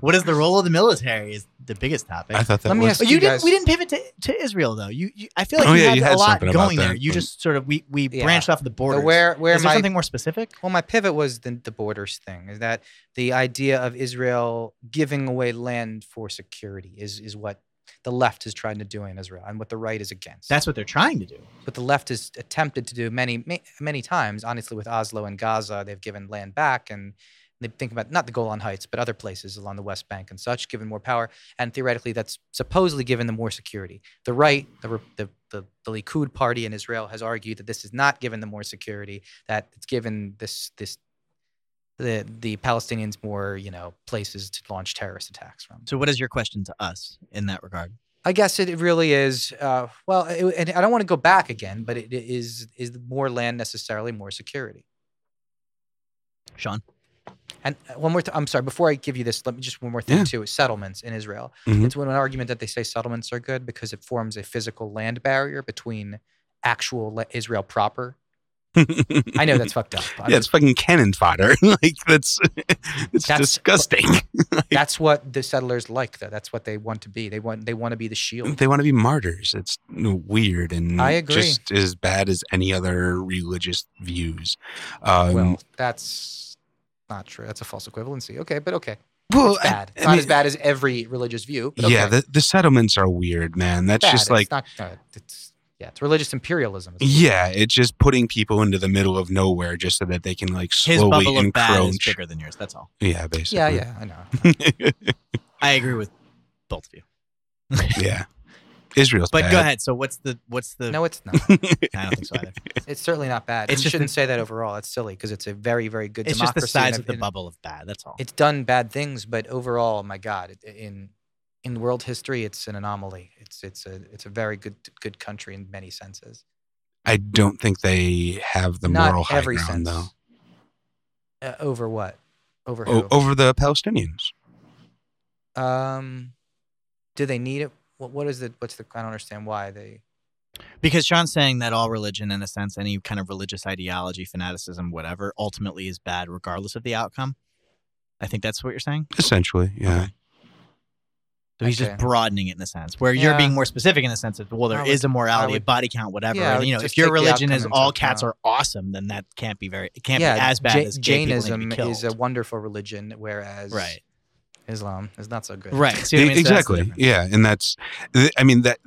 Speaker 1: what is the role of the military is the biggest topic.
Speaker 4: I thought that
Speaker 2: Let me
Speaker 4: was
Speaker 2: ask
Speaker 1: But you
Speaker 2: you
Speaker 1: didn't.
Speaker 2: guys-
Speaker 1: We didn't pivot to, to Israel though. You, you, I feel like
Speaker 4: Oh,
Speaker 1: you,
Speaker 4: yeah,
Speaker 1: had
Speaker 4: you had
Speaker 1: a lot
Speaker 4: something about
Speaker 1: going there.
Speaker 4: that,
Speaker 1: You
Speaker 4: but-
Speaker 1: just sort of we we
Speaker 2: Yeah.
Speaker 1: branched off the
Speaker 2: But
Speaker 1: borders.
Speaker 2: where where
Speaker 1: Is there
Speaker 2: my
Speaker 1: something more specific?
Speaker 2: well my pivot was the, the borders thing is that the idea of Israel giving away land for security is is what the left is trying to do in Israel and what the right is against.
Speaker 1: That's what they're trying to do.
Speaker 2: what the left has attempted to do many ma- many times. Honestly, with Oslo and Gaza, they've given land back and they think about not the Golan Heights, but other places along the West Bank and such, given more power. And theoretically, that's supposedly given them more security. The right, the, re- the, the, the Likud party in Israel, has argued that this is not given them more security, that it's given this, this the, the Palestinians more you know places to launch terrorist attacks from.
Speaker 1: So what is your question to us in that regard?
Speaker 2: I guess it really is. Uh, well, it, and I don't want to go back again, but it is is more land necessarily more security.
Speaker 1: Sean?
Speaker 2: And uh, one more, th- I'm sorry. Before I give you this, let me just one more thing
Speaker 4: Yeah.
Speaker 2: too. Is settlements in Israel?
Speaker 4: Mhm.
Speaker 2: It's one an argument that they say settlements are good because it forms a physical land barrier between actual le- Israel proper. I know that's fucked up. I
Speaker 4: yeah,
Speaker 2: mean,
Speaker 4: it's fucking cannon fodder. like that's it's
Speaker 2: That's-
Speaker 4: disgusting.
Speaker 2: that's what the settlers like, though. That's what they want to be. They want they want to be the shield.
Speaker 4: Mm, they want to be martyrs. It's weird and
Speaker 2: I agree.
Speaker 4: just as bad as any other religious views. Um,
Speaker 2: well, that's not true. That's a false equivalency. Okay, but okay.
Speaker 4: well,
Speaker 2: It's bad.
Speaker 4: I-
Speaker 2: It's
Speaker 4: I
Speaker 2: not
Speaker 4: mean,
Speaker 2: as bad as every religious view. But
Speaker 4: Yeah,
Speaker 2: okay.
Speaker 4: the, the settlements are weird, man. That's
Speaker 2: bad.
Speaker 4: just like
Speaker 2: it's not good. It's yeah, it's religious imperialism. is-
Speaker 4: yeah, it's just putting people into the middle of nowhere just so that they can like
Speaker 1: His
Speaker 4: slowly
Speaker 1: bubble of bad is
Speaker 4: encroach.
Speaker 1: bigger than yours. That's all.
Speaker 4: Yeah,
Speaker 2: yeah,
Speaker 4: basically.
Speaker 2: yeah. I know.
Speaker 4: yeah,
Speaker 1: I agree with both of you.
Speaker 4: Israel's
Speaker 1: But
Speaker 4: bad.
Speaker 1: go ahead. So what's the what's the?
Speaker 2: No, it's not.
Speaker 1: I don't think so either.
Speaker 2: It's certainly not bad.
Speaker 1: It's
Speaker 2: It's you
Speaker 1: just
Speaker 2: shouldn't say that overall. It's silly because it's a very, very good
Speaker 1: It's just
Speaker 2: democracy.
Speaker 1: the size
Speaker 2: and
Speaker 1: of the
Speaker 2: it-
Speaker 1: bubble of bad. That's all.
Speaker 2: It's done bad things, but overall, my God, it- in in world history, it's an anomaly. It's it's a it's a very good good country in many senses.
Speaker 4: I don't think they have the
Speaker 2: not
Speaker 4: moral high
Speaker 2: every
Speaker 4: ground
Speaker 2: sense.
Speaker 4: though.
Speaker 2: Uh, over what? Over
Speaker 4: O-
Speaker 2: who?
Speaker 4: over the Palestinians.
Speaker 2: Um, do they need it? What what is the what's the I don't understand why they.
Speaker 1: Because Sean's saying that all religion, in a sense, any kind of religious ideology, fanaticism, whatever, ultimately is bad regardless of the outcome. I think that's what you're saying.
Speaker 4: Essentially, yeah.
Speaker 1: So he's
Speaker 2: Okay.
Speaker 1: just broadening it in a sense, where you're
Speaker 2: Yeah.
Speaker 1: being more specific in a sense of well,
Speaker 2: I
Speaker 1: there
Speaker 2: would-
Speaker 1: is a morality, a
Speaker 2: I would-
Speaker 1: body count, whatever.
Speaker 2: Yeah, I
Speaker 1: and,
Speaker 2: would
Speaker 1: you know,
Speaker 2: just
Speaker 1: if your
Speaker 2: take the
Speaker 1: religion
Speaker 2: outcome
Speaker 1: is
Speaker 2: into
Speaker 1: all
Speaker 2: account.
Speaker 1: cats are awesome, then that can't be very, it can't be as bad
Speaker 2: Ja-
Speaker 1: as gay people need to be
Speaker 2: Jainism is a
Speaker 1: killed.
Speaker 2: wonderful religion, whereas
Speaker 1: right,
Speaker 2: Islam is not so good.
Speaker 1: right, See what I mean? So that's the
Speaker 4: E, exactly
Speaker 1: difference.
Speaker 4: yeah and that's th- i mean that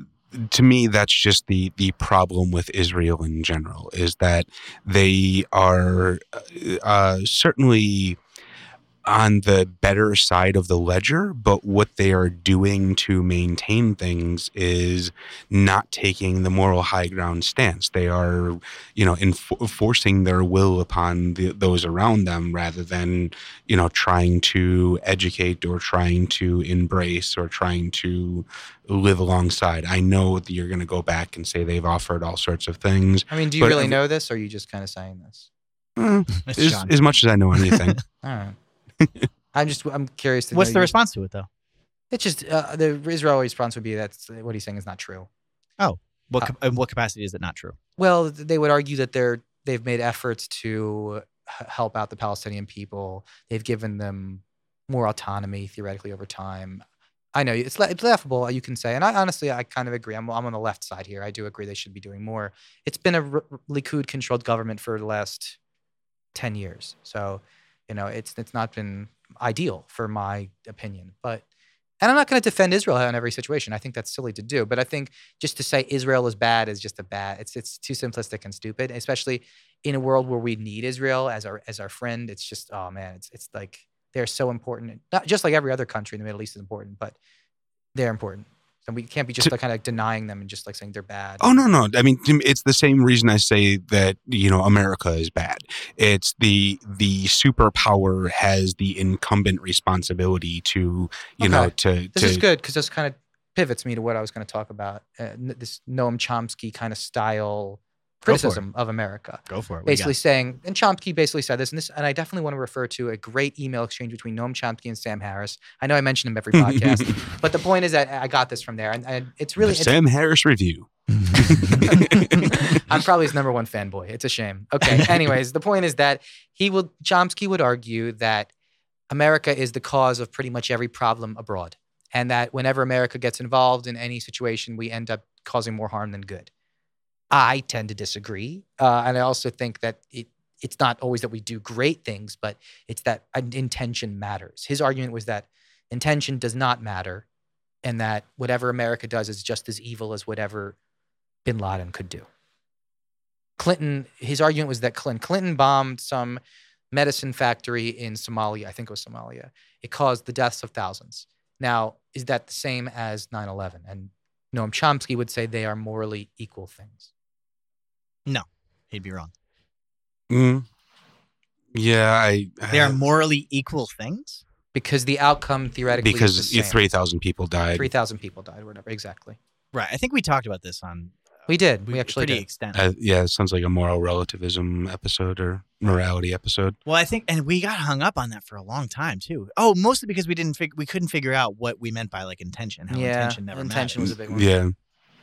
Speaker 4: to me that's just the the problem with israel in general is that they are uh, certainly on the better side of the ledger but what they are doing to maintain things is not taking the moral high ground stance they are you know enfor- forcing their will upon the, those around them rather than you know trying to educate or trying to embrace or trying to live alongside i know that you're going to go back and say they've offered all sorts of things
Speaker 2: I mean, do you
Speaker 4: But
Speaker 2: really
Speaker 4: if-
Speaker 2: know this, or are you just kind of saying this?
Speaker 4: Eh,
Speaker 1: It's
Speaker 4: as,
Speaker 1: Sean.
Speaker 4: as much as i know anything
Speaker 2: All right. I'm just I'm curious. To
Speaker 1: What's
Speaker 2: know
Speaker 1: the
Speaker 2: you-
Speaker 1: response to it though?
Speaker 2: It's just uh, the Israeli response would be that's what he's saying is not true.
Speaker 1: What
Speaker 2: Uh,
Speaker 1: cap- in what capacity is it not true?
Speaker 2: Well, th- they would argue that they're they've made efforts to h- help out the Palestinian people. They've given them more autonomy theoretically over time. I know it's la- it's laughable. You can say, and I honestly I kind of agree. I'm I'm on the left side here. I do agree they should be doing more. It's been a r- r- Likud-controlled government for the last ten years, so you know it's it's not been ideal for my opinion, but. And I'm not going to defend Israel in every situation. I think that's silly to do. But I think just to say Israel is bad is just a bad. It's it's too simplistic and stupid, especially in a world where we need Israel as our as our friend. It's just oh man, it's it's like they're so important. Not just like every other country in the Middle East is important, but they're important. And we can't be just
Speaker 4: To-
Speaker 2: like kind of like denying them and just like saying they're bad.
Speaker 4: Oh no, no. I mean, to me, it's the same reason I say that you know America is bad. It's the the superpower has the incumbent responsibility to you
Speaker 2: Okay.
Speaker 4: know to
Speaker 2: This
Speaker 4: to
Speaker 2: is good because this kind of pivots me to what I was going to talk about. Uh, n- this Noam Chomsky kind of style
Speaker 1: Go for it.
Speaker 2: criticism of America.
Speaker 1: Go for it. What do you
Speaker 2: basically saying, and Chomsky basically said this, and this, and I definitely want to refer to a great email exchange between Noam Chomsky and Sam Harris. I know I mention him every podcast, but the point is that I got this from there, and, and it's really,
Speaker 4: the Sam Harris review.
Speaker 1: got?
Speaker 2: I'm probably his number one fanboy. It's a shame. Okay. Anyways, the point is that he will, Chomsky would argue that America is the cause of pretty much every problem abroad. and that whenever America gets involved in any situation, we end up causing more harm than good. I tend to disagree, uh, and I also think that it it's not always that we do great things, but it's that an intention matters. His argument was that intention does not matter, and that whatever America does is just as evil as whatever Bin Laden could do. Clinton, his argument was that Clinton Clinton bombed some medicine factory in Somalia. I think it was Somalia. It caused the deaths of thousands. Now, is that the same as 9 11? And Noam Chomsky would say they are morally equal things.
Speaker 1: He'd be wrong.
Speaker 4: Mm. Yeah, I.
Speaker 1: They are
Speaker 4: uh,
Speaker 1: morally equal things.
Speaker 2: Because the outcome theoretically is
Speaker 4: because
Speaker 2: the same.
Speaker 4: three thousand people died.
Speaker 2: 3,000 people died or whatever. Exactly.
Speaker 1: Right. I think we talked about this on
Speaker 2: We did. We, actually
Speaker 1: pretty
Speaker 2: did.
Speaker 1: extent.
Speaker 4: Uh, yeah, it sounds like a moral relativism episode or morality episode.
Speaker 1: well, I think, and we got hung up on that for a long time too. Oh, mostly because we didn't fig- we couldn't figure out what we meant by like intention. How
Speaker 2: yeah.
Speaker 1: intention never
Speaker 2: intention was a big one.
Speaker 4: Yeah,
Speaker 1: matters.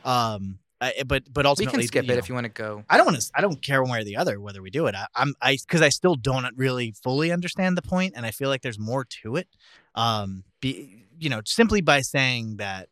Speaker 1: Um, I, but but
Speaker 2: We
Speaker 1: ultimately
Speaker 2: can skip
Speaker 1: you
Speaker 2: it
Speaker 1: know,
Speaker 2: if you want to go.
Speaker 1: I don't want to. I don't care one way or the other whether we do it. I, I'm I because I still don't really fully understand the point, and I feel like there's more to it. Um, be you know simply by saying that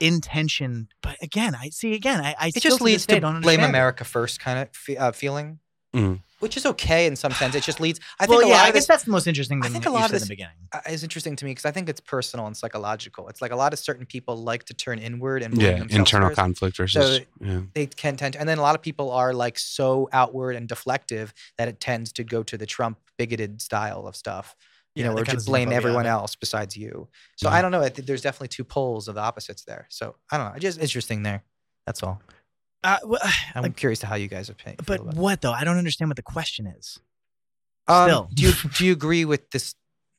Speaker 1: intention, but again, I see again, I, I
Speaker 2: It
Speaker 1: still
Speaker 2: just
Speaker 1: to this
Speaker 2: leads
Speaker 1: day
Speaker 2: to
Speaker 1: don't
Speaker 2: blame
Speaker 1: understand it.
Speaker 2: America first kind of fe- uh, feeling,
Speaker 4: Mm.
Speaker 2: which is okay in some sense. It just leads. I think
Speaker 1: Well,
Speaker 2: a
Speaker 1: yeah,
Speaker 2: lot
Speaker 1: I
Speaker 2: of
Speaker 1: guess
Speaker 2: this
Speaker 1: that's the most interesting
Speaker 2: I
Speaker 1: thing
Speaker 2: think
Speaker 1: that
Speaker 2: a
Speaker 1: you
Speaker 2: lot of
Speaker 1: said in
Speaker 2: this-
Speaker 1: the beginning.
Speaker 2: uh, is interesting to me because I think it's personal and psychological. It's like a lot of certain people like to turn inward and blame
Speaker 4: yeah.
Speaker 2: themselves
Speaker 4: Internal
Speaker 2: first.
Speaker 4: conflict versus
Speaker 2: So-
Speaker 4: yeah.
Speaker 2: they can tend to, and then a lot of people are like so outward and deflective that it tends to go to the Trump bigoted style of stuff, you
Speaker 1: Yeah,
Speaker 2: know,
Speaker 1: they
Speaker 2: or
Speaker 1: kinda
Speaker 2: just
Speaker 1: zoom
Speaker 2: blame
Speaker 1: up, yeah.
Speaker 2: everyone else besides you. So
Speaker 4: Yeah.
Speaker 2: I don't know. I think there's definitely two poles of the opposites there. So I don't know. Just interesting there. That's all.
Speaker 1: Uh, well,
Speaker 2: I'm
Speaker 1: like,
Speaker 2: curious to how you guys are paying.
Speaker 1: but what though? I don't understand what the question is still.
Speaker 2: Um, do you do you agree with this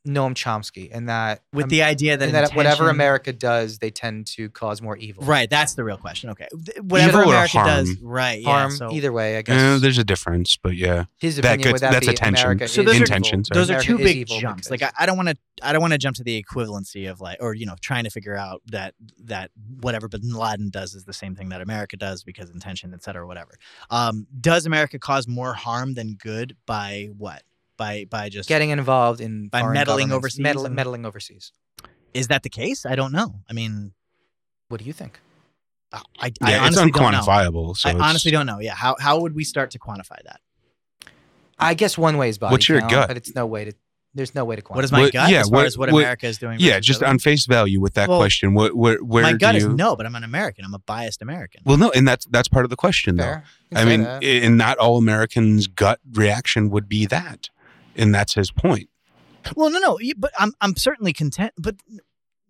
Speaker 2: Noam Chomsky and that
Speaker 1: with
Speaker 2: um,
Speaker 1: the idea that,
Speaker 2: and that whatever
Speaker 1: intention-
Speaker 2: America does, they tend to cause more evil,
Speaker 1: right? That's the real question. Okay, Th- whatever
Speaker 4: Evil or
Speaker 1: America does,
Speaker 4: harm?
Speaker 1: right? yeah,
Speaker 2: Harm
Speaker 1: so-
Speaker 2: either way, I guess.
Speaker 4: Eh, there's a difference, but yeah,
Speaker 2: his
Speaker 4: That
Speaker 2: opinion
Speaker 4: gets-
Speaker 2: would that
Speaker 4: that's
Speaker 2: be
Speaker 4: attention.
Speaker 2: America
Speaker 1: So
Speaker 2: is
Speaker 1: those are-
Speaker 4: Intention,
Speaker 2: evil.
Speaker 4: sorry.
Speaker 1: those are
Speaker 2: America
Speaker 1: two
Speaker 2: is
Speaker 1: big
Speaker 2: evil
Speaker 1: jumps. Like
Speaker 2: because-
Speaker 1: I, I don't want to I don't want to jump to the equivalency of like or you know trying to figure out that that whatever Bin Laden does is the same thing that America does because intention et cetera whatever. Um, does America cause more harm than good by what? By by just
Speaker 2: getting involved in
Speaker 1: By
Speaker 2: foreign
Speaker 1: meddling
Speaker 2: governments,
Speaker 1: overseas
Speaker 2: meddl-
Speaker 1: and-
Speaker 2: meddling overseas.
Speaker 1: is that the case? I don't know. I mean,
Speaker 2: What do you think?
Speaker 1: I, I
Speaker 4: yeah it's
Speaker 1: honestly don't know.
Speaker 4: unquantifiable. So
Speaker 1: I
Speaker 4: it's-
Speaker 1: honestly don't know. Yeah, how how would we start to quantify that?
Speaker 2: I guess one way is body
Speaker 4: What's your
Speaker 2: count,
Speaker 4: gut?
Speaker 2: but it's no way to. There's no way to quantify.
Speaker 1: What is my
Speaker 4: What-
Speaker 1: gut
Speaker 4: yeah,
Speaker 1: as far
Speaker 4: what-
Speaker 1: as what,
Speaker 4: what-
Speaker 1: America is doing?
Speaker 4: Yeah,
Speaker 1: versus
Speaker 4: just
Speaker 1: other-
Speaker 4: on face value with that
Speaker 1: Well,
Speaker 4: question. What where where
Speaker 1: my
Speaker 4: do
Speaker 1: gut is
Speaker 4: you-
Speaker 1: no, but I'm an American. I'm a biased American.
Speaker 4: Well, no, and that's that's part of the question, though.
Speaker 2: Fair. You
Speaker 4: I
Speaker 2: can say
Speaker 4: mean,
Speaker 2: that.
Speaker 4: i- and not all Americans' gut reaction would be that, and that's his point.
Speaker 1: Well, no, no, you- but I'm I'm certainly content. But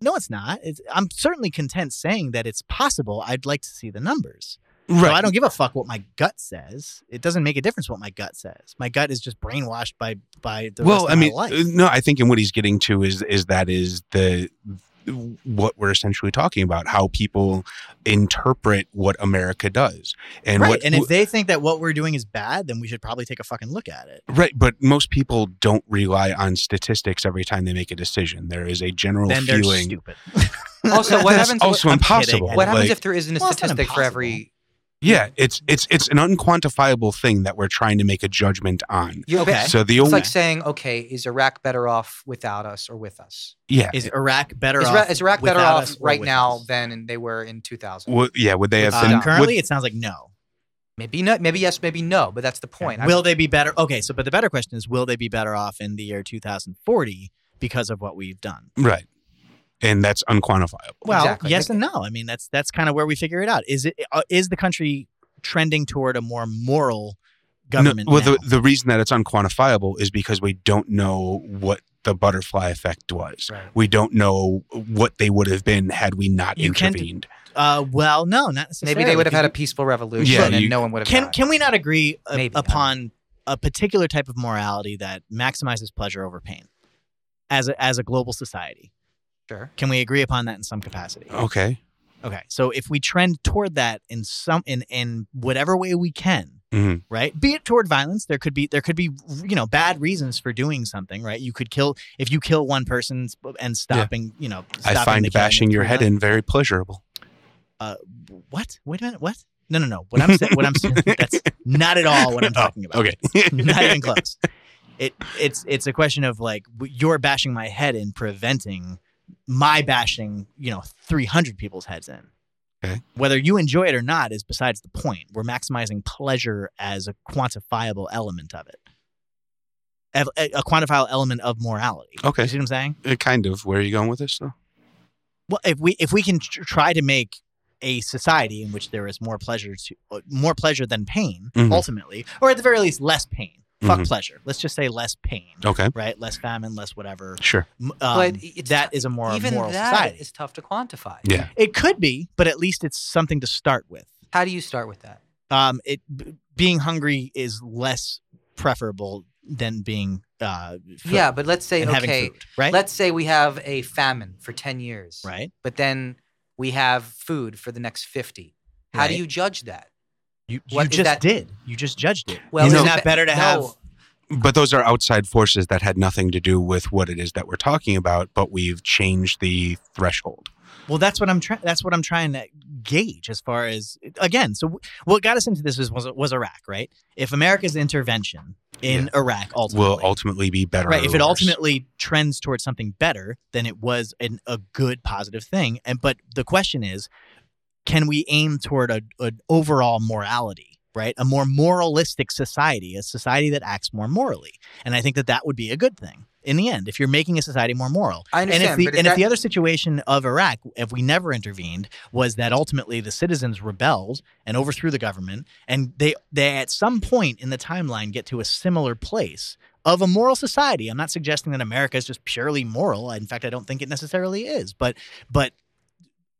Speaker 1: no, it's not. It's, I'm certainly content saying that it's possible. I'd like to see the numbers. So I don't give a fuck what my gut says. It doesn't make a difference what my gut says. My gut is just brainwashed by by the
Speaker 4: well,
Speaker 1: rest
Speaker 4: I
Speaker 1: of
Speaker 4: mean,
Speaker 1: my life.
Speaker 4: uh, no, I think, and what he's getting to is is that is the what we're essentially talking about, how people interpret what America does, and
Speaker 1: right,
Speaker 4: what
Speaker 1: and if they think that what we're doing is bad, then we should probably take a fucking look at it.
Speaker 4: Right, but most people don't rely on statistics every time they make a decision. There is a general
Speaker 1: then they're
Speaker 4: feeling.
Speaker 1: stupid.
Speaker 2: also, what
Speaker 4: That's
Speaker 2: happens?
Speaker 4: also
Speaker 1: I'm kidding.
Speaker 4: impossible.
Speaker 2: what happens
Speaker 4: Like,
Speaker 2: if there isn't a
Speaker 1: Well, it's not
Speaker 2: statistic for every?
Speaker 4: yeah, it's it's it's an unquantifiable thing that we're trying to make a judgment on.
Speaker 2: You're
Speaker 1: Okay.
Speaker 2: ba-
Speaker 4: So the
Speaker 2: It's
Speaker 4: only
Speaker 2: like saying, okay, is Iraq better off without us or with us?
Speaker 4: yeah,
Speaker 1: Is Iraq better
Speaker 2: Is, Ra-
Speaker 1: off?
Speaker 2: is Iraq better
Speaker 1: without
Speaker 2: off
Speaker 1: us or
Speaker 2: right
Speaker 1: with
Speaker 2: now
Speaker 1: us?
Speaker 2: than they were in 2000?
Speaker 4: Would- yeah, would they have
Speaker 2: Uh,
Speaker 1: Um,
Speaker 4: been
Speaker 2: Then-
Speaker 1: currently,
Speaker 4: would-
Speaker 1: it sounds like no.
Speaker 2: maybe not. Maybe yes. Maybe no. But that's the point. I-
Speaker 1: Will they be better? Okay, so but the better question is, will they be better off in the year 2040 because of what we've done?
Speaker 4: right? And that's unquantifiable.
Speaker 1: Well,
Speaker 2: Exactly.
Speaker 1: yes and no. I mean, that's that's kind of where we figure it out. Is it uh, is the country trending toward a more moral
Speaker 4: No,
Speaker 1: government?
Speaker 4: well, the
Speaker 1: now?
Speaker 4: the reason that it's unquantifiable is because we don't know what the butterfly effect was.
Speaker 2: Right.
Speaker 4: We don't know what they would have been had we not
Speaker 1: You can't-
Speaker 4: intervened.
Speaker 1: uh, well, no, not necessarily.
Speaker 2: maybe they would have had a
Speaker 1: because
Speaker 2: peaceful revolution
Speaker 4: Yeah,
Speaker 2: and
Speaker 4: you-
Speaker 2: no one would have.
Speaker 1: Can
Speaker 2: died.
Speaker 1: can we not agree uh,
Speaker 2: Maybe, I don't
Speaker 1: upon a particular type of morality that maximizes pleasure over pain as a, as a global society?
Speaker 2: sure.
Speaker 1: Can we agree upon that in some capacity?
Speaker 4: Okay.
Speaker 1: Okay, so if we trend toward that in some in in whatever way we can,
Speaker 4: Mhm.
Speaker 1: right? Be it toward violence, there could be there could be you know bad reasons for doing something, right? You could kill if you kill one person and stopping you know. Stopping
Speaker 4: I
Speaker 1: the
Speaker 4: find
Speaker 1: killing
Speaker 4: bashing
Speaker 1: of
Speaker 4: your
Speaker 1: three
Speaker 4: head
Speaker 1: others.
Speaker 4: in very pleasurable.
Speaker 1: What? Wait a minute. What? No, no, no. What I'm saying, what I'm saying, that's not at all what I'm talking about.
Speaker 4: Oh, Okay.
Speaker 1: not even close. It it's it's a question of like w- you're bashing my head in preventing my bashing, you know, 300 people's heads in.
Speaker 4: Okay.
Speaker 1: Whether you enjoy it or not is besides the point. We're maximizing pleasure as a quantifiable element of it, Ev- e, a, a quantifiable element of morality.
Speaker 4: Okay.
Speaker 1: You see what I'm saying?
Speaker 4: Uh, kind of. Where are you going with this, though?
Speaker 1: well if we if we can tr- try to make a society in which there is more pleasure to uh, more pleasure than pain
Speaker 4: Mhm.
Speaker 1: ultimately or at the very least less pain fuck
Speaker 4: Mhm.
Speaker 1: pleasure let's just say less pain
Speaker 4: Okay.
Speaker 1: right less famine less whatever
Speaker 4: Sure.
Speaker 1: M- um,
Speaker 2: But it's-
Speaker 1: that is a more
Speaker 2: Even
Speaker 1: moral
Speaker 2: that
Speaker 1: society
Speaker 2: is tough to quantify.
Speaker 4: Yeah.
Speaker 1: it could be but at least it's something to start with
Speaker 2: How do you start with that?
Speaker 1: um it b- being hungry is less preferable than being uh full
Speaker 2: Yeah, but let's say
Speaker 1: and having
Speaker 2: okay,
Speaker 1: food right
Speaker 2: let's say we have a famine for 10 years.
Speaker 1: right
Speaker 2: But then we have food for the next 50. How do
Speaker 1: Right.
Speaker 2: you judge that?
Speaker 1: you, you
Speaker 2: what is
Speaker 1: just
Speaker 2: that-
Speaker 1: did you just judged it
Speaker 2: Well,
Speaker 1: is
Speaker 4: know-
Speaker 1: it not better to have
Speaker 2: No,
Speaker 4: But those are outside forces that had nothing to do with what it is that we're talking about, but we've changed the threshold.
Speaker 1: Well, that's what I'm trying. That's what I'm trying to gauge as far as again. So, w- what got us into this was was, was Iraq, right? If America's intervention in Iraq ultimately,
Speaker 4: Will ultimately be better.
Speaker 1: right,
Speaker 4: or
Speaker 1: if it
Speaker 4: worse.
Speaker 1: ultimately trends towards something better, then it was an, a good positive thing. And but the question is, can we aim toward a, an overall morality, right? A more moralistic society, a society that acts more morally. And I think that that would be a good thing in the end. If you're making a society more moral,
Speaker 2: I
Speaker 1: and
Speaker 2: understand.
Speaker 1: if the
Speaker 2: but
Speaker 1: and
Speaker 2: that,
Speaker 1: if the other situation of Iraq, if we never intervened, was that ultimately the citizens rebelled and overthrew the government, and they they at some point in the timeline get to a similar place of a moral society. I'm not suggesting that America is just purely moral. In fact, I don't think it necessarily is. But but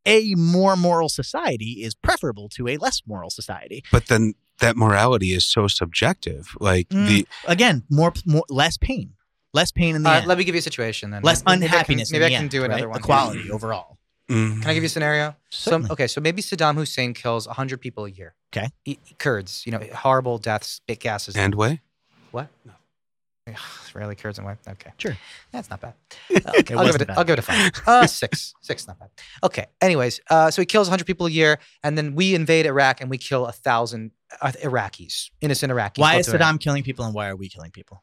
Speaker 1: a more moral society is preferable to a less moral society.
Speaker 4: But then that morality is so subjective. Like
Speaker 1: Mm.
Speaker 4: the
Speaker 1: Again, more, more less pain, less pain in the
Speaker 2: uh,
Speaker 1: end,
Speaker 2: let me give you a situation then.
Speaker 1: less
Speaker 2: Maybe I can-
Speaker 1: unhappiness.
Speaker 2: Maybe I
Speaker 1: in
Speaker 2: can,
Speaker 1: the end,
Speaker 2: do another
Speaker 1: right?
Speaker 2: one.
Speaker 1: Equality overall.
Speaker 4: mm,
Speaker 2: Can I give you a scenario? So,
Speaker 1: Certainly.
Speaker 2: okay, so maybe Saddam Hussein kills 100 people a year.
Speaker 1: Okay.
Speaker 2: E- Kurds, you know, horrible deaths, spit gases.
Speaker 4: and way?
Speaker 2: what? No. Israeli Kurds and what? Okay.
Speaker 1: Sure.
Speaker 2: That's not bad. I'll, give
Speaker 1: wasn't
Speaker 2: it a,
Speaker 1: bad.
Speaker 2: I'll give it a five. Uh, six. Six, not bad. Okay. Anyways, uh, so he kills 100 people a year, and then we invade Iraq and we kill 1,000 uh, Iraqis, innocent Iraqis.
Speaker 1: Why
Speaker 2: go
Speaker 1: is
Speaker 2: to Iraq.
Speaker 1: Saddam killing people, and why are we killing people?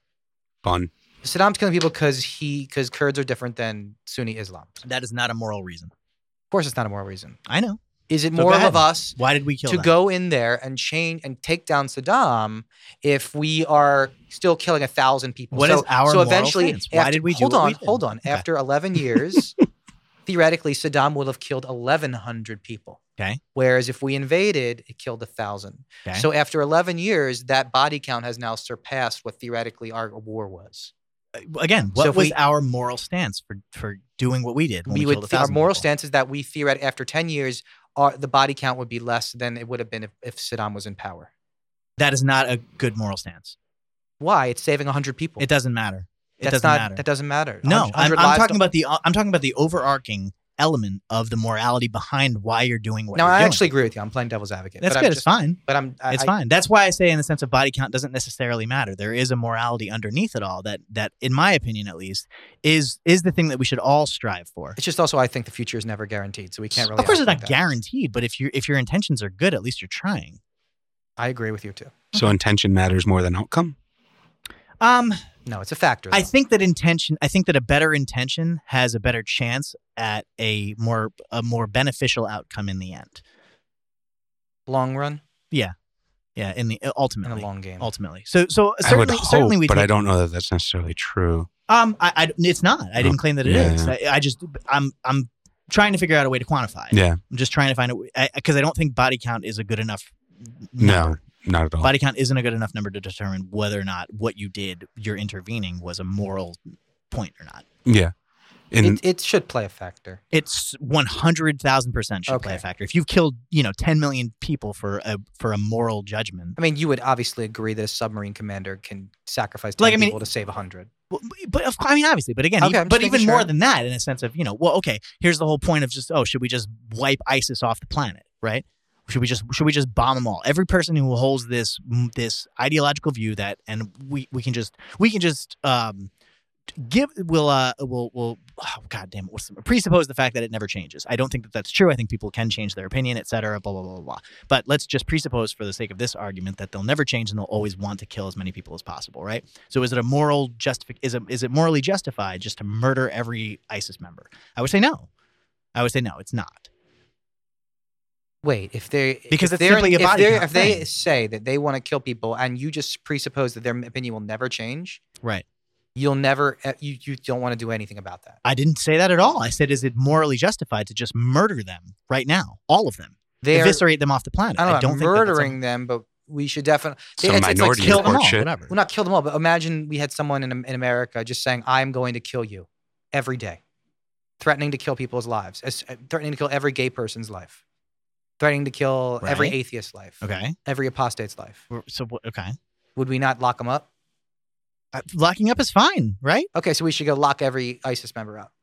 Speaker 4: Fun.
Speaker 2: Saddam's killing people because he because Kurds are different than Sunni Islam. Of
Speaker 1: That is not a moral reason.
Speaker 2: course, it's not a moral reason.
Speaker 1: I know.
Speaker 2: Is it
Speaker 1: So go
Speaker 2: moral
Speaker 1: ahead.
Speaker 2: of us
Speaker 1: Why did we kill
Speaker 2: to
Speaker 1: them?
Speaker 2: go in there and change and take down Saddam if we are still killing a thousand people.
Speaker 1: What
Speaker 2: so,
Speaker 1: is our
Speaker 2: so
Speaker 1: moral
Speaker 2: eventually?
Speaker 1: stance? Why
Speaker 2: after-
Speaker 1: did we do
Speaker 2: Hold
Speaker 1: what
Speaker 2: on,
Speaker 1: we did?
Speaker 2: hold on.
Speaker 1: Okay.
Speaker 2: After eleven years, theoretically, Saddam would have killed eleven hundred people.
Speaker 1: Okay.
Speaker 2: Whereas if we invaded, it killed a thousand.
Speaker 1: Okay.
Speaker 2: So after eleven years, that body count has now surpassed what theoretically our war was.
Speaker 1: Again, what
Speaker 2: So if
Speaker 1: was
Speaker 2: we-
Speaker 1: our moral stance for for doing what we did? When we,
Speaker 2: would
Speaker 1: killed a
Speaker 2: thi- our
Speaker 1: thousand
Speaker 2: moral
Speaker 1: people?
Speaker 2: stance is that we theoretically after ten years, our, the body count would be less than it would have been if, if Saddam was in power.
Speaker 1: That is not a good moral stance.
Speaker 2: Why? It's saving hundred people.
Speaker 1: It doesn't matter. It
Speaker 2: That's
Speaker 1: doesn't
Speaker 2: not
Speaker 1: matter.
Speaker 2: that doesn't matter.
Speaker 1: no,
Speaker 2: 100
Speaker 1: I'm, I'm
Speaker 2: lives
Speaker 1: talking
Speaker 2: don't-
Speaker 1: about the I'm talking about the overarching element of the morality behind why you're doing what
Speaker 2: No,
Speaker 1: you're
Speaker 2: I
Speaker 1: doing.
Speaker 2: actually agree with you. I'm playing devil's advocate.
Speaker 1: that's
Speaker 2: but
Speaker 1: good.
Speaker 2: I'm
Speaker 1: it's
Speaker 2: just-
Speaker 1: fine.
Speaker 2: But I'm I,
Speaker 1: It's
Speaker 2: I-
Speaker 1: fine. That's why I say, in the sense of body count, doesn't necessarily matter. There is a morality underneath it all that, that in my opinion, at least, is is the thing that we should all strive for.
Speaker 2: It's just also I think the future is never guaranteed, so we
Speaker 4: Oh,
Speaker 2: can't really.
Speaker 1: of course, it's
Speaker 2: act
Speaker 1: not
Speaker 2: like that.
Speaker 1: guaranteed, but if you if your intentions are good, at least you're trying.
Speaker 2: I agree with you too.
Speaker 4: So intention matters more than outcome.
Speaker 1: Um,
Speaker 2: No, it's a factor.
Speaker 1: I
Speaker 2: though.
Speaker 1: think that intention. I think that a better intention has a better chance at a more a more beneficial outcome in the end.
Speaker 2: long run
Speaker 1: Yeah, in the
Speaker 2: and a
Speaker 1: ultimately,
Speaker 2: long game.
Speaker 1: ultimately. So so
Speaker 4: I would
Speaker 1: certainly
Speaker 4: hope,
Speaker 1: certainly we
Speaker 4: but I
Speaker 1: take-
Speaker 4: don't know that that's necessarily true.
Speaker 1: um I, I it's not. I didn't claim that it
Speaker 4: Oh, Yeah,
Speaker 1: is. I, I just I'm I'm trying to figure out a way to quantify it.
Speaker 4: Yeah.
Speaker 1: I'm just trying to find a because I, don't think body count is a good enough.
Speaker 4: No,
Speaker 1: number.
Speaker 4: not at all.
Speaker 1: body count isn't a good enough number to determine whether or not what you did, your intervening, was a moral point or not.
Speaker 4: yeah. In,
Speaker 2: It, it should play a factor.
Speaker 1: It's one hundred thousand percent should play a
Speaker 2: Okay.
Speaker 1: factor. If you've killed, you know, ten million people for a for a moral judgment,
Speaker 2: I mean, you would obviously agree that a submarine commander can sacrifice 10
Speaker 1: Like, I mean-
Speaker 2: people to save 100.
Speaker 1: Well, but of course, I mean, obviously, but again,
Speaker 2: Okay,
Speaker 1: even-
Speaker 2: I'm just
Speaker 1: but
Speaker 2: making
Speaker 1: even more
Speaker 2: sure.
Speaker 1: than that, in a sense of you know, well, okay, here's the whole point of just oh, should we just wipe ISIS off the planet, right? Should we just should we just bomb them all? Every person who holds this this ideological view that, and we we can just we can just um give will uh will will oh, god damn it what's the, presuppose the fact that it never changes i don't think that that's true i think people can change their opinion etc blah blah blah blah blah but let's just presuppose for the sake of this argument that they'll never change and they'll always want to kill as many people as possible right so is it a moral justific is it is it morally justified just to murder every isis member i would say no i would say no it's not
Speaker 2: Wait, if they
Speaker 1: Because
Speaker 2: if
Speaker 1: it's
Speaker 2: they're-
Speaker 1: simply a
Speaker 2: if,
Speaker 1: body
Speaker 2: they're-
Speaker 1: count
Speaker 2: if they
Speaker 1: thing.
Speaker 2: say that they want to kill people and you just presuppose that their opinion will never change,
Speaker 1: right
Speaker 2: you'll never eh, you you don't want to do anything about that.
Speaker 1: i didn't say that at all i said is it morally justified to just murder them right now all of them
Speaker 2: They are
Speaker 1: eviscerate them off the planet
Speaker 2: I don't know,
Speaker 1: don't think that that's a-
Speaker 2: murdering them, but we should definitely
Speaker 4: Some
Speaker 2: it's, it's like
Speaker 4: minority
Speaker 2: kill
Speaker 1: them
Speaker 2: them
Speaker 1: all,
Speaker 4: report shit.
Speaker 1: whatever
Speaker 2: well not kill them all, but imagine we had someone in in America just saying I'm going to kill you every day, threatening to kill people's lives, as- eh, threatening to kill every gay person's life, threatening to kill every
Speaker 1: Right.
Speaker 2: atheist's life,
Speaker 1: okay
Speaker 2: every apostate's life.
Speaker 1: We're- so what- okay
Speaker 2: Would we not lock them up?
Speaker 1: Uh, locking up is fine right
Speaker 2: Okay, so we should go lock every ISIS member up.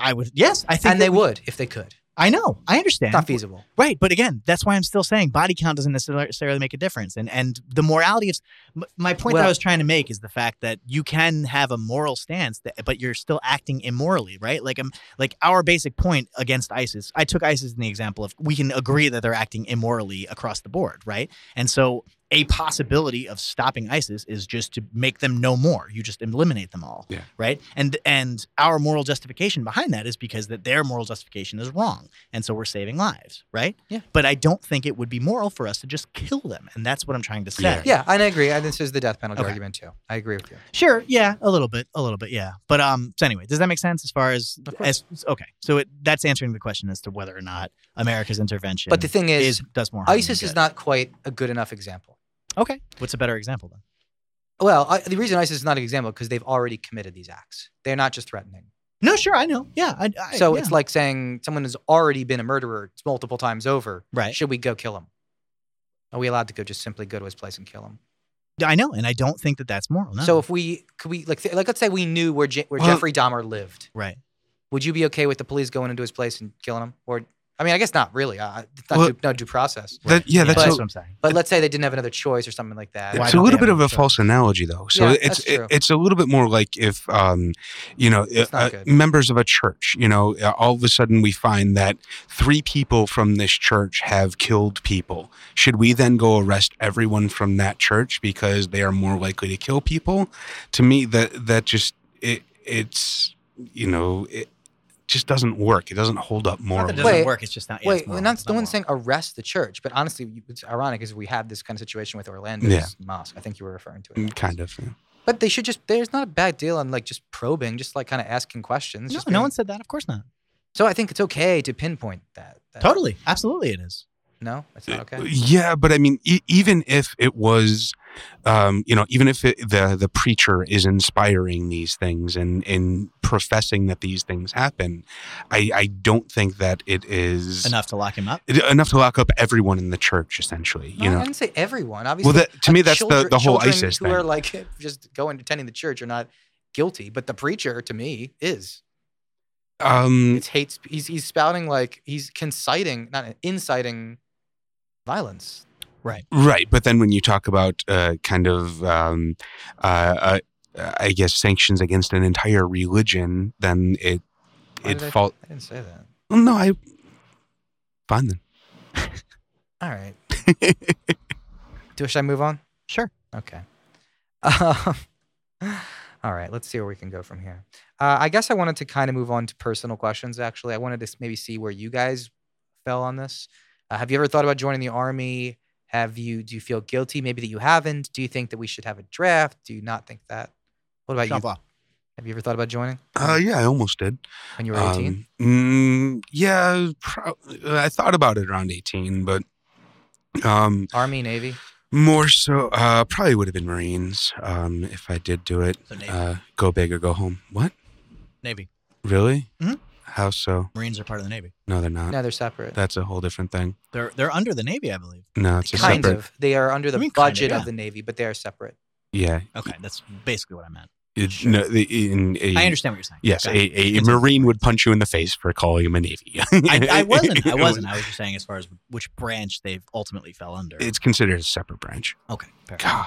Speaker 1: i would yes i think
Speaker 2: and they
Speaker 1: that we-
Speaker 2: would if they could.
Speaker 1: i know i understand
Speaker 2: It's not feasible.
Speaker 1: Right, but again, that's why I'm still saying body count doesn't necessarily make a difference, and and the morality of m- my point that
Speaker 2: Well-
Speaker 1: I was trying to make is the fact that you can have a moral stance, that, but you're still acting immorally, right? Like I'm like our basic point against ISIS. I took ISIS in the example of we can agree that they're acting immorally across the board, right? And so a possibility of stopping ISIS is just to make them no more. You just eliminate them all,
Speaker 4: Yeah.
Speaker 1: right? And and our moral justification behind that is because that their moral justification is wrong, and so we're saving lives, right?
Speaker 2: Yeah.
Speaker 1: But I don't think it would be moral for us to just kill them, and that's what I'm trying to say.
Speaker 4: Yeah.
Speaker 2: Yeah, and I agree. And this is the death penalty
Speaker 1: Okay.
Speaker 2: argument too. I agree with you.
Speaker 1: Sure. Yeah. A little bit. A little bit. Yeah. But um. So anyway, does that make sense as far as
Speaker 2: Of course.
Speaker 1: as okay? So it, that's answering the question as to whether or not America's intervention.
Speaker 2: But the thing is,
Speaker 1: is does more. harm
Speaker 2: ISIS
Speaker 1: than
Speaker 2: is
Speaker 1: good.
Speaker 2: not quite a good enough example.
Speaker 1: okay. What's a better example then?
Speaker 2: Well, I, the reason ISIS is not an example because they've already committed these acts. They're not just threatening.
Speaker 1: No, sure. I know. Yeah. I, I,
Speaker 2: so
Speaker 1: yeah.
Speaker 2: it's like saying someone has already been a murderer multiple times over.
Speaker 1: right.
Speaker 2: Should we go kill him? Are we allowed to go just simply go to his place and kill him?
Speaker 1: I know, and I don't think that that's moral. No.
Speaker 2: So if we could we like th- like let's say we knew where Je- where
Speaker 4: Well-
Speaker 2: Jeffrey Dahmer lived.
Speaker 1: right.
Speaker 2: would you be okay with the police going into his place and killing him? Or I mean, I guess not really. Uh, it's not
Speaker 4: Well-
Speaker 2: due, no due process.
Speaker 4: That- yeah,
Speaker 1: That's,
Speaker 4: that's
Speaker 2: But-
Speaker 4: a,
Speaker 1: what I'm saying.
Speaker 2: But let's say they didn't have another choice or something like that.
Speaker 1: Why
Speaker 4: it's a
Speaker 1: don't
Speaker 4: little
Speaker 1: they
Speaker 4: bit
Speaker 1: have
Speaker 4: of a
Speaker 1: it?
Speaker 4: false analogy though so
Speaker 2: Yeah,
Speaker 4: it's
Speaker 2: that's true.
Speaker 4: it, it's a little bit more like if um you know
Speaker 2: It's not
Speaker 4: uh,
Speaker 2: good.
Speaker 4: members of a church you know uh, all of a sudden we find that three people from this church have killed people should we then go arrest everyone from that church because they are more likely to kill people to me that that just it it's you know it just doesn't work it doesn't hold
Speaker 1: Not
Speaker 4: up
Speaker 1: that
Speaker 4: morally
Speaker 1: it doesn't
Speaker 2: Wait.
Speaker 1: work. It's just not. Yeah,
Speaker 2: Wait,
Speaker 1: it's moral.
Speaker 2: and that's
Speaker 1: It's
Speaker 2: no
Speaker 1: not
Speaker 2: one's
Speaker 1: moral.
Speaker 2: saying arrest the church, but honestly, you- it's ironic is we had this kind of situation with Orlando's
Speaker 4: Yeah. Mm,
Speaker 2: mosque. I think you were referring to it.
Speaker 4: kind of yeah.
Speaker 2: But they should just. There's not a bad deal on like just probing, just like kind of asking questions. just
Speaker 1: No, no
Speaker 2: being-
Speaker 1: one said that. Of course not.
Speaker 2: So I think it's okay to pinpoint that. that-
Speaker 1: Totally. Absolutely, it is.
Speaker 2: No, that's not okay.
Speaker 4: Yeah, but I mean, e- even if it was, um, you know, even if it, the the preacher is inspiring these things and and professing that these things happen, I, I don't think that it is
Speaker 1: Enough to lock him up.
Speaker 4: it- enough to lock up everyone in the church. Essentially,
Speaker 2: No,
Speaker 4: you
Speaker 2: I
Speaker 4: know.
Speaker 2: didn't say everyone. Obviously,
Speaker 4: Well, that, to me,
Speaker 2: like,
Speaker 4: that's
Speaker 2: children-
Speaker 4: the, the whole
Speaker 2: children
Speaker 4: ISIS
Speaker 2: who
Speaker 4: thing.
Speaker 2: are like just going attending the church are not guilty, but the preacher to me is.
Speaker 4: um,
Speaker 2: It's hate. sp- He's he's spouting like he's conciting, not inciting violence.
Speaker 4: Right, but then when you talk about uh, kind of, um, uh, uh, I guess, sanctions against an entire religion, then it
Speaker 2: Why
Speaker 4: it
Speaker 2: did I-
Speaker 4: fall.
Speaker 2: I didn't say that.
Speaker 4: Well, no, I fine then.
Speaker 2: All right. Do should I move on?
Speaker 1: Sure.
Speaker 2: Okay. Um, all right. Let's see where we can go from here. Uh, I guess I wanted to kind of move on to personal questions. Actually, I wanted to s- maybe see where you guys fell on this. Uh, have you ever thought about joining the army? Have you? Do you feel guilty? Maybe that you haven't. Do you think that we should have a draft? Do you not think that? What about
Speaker 1: Jump
Speaker 2: you?
Speaker 1: off.
Speaker 2: Have you ever thought about joining
Speaker 4: Uh, um, yeah, I almost did.
Speaker 2: when you were eighteen?
Speaker 4: Um, mm, yeah, pro- I thought about it around 18, but um,
Speaker 2: army, navy.
Speaker 4: more so, uh, probably would have been Marines um, if I did do it.
Speaker 1: So Navy.
Speaker 4: Uh, go big or go home. What?
Speaker 1: Navy.
Speaker 4: Really?
Speaker 1: Mhm.
Speaker 4: How so?
Speaker 1: Marines are part of the Navy.
Speaker 4: No, uh, they're not.
Speaker 2: No, they're separate.
Speaker 4: That's a whole different thing.
Speaker 1: They're they're under the Navy, I believe.
Speaker 4: No, it's a
Speaker 2: kind
Speaker 4: separate.
Speaker 2: of. They are under the
Speaker 1: I mean, kinda,
Speaker 2: budget
Speaker 1: yeah.
Speaker 2: of the navy, but they are separate.
Speaker 4: Yeah.
Speaker 1: Okay, that's basically what I meant.
Speaker 4: It- no, the, in a,
Speaker 1: I understand what you're saying.
Speaker 4: Yes, a,
Speaker 1: Got it.
Speaker 4: a
Speaker 1: Continue.
Speaker 4: Marine would punch you in the face for calling him a Navy.
Speaker 1: I, I wasn't. I wasn't. I was just saying as far as which branch they've ultimately fell under.
Speaker 4: It's considered a separate branch.
Speaker 1: okay. Fair.
Speaker 4: God.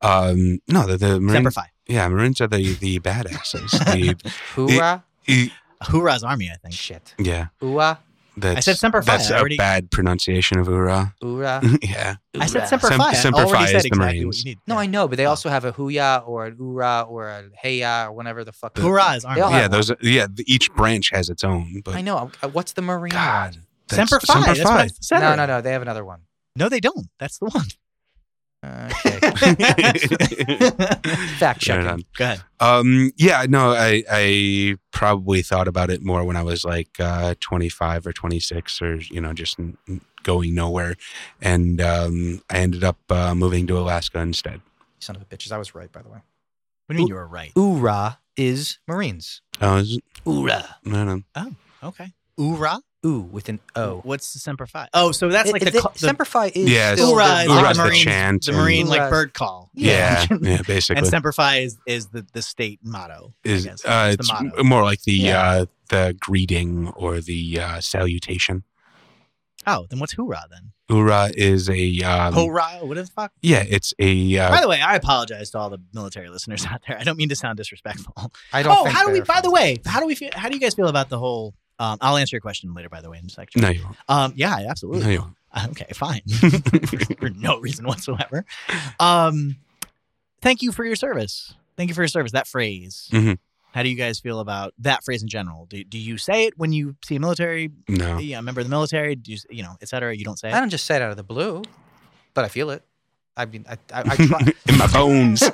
Speaker 4: Um, no, the, the Marine
Speaker 1: Semper Fi.
Speaker 4: Yeah, Marines are the the badasses. the,
Speaker 2: Hoorah.
Speaker 4: e-
Speaker 1: Hoorah's army, I think.
Speaker 2: Shit.
Speaker 4: yeah,
Speaker 2: Hoorah.
Speaker 4: that's
Speaker 1: I said Semper Fi.
Speaker 4: That's
Speaker 1: I
Speaker 4: a
Speaker 1: already- Uh-huh.
Speaker 4: bad pronunciation of "ura."
Speaker 2: Hoorah.
Speaker 4: yeah,
Speaker 1: I said Semper
Speaker 4: Sem-
Speaker 1: Fi. I
Speaker 4: Semper Fi
Speaker 1: already
Speaker 4: is
Speaker 1: said
Speaker 4: the
Speaker 1: exactly what
Speaker 4: Marines.
Speaker 1: you need.
Speaker 2: No, I know, but they
Speaker 1: Oh.
Speaker 2: also have a hooyah or an oorah or a heya or whatever the fuck.
Speaker 1: Hoorah is army.
Speaker 2: They all
Speaker 4: yeah.
Speaker 2: have
Speaker 4: Those. Are, yeah, the- each branch has its own. But
Speaker 2: I know. Uh, What's the marine
Speaker 4: God,
Speaker 2: one?
Speaker 4: that's-
Speaker 1: Semper Fi. that's what I said
Speaker 2: No, no,
Speaker 1: already.
Speaker 2: no. They have another one.
Speaker 1: No, they don't. That's the one.
Speaker 2: Uh, Okay.
Speaker 4: Semper Fi.
Speaker 2: Fact
Speaker 4: Right
Speaker 2: checking.
Speaker 4: on.
Speaker 1: Go ahead.
Speaker 4: Um, yeah, no, I, I probably thought about it more when I was like uh, 25 or 26 or, you know, just n- n- going nowhere. And um, I ended up uh, moving to Alaska instead.
Speaker 2: Son of a bitches. I was right, by the way.
Speaker 1: What do you mean you were right?
Speaker 2: Oorah is marines.
Speaker 4: I was,
Speaker 2: Oorah.
Speaker 4: no, no.
Speaker 1: Okay. Hoorah?
Speaker 2: Ooh with an O.
Speaker 1: What's the Semper Fi? Oh, so that's
Speaker 2: It-
Speaker 1: like
Speaker 2: it-
Speaker 1: the,
Speaker 2: it-
Speaker 1: call- the,
Speaker 2: Semper Fi is
Speaker 4: Yeah, it's-
Speaker 2: still the-
Speaker 1: Hoorah is
Speaker 4: Hoorah's
Speaker 1: the
Speaker 4: the
Speaker 1: Marine,
Speaker 4: chant
Speaker 1: the
Speaker 4: and-
Speaker 1: Marine like
Speaker 2: Hoorah's-
Speaker 1: bird call.
Speaker 4: Yeah, yeah, basically.
Speaker 1: and Semper Fi is, is the, the state motto. I
Speaker 4: is,
Speaker 1: guess.
Speaker 4: uh,
Speaker 1: the
Speaker 4: it's
Speaker 1: motto.
Speaker 4: m- more like the
Speaker 1: Yeah.
Speaker 4: uh, the greeting or the uh, salutation.
Speaker 1: Oh, then what's hoorah then?
Speaker 4: Ura is a um,
Speaker 1: Hoorah? What the fuck?
Speaker 4: yeah, it's a
Speaker 1: By
Speaker 4: uh,
Speaker 1: the way, I apologize to all the military listeners out there. I don't mean to sound disrespectful.
Speaker 2: I don't.
Speaker 1: Oh,
Speaker 2: think
Speaker 1: how do we?
Speaker 2: they're
Speaker 1: By the
Speaker 2: friends.
Speaker 1: way, how do we feel? How do you guys feel about the whole? Um, I'll answer your question later. By the way, in a section.
Speaker 4: no, you won't.
Speaker 1: Um, yeah, absolutely.
Speaker 4: no, you won't.
Speaker 1: Uh, Okay, fine. for, for no reason whatsoever. Um, thank you for your service. Thank you for your service. That phrase.
Speaker 4: Mhm.
Speaker 1: How do you guys feel about that phrase in general? Do, do you say it when you see a military,
Speaker 4: no.
Speaker 1: yeah, a member of the military, do you, s- you know, et cetera? You don't say
Speaker 2: I
Speaker 1: it.
Speaker 2: don't just say it out of the blue, but I feel it. I mean, I, I, I try.
Speaker 4: In my bones.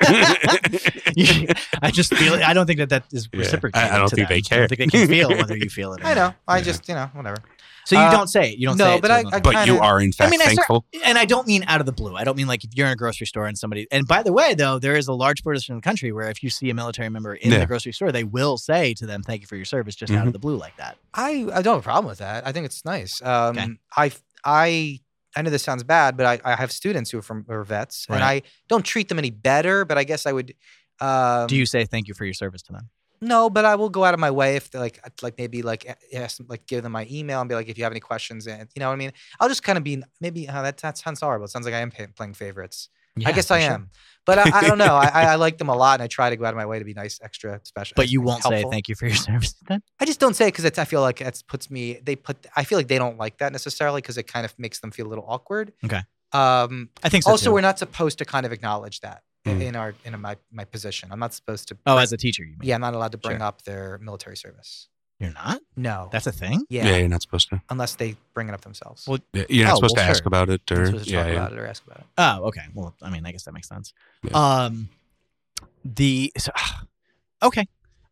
Speaker 1: You- I just feel. I don't think that that is
Speaker 4: Yeah, I- I
Speaker 1: reciprocated.
Speaker 4: don't
Speaker 1: to
Speaker 4: think
Speaker 1: them.
Speaker 4: they
Speaker 1: I
Speaker 4: care.
Speaker 1: don't think they can feel whether you feel it. Or
Speaker 2: I know. I
Speaker 4: Yeah.
Speaker 2: just, you know, whatever.
Speaker 1: not. So you
Speaker 2: Uh,
Speaker 1: don't say it. You don't
Speaker 2: no,
Speaker 1: say it.
Speaker 2: but
Speaker 1: to
Speaker 2: I-
Speaker 1: a military
Speaker 2: I
Speaker 4: but you
Speaker 2: kinda-
Speaker 4: are in fact
Speaker 1: mean, I cer-
Speaker 4: thankful.
Speaker 1: and I don't mean out of the blue. I don't mean like if you're in a grocery store and somebody. And by the way, though, there is a large portion of the country where if you see a military member in
Speaker 4: Yeah.
Speaker 1: the grocery store, they will say to them, "Thank you for your service," just out of the blue like that.
Speaker 2: I, I don't have a problem with that. I think it's nice. Um,
Speaker 1: Okay.
Speaker 2: I, I, I know this sounds bad, but I, I have students who are from who are vets, and I
Speaker 1: Right.
Speaker 2: don't treat them any better. But I guess I would. Um,
Speaker 1: Do you say thank you for your service to them?
Speaker 2: No, but I will go out of my way if they're like I'd like maybe like a- ask them, like give them my email and be like if you have any questions and you know what I mean. I'll just kind of be maybe oh, that that sounds horrible. It sounds like I am pa- playing favorites. I guess I am, but I, I don't know. I, I I like them a lot and I try to go out of my way to be nice, extra special.
Speaker 1: But you won't say
Speaker 2: helpful.
Speaker 1: thank you for your service to them.
Speaker 2: I just don't say it because I feel like it puts me. They put. I feel like they don't like that necessarily because it kind of makes them feel a little awkward.
Speaker 1: Okay.
Speaker 2: Um.
Speaker 1: I think so.
Speaker 2: Also,
Speaker 1: too.
Speaker 2: we're not supposed to kind of acknowledge that i-
Speaker 1: Mm-hmm.
Speaker 4: Mm.
Speaker 2: in our in my my position. I'm not supposed to.
Speaker 1: oh, as a teacher, you mean?
Speaker 2: Yeah, I'm not allowed to bring
Speaker 1: Sure.
Speaker 2: up their military service.
Speaker 1: You're not.
Speaker 2: No.
Speaker 1: That's a thing.
Speaker 2: yeah.
Speaker 4: Yeah. you're not supposed to.
Speaker 2: Unless they bring it up themselves.
Speaker 1: Well,
Speaker 4: Yeah, You're not
Speaker 1: Oh,
Speaker 4: supposed
Speaker 1: well,
Speaker 4: to ask
Speaker 1: sure.
Speaker 4: about it
Speaker 2: They're not
Speaker 4: or
Speaker 2: supposed to
Speaker 4: yeah,
Speaker 2: talk
Speaker 4: yeah.
Speaker 2: about it or ask about it.
Speaker 1: Oh, okay. Well, I mean, I guess that makes sense.
Speaker 4: Yeah.
Speaker 1: Um, the so, okay.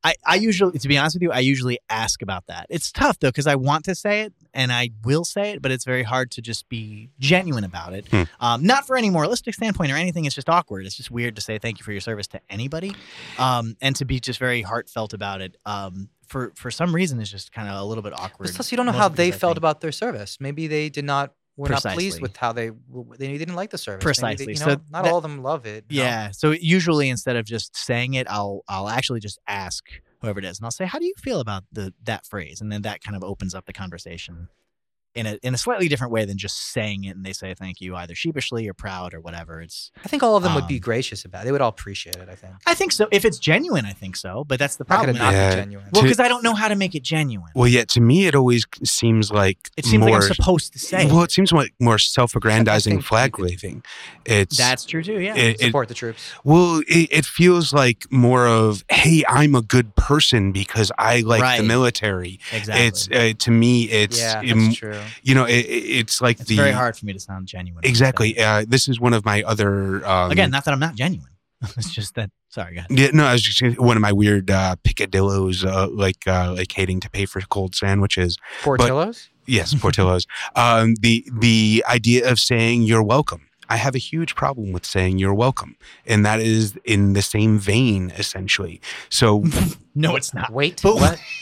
Speaker 1: I, I usually, to be honest with you, I usually ask about that. It's tough though because I want to say it and I will say it, but it's very hard to just be genuine about it.
Speaker 4: Hmm.
Speaker 1: Um, not for any moralistic standpoint or anything. It's just awkward. It's just weird to say thank you for your service to anybody, um, and to be just very heartfelt about it. Um, for for some reason, it's just kind of a little bit awkward.
Speaker 2: Plus, you don't know
Speaker 1: Most
Speaker 2: how
Speaker 1: because
Speaker 2: they
Speaker 1: I
Speaker 2: felt
Speaker 1: think-
Speaker 2: about their service. Maybe they did not. Were not pleased
Speaker 1: Precisely.
Speaker 2: with how they they didn't like the service. Maybe
Speaker 1: Precisely.
Speaker 2: They, you know,
Speaker 1: So
Speaker 2: not
Speaker 1: that-
Speaker 2: all of them love it. you know?
Speaker 1: Yeah. So usually instead of just saying it, I'll I'll actually just ask whoever it is, and I'll say, "How do you feel about the that phrase?" And then that kind of opens up the conversation in a in a slightly different way than just saying it. And they say thank you either sheepishly or proud or whatever. It's
Speaker 2: I think all of them would be
Speaker 1: Um,
Speaker 2: gracious about it. They would all appreciate it. I think.
Speaker 1: I think so if it's genuine. I think so, but that's the
Speaker 2: Not
Speaker 1: problem.
Speaker 2: gonna not
Speaker 1: Well, 'cause
Speaker 4: Yeah.
Speaker 2: be genuine.
Speaker 1: well,
Speaker 4: To-
Speaker 1: because I don't know how to make it genuine.
Speaker 4: Well, yeah, to me, it always seems like
Speaker 1: it seems
Speaker 4: more,
Speaker 1: like I'm supposed to say. it.
Speaker 4: Well, it seems like more self-aggrandizing
Speaker 2: think you
Speaker 4: flag
Speaker 2: could-
Speaker 4: waving. It's
Speaker 1: that's true too. Yeah.
Speaker 4: it, it,
Speaker 2: support the troops.
Speaker 4: well, it, it feels like more of hey, I'm a good person because I like
Speaker 1: Right.
Speaker 4: the military.
Speaker 1: exactly.
Speaker 4: It's uh, to me, it's
Speaker 2: yeah, that's
Speaker 4: im-
Speaker 2: true.
Speaker 4: you know, it, it's like
Speaker 1: It's
Speaker 4: the
Speaker 1: very hard for me to sound genuine. when I say
Speaker 4: exactly.
Speaker 1: it.
Speaker 4: Uh, this is one of my other um,
Speaker 1: Again, not that I'm not genuine. it's just that. Sorry, go ahead.
Speaker 4: Yeah, no, I was just gonna- one of my weird uh, picadillos, uh, like uh, like hating to pay for cold sandwiches.
Speaker 2: Portillo's.
Speaker 4: Yes, Portillo's. um, the the idea of saying you're welcome. I have a huge problem with saying you're welcome, and that is in the same vein, essentially. So
Speaker 1: No, it's not.
Speaker 2: Wait,
Speaker 1: But-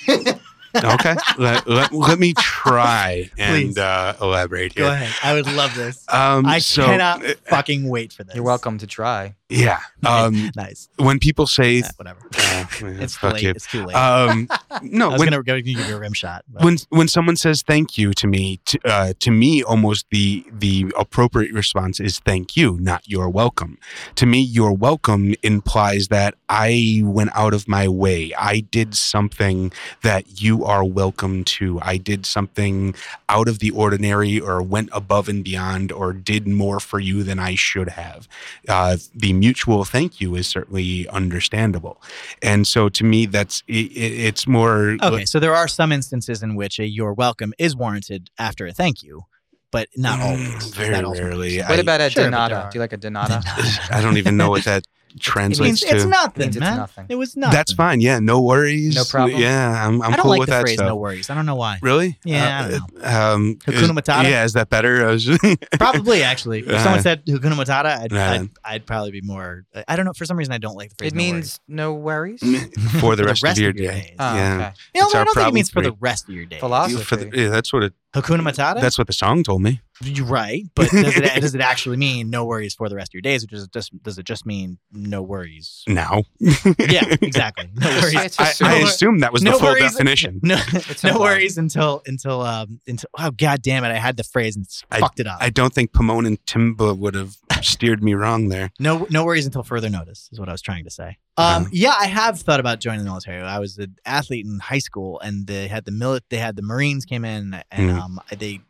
Speaker 2: what?
Speaker 4: Okay, let, let, let me try and
Speaker 1: Please.
Speaker 4: uh, elaborate
Speaker 1: Go
Speaker 4: here.
Speaker 1: ahead. I would love this.
Speaker 4: Um,
Speaker 1: I
Speaker 4: so,
Speaker 1: cannot
Speaker 4: uh,
Speaker 1: fucking wait for this.
Speaker 2: You're welcome to try.
Speaker 4: Yeah. Um,
Speaker 1: nice.
Speaker 4: when people say,
Speaker 1: Yeah, whatever.
Speaker 4: uh,
Speaker 1: It's too
Speaker 4: fuck
Speaker 1: late.
Speaker 4: you.
Speaker 1: It's too late.
Speaker 4: Um,
Speaker 1: I
Speaker 4: no,
Speaker 1: was
Speaker 4: when,
Speaker 1: gonna go give you a rim shot. but-
Speaker 4: when when someone says thank you to me, to, uh, to me, almost the the appropriate response is thank you, not you're welcome. To me, you're welcome implies that I went out of my way. I did something that you are welcome to. I did something out of the ordinary, or went above and beyond, or did more for you than I should have. Uh, the mutual thank you is certainly understandable, and so to me, that's i i- it's more
Speaker 1: okay, so there are some instances in which a "you're welcome" is warranted after a thank you, but not
Speaker 4: Mm,
Speaker 1: always. Is
Speaker 4: Very
Speaker 1: that ultimately-
Speaker 4: rarely.
Speaker 2: What
Speaker 4: I,
Speaker 2: about a
Speaker 1: sure, but there
Speaker 2: donata?
Speaker 1: are.
Speaker 2: Do you like a donata?
Speaker 4: I don't even know what that
Speaker 1: It means
Speaker 4: translates
Speaker 1: it's
Speaker 4: to.
Speaker 1: nothing,
Speaker 2: means it's
Speaker 1: man.
Speaker 2: nothing.
Speaker 1: It was nothing.
Speaker 4: That's fine. Yeah, no worries.
Speaker 2: No problem?
Speaker 4: Yeah, I'm, I'm
Speaker 1: I don't
Speaker 4: cool
Speaker 1: like
Speaker 4: with
Speaker 1: the
Speaker 4: that
Speaker 1: phrase
Speaker 4: stuff.
Speaker 1: "no worries." I don't know why.
Speaker 4: Really?
Speaker 1: Yeah, I don't
Speaker 4: Uh, um,
Speaker 1: Hakuna
Speaker 4: is-
Speaker 1: Matata?
Speaker 4: Yeah, is that better? I was
Speaker 1: Probably actually, if someone said "Hakuna Matata," I'd,
Speaker 4: Yeah.
Speaker 1: I'd, I'd probably be more. I don't know. For some reason, I don't like the phrase.
Speaker 2: it
Speaker 1: "no
Speaker 2: means no worries.
Speaker 1: worries."
Speaker 4: for the rest, of your, day.
Speaker 1: days.
Speaker 2: Oh,
Speaker 4: Yeah.
Speaker 2: okay.
Speaker 1: You know,
Speaker 4: it's
Speaker 1: I don't
Speaker 4: our
Speaker 1: think it
Speaker 4: problem
Speaker 1: means for
Speaker 4: three.
Speaker 1: the rest of your day.
Speaker 2: Philosophy.
Speaker 4: You- for the- yeah, that's what it.
Speaker 1: Hakuna Matata.
Speaker 4: That's what the song told me.
Speaker 1: You're right, but does it, does it actually mean no worries for the rest of your days, or does it just does it just mean no worries?
Speaker 4: Now,
Speaker 1: yeah, exactly. No
Speaker 2: I-
Speaker 1: worries.
Speaker 2: It's
Speaker 4: I,
Speaker 2: just
Speaker 4: I
Speaker 1: no wor-
Speaker 4: assume that was
Speaker 1: no
Speaker 4: the full
Speaker 1: worries.
Speaker 4: definition.
Speaker 1: No,
Speaker 2: It's
Speaker 1: no
Speaker 2: implied.
Speaker 1: worries until until um until oh god damn it, I had the phrase and it's fucked it up.
Speaker 4: I don't think Pomone and Timba would have steered me wrong there.
Speaker 1: no no worries until further notice is what I was trying to say. Um,
Speaker 4: Yeah.
Speaker 1: yeah, I have thought about joining the military. I was an athlete in high school, and they had the mili- they had the Marines came in, and
Speaker 4: Mhm.
Speaker 1: um, they.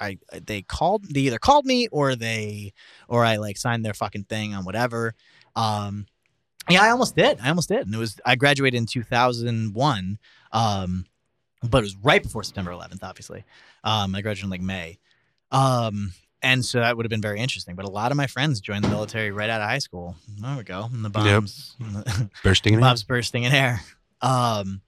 Speaker 1: I, they called they either called me or they or I like signed their fucking thing on whatever. Um, yeah, I almost did. I almost did, and it was I graduated in two thousand one. Um, but it was right before September 11th, obviously. Um, I graduated in like May. Um, and so that would have been very interesting. But a lot of my friends joined the military right out of high school. There we go. And the bombs,
Speaker 4: Bursting it.
Speaker 1: Bob's bursting in air. Um,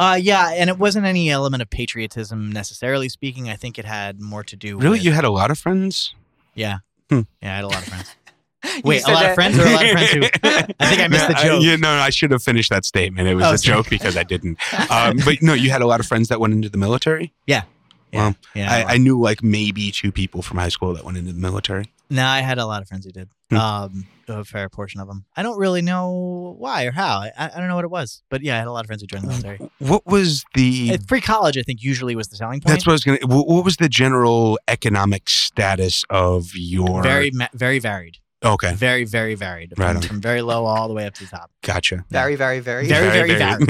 Speaker 1: uh, yeah, and it wasn't any element of patriotism necessarily speaking. I think it had more to do.
Speaker 4: Really,
Speaker 1: with,
Speaker 4: you had a lot of friends.
Speaker 1: Yeah,
Speaker 4: Hmm.
Speaker 1: yeah, I had a lot of friends.
Speaker 2: You
Speaker 1: Wait, a
Speaker 2: said
Speaker 1: lot
Speaker 2: that-
Speaker 1: of friends or a lot of friends who? I think I missed the
Speaker 4: No,
Speaker 1: joke.
Speaker 4: you know, I should have finished that statement. It was
Speaker 1: Oh,
Speaker 4: a
Speaker 1: sorry.
Speaker 4: joke because I didn't. Um, but no, you had a lot of friends that went into the military.
Speaker 1: Yeah,
Speaker 4: Well,
Speaker 1: yeah.
Speaker 4: I, I knew like maybe two people from high school that went into the military.
Speaker 1: No, I had a lot of friends who did.
Speaker 4: Hmm.
Speaker 1: Um, a fair portion of them. I don't really know why or how. I, I don't know what it was, but yeah, I had a lot of friends who joined the military.
Speaker 4: What was the?
Speaker 1: Uh, Free college, I think, usually was the selling point.
Speaker 4: that's what I was gonna. wh- What was the general economic status of your?
Speaker 1: very, ma- very varied.
Speaker 4: okay.
Speaker 1: Very, very varied.
Speaker 4: Right
Speaker 1: From,
Speaker 4: on.
Speaker 1: from very low all the way up to the top.
Speaker 4: Gotcha.
Speaker 2: Very, very, very.
Speaker 1: Very-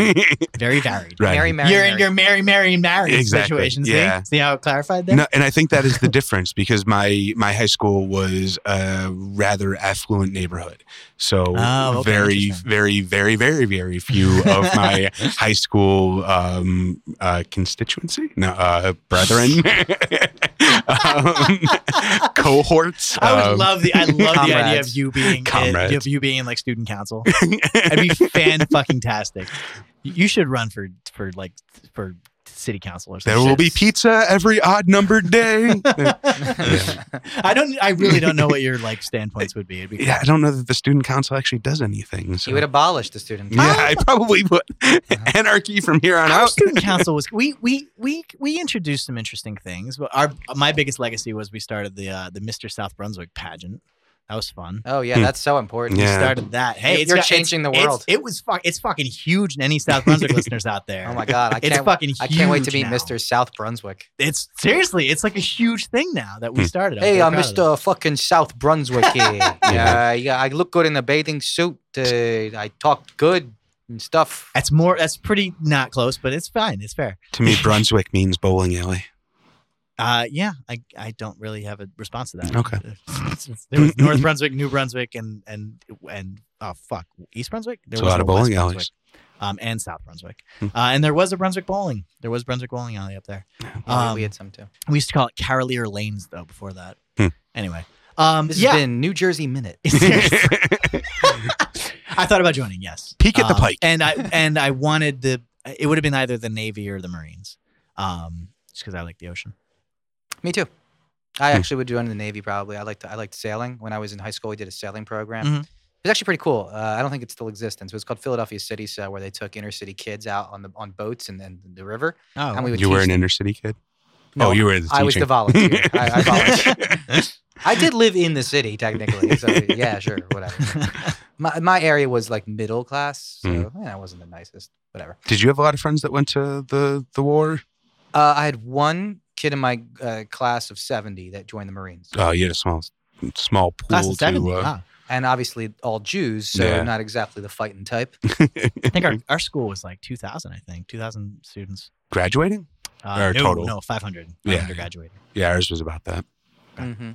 Speaker 1: Very varied.
Speaker 4: right.
Speaker 2: Mary, Mary,
Speaker 1: You're in
Speaker 2: Mary.
Speaker 1: your Mary, Mary, Mary
Speaker 4: Exactly,
Speaker 1: situation. See?
Speaker 4: yeah.
Speaker 1: see how it clarified there?
Speaker 4: No, and I think that is the difference because my my high school was a rather affluent neighborhood, so
Speaker 1: Oh, okay,
Speaker 4: very,
Speaker 1: interesting.
Speaker 4: very, very, very, very few of my high school um, uh, constituency, no, uh, brethren, um, cohorts.
Speaker 1: I would
Speaker 4: um,
Speaker 1: love the I love the idea of
Speaker 2: Comrades.
Speaker 1: you being uh,
Speaker 4: Comrades.
Speaker 1: of you being in like student council. That'd be fan fucking tastic. You should run for for like for city council or something.
Speaker 4: There will be pizza every odd numbered day.
Speaker 1: I don't. I really don't know what your like standpoints would be. It'd be
Speaker 4: yeah, I don't know that the student council actually does anything. So.
Speaker 2: You would abolish the student.
Speaker 4: yeah, I probably would. Anarchy from here on
Speaker 1: Our
Speaker 4: out.
Speaker 1: student council was we we we we introduced some interesting things. But our my biggest legacy was we started the uh, the Mr. South Brunswick pageant. That was fun.
Speaker 2: Oh yeah,
Speaker 4: Hmm.
Speaker 2: that's so important.
Speaker 4: Yeah.
Speaker 1: Started that. Hey, it's
Speaker 2: You're
Speaker 1: got- it's-
Speaker 2: changing the
Speaker 1: it's-
Speaker 2: world.
Speaker 1: It was fuck. It's fucking huge. And any South Brunswick listeners out there?
Speaker 2: Oh my god, I
Speaker 1: it's
Speaker 2: can't.
Speaker 1: fucking.
Speaker 2: I can't wait to meet
Speaker 1: huge now.
Speaker 2: Mr. South Brunswick.
Speaker 1: It's seriously, it's like a huge thing now that we
Speaker 4: Hmm.
Speaker 1: started. I'm
Speaker 2: Hey, uh,
Speaker 1: very
Speaker 2: I'm
Speaker 1: proud of it.
Speaker 2: Mr. Fucking South Brunswick. yeah, yeah. I look good in a bathing suit. Uh, I talk good and stuff.
Speaker 1: That's more. That's pretty not close, but it's fine. It's fair.
Speaker 4: To me, Brunswick means bowling alley.
Speaker 1: Uh, yeah, I, I don't really have a response to that.
Speaker 4: Okay.
Speaker 1: there was North Brunswick, New Brunswick, and and and oh fuck, East Brunswick. There
Speaker 4: It's a lot
Speaker 1: no
Speaker 4: of bowling
Speaker 1: West
Speaker 4: alleys.
Speaker 1: Brunswick, Um, and South Brunswick,
Speaker 4: Hmm.
Speaker 1: uh, and there was a Brunswick bowling. There was Brunswick bowling alley up there.
Speaker 2: Yeah,
Speaker 1: Um,
Speaker 2: we had some too.
Speaker 1: We used to call it Carolier Lanes though. Before that,
Speaker 4: Hmm.
Speaker 1: anyway. Um,
Speaker 2: This
Speaker 1: yeah,
Speaker 2: has been New Jersey Minute.
Speaker 1: Seriously. I thought about joining. Yes, Um,
Speaker 4: Peek at the pike.
Speaker 1: and I and I wanted the. It would have been either the Navy or the Marines, um, just because I like the ocean.
Speaker 2: Me too. I
Speaker 4: Hmm.
Speaker 2: actually would join the Navy probably. I liked I liked sailing. When I was in high school, we did a sailing program.
Speaker 1: Mhm.
Speaker 2: It was actually pretty cool. Uh, I don't think it still exists. And so it was called Philadelphia City Cell, where they took inner city kids out on the on boats and then the river.
Speaker 1: Oh,
Speaker 2: And we would
Speaker 4: You were
Speaker 2: teach
Speaker 4: an
Speaker 2: them-
Speaker 4: inner city kid.
Speaker 2: No,
Speaker 4: oh, you were the
Speaker 2: I was
Speaker 4: teaching.
Speaker 2: the volunteer. I, I volunteered.
Speaker 1: volunteer.
Speaker 2: I did live in the city technically. So yeah, sure, whatever. My my area was like middle class, so
Speaker 4: Mm-hmm.
Speaker 2: yeah, I wasn't the nicest. Whatever.
Speaker 4: Did you have a lot of friends that went to the the war?
Speaker 2: Uh, I had one kid in my uh, class of 70 that joined the Marines.
Speaker 4: Oh, you had a small small pool
Speaker 1: Class of
Speaker 4: to,
Speaker 1: 70.
Speaker 4: uh,
Speaker 1: Wow.
Speaker 2: And obviously, all Jews, so
Speaker 4: Yeah.
Speaker 2: not exactly the fighting type.
Speaker 1: I think our,
Speaker 4: Mm-hmm.
Speaker 1: our school was like 2,000, I think, 2,000 students.
Speaker 4: graduating.
Speaker 1: Uh,
Speaker 4: Or
Speaker 1: no,
Speaker 4: total.
Speaker 1: no, 500.
Speaker 4: Yeah.
Speaker 1: 500 graduated.
Speaker 4: Yeah, ours was about that.
Speaker 2: hmm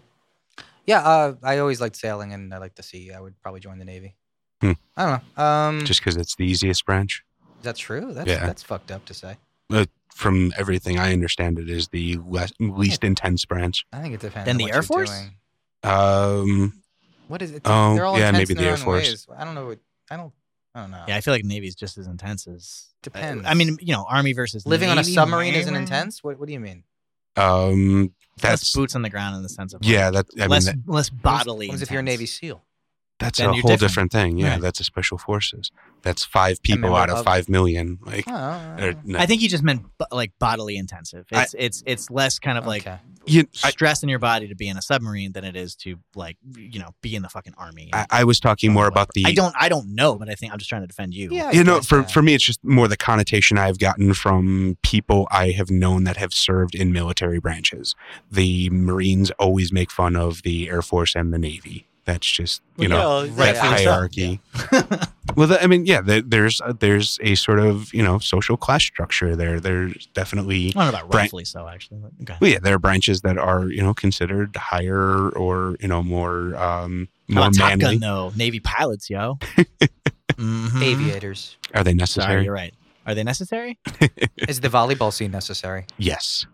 Speaker 2: Yeah, uh, I always liked sailing and I like the sea. I would probably join the Navy.
Speaker 4: Hmm.
Speaker 2: I don't know. Um,
Speaker 4: Just because it's the easiest branch.
Speaker 2: is that true? That's,
Speaker 4: Yeah.
Speaker 2: that's fucked up to say.
Speaker 4: From everything I understand, it is the less, least intense branch.
Speaker 2: I think it depends.
Speaker 1: Then
Speaker 2: on
Speaker 1: the
Speaker 2: what
Speaker 1: Air
Speaker 2: you're
Speaker 1: Force?
Speaker 2: doing.
Speaker 4: Um,
Speaker 2: What is it?
Speaker 4: Oh,
Speaker 2: They're all
Speaker 4: yeah,
Speaker 2: intense
Speaker 4: maybe
Speaker 2: in
Speaker 4: the
Speaker 2: their
Speaker 4: Air
Speaker 2: own
Speaker 4: Force.
Speaker 2: ways. I don't know. What, I don't. I don't
Speaker 4: Oh.
Speaker 2: know.
Speaker 1: Yeah, I feel like Navy's just as intense as. uh,
Speaker 2: Depends.
Speaker 1: I, mean, you know, Army versus
Speaker 2: Living on a
Speaker 1: Navy,
Speaker 2: submarine isn't
Speaker 1: meh.
Speaker 2: intense. What What do you mean?
Speaker 4: um,
Speaker 1: It's less
Speaker 4: that's
Speaker 1: boots on the ground in the sense of. like,
Speaker 4: yeah. That I mean,
Speaker 1: less,
Speaker 4: that,
Speaker 1: less
Speaker 2: What is-
Speaker 1: bodily.
Speaker 2: What is if you're a
Speaker 1: intense.
Speaker 2: Navy SEAL?
Speaker 4: that's a
Speaker 1: then
Speaker 4: whole
Speaker 1: you're different.
Speaker 4: different, thing. Yeah,
Speaker 1: Right.
Speaker 4: that's a special forces. That's five people
Speaker 2: member
Speaker 4: out of,
Speaker 2: of-
Speaker 4: five million. Like,
Speaker 2: Oh,
Speaker 4: or, no.
Speaker 1: Uh, I think you just meant bo- like bodily intensive.
Speaker 4: I-
Speaker 1: It's it's it's less kind of like
Speaker 2: okay.
Speaker 4: You- I-
Speaker 1: stress in your body to be in a submarine than it is to like you know be in the fucking army.
Speaker 4: I, I was talking more about the.
Speaker 1: I don't I don't know, but I think I'm just trying to defend you.
Speaker 2: Yeah, I
Speaker 4: you know,
Speaker 2: guess
Speaker 4: for,
Speaker 2: that.
Speaker 4: for me, it's just more the connotation I've gotten from people I have known that have served in military branches. The Marines always make fun of the Air Force and the Navy. That's just you know
Speaker 2: Well,
Speaker 1: yeah,
Speaker 4: that
Speaker 1: rightfully so.
Speaker 4: hierarchy. well, the, I mean, yeah, there, there's a, there's a sort of you know social class structure there. There's definitely.
Speaker 1: I don't know about
Speaker 4: Right.
Speaker 1: rightfully so actually. but okay.
Speaker 4: Well, yeah, there are branches that are you know considered higher or you know more um,
Speaker 1: How
Speaker 4: more
Speaker 1: about Top Gun
Speaker 4: manly.
Speaker 1: though? Navy pilots, yo. Mhm.
Speaker 2: aviators.
Speaker 4: Are they
Speaker 1: Sorry,
Speaker 4: necessary?
Speaker 1: you're right. Are they necessary?
Speaker 2: Is the volleyball scene necessary?
Speaker 4: yes.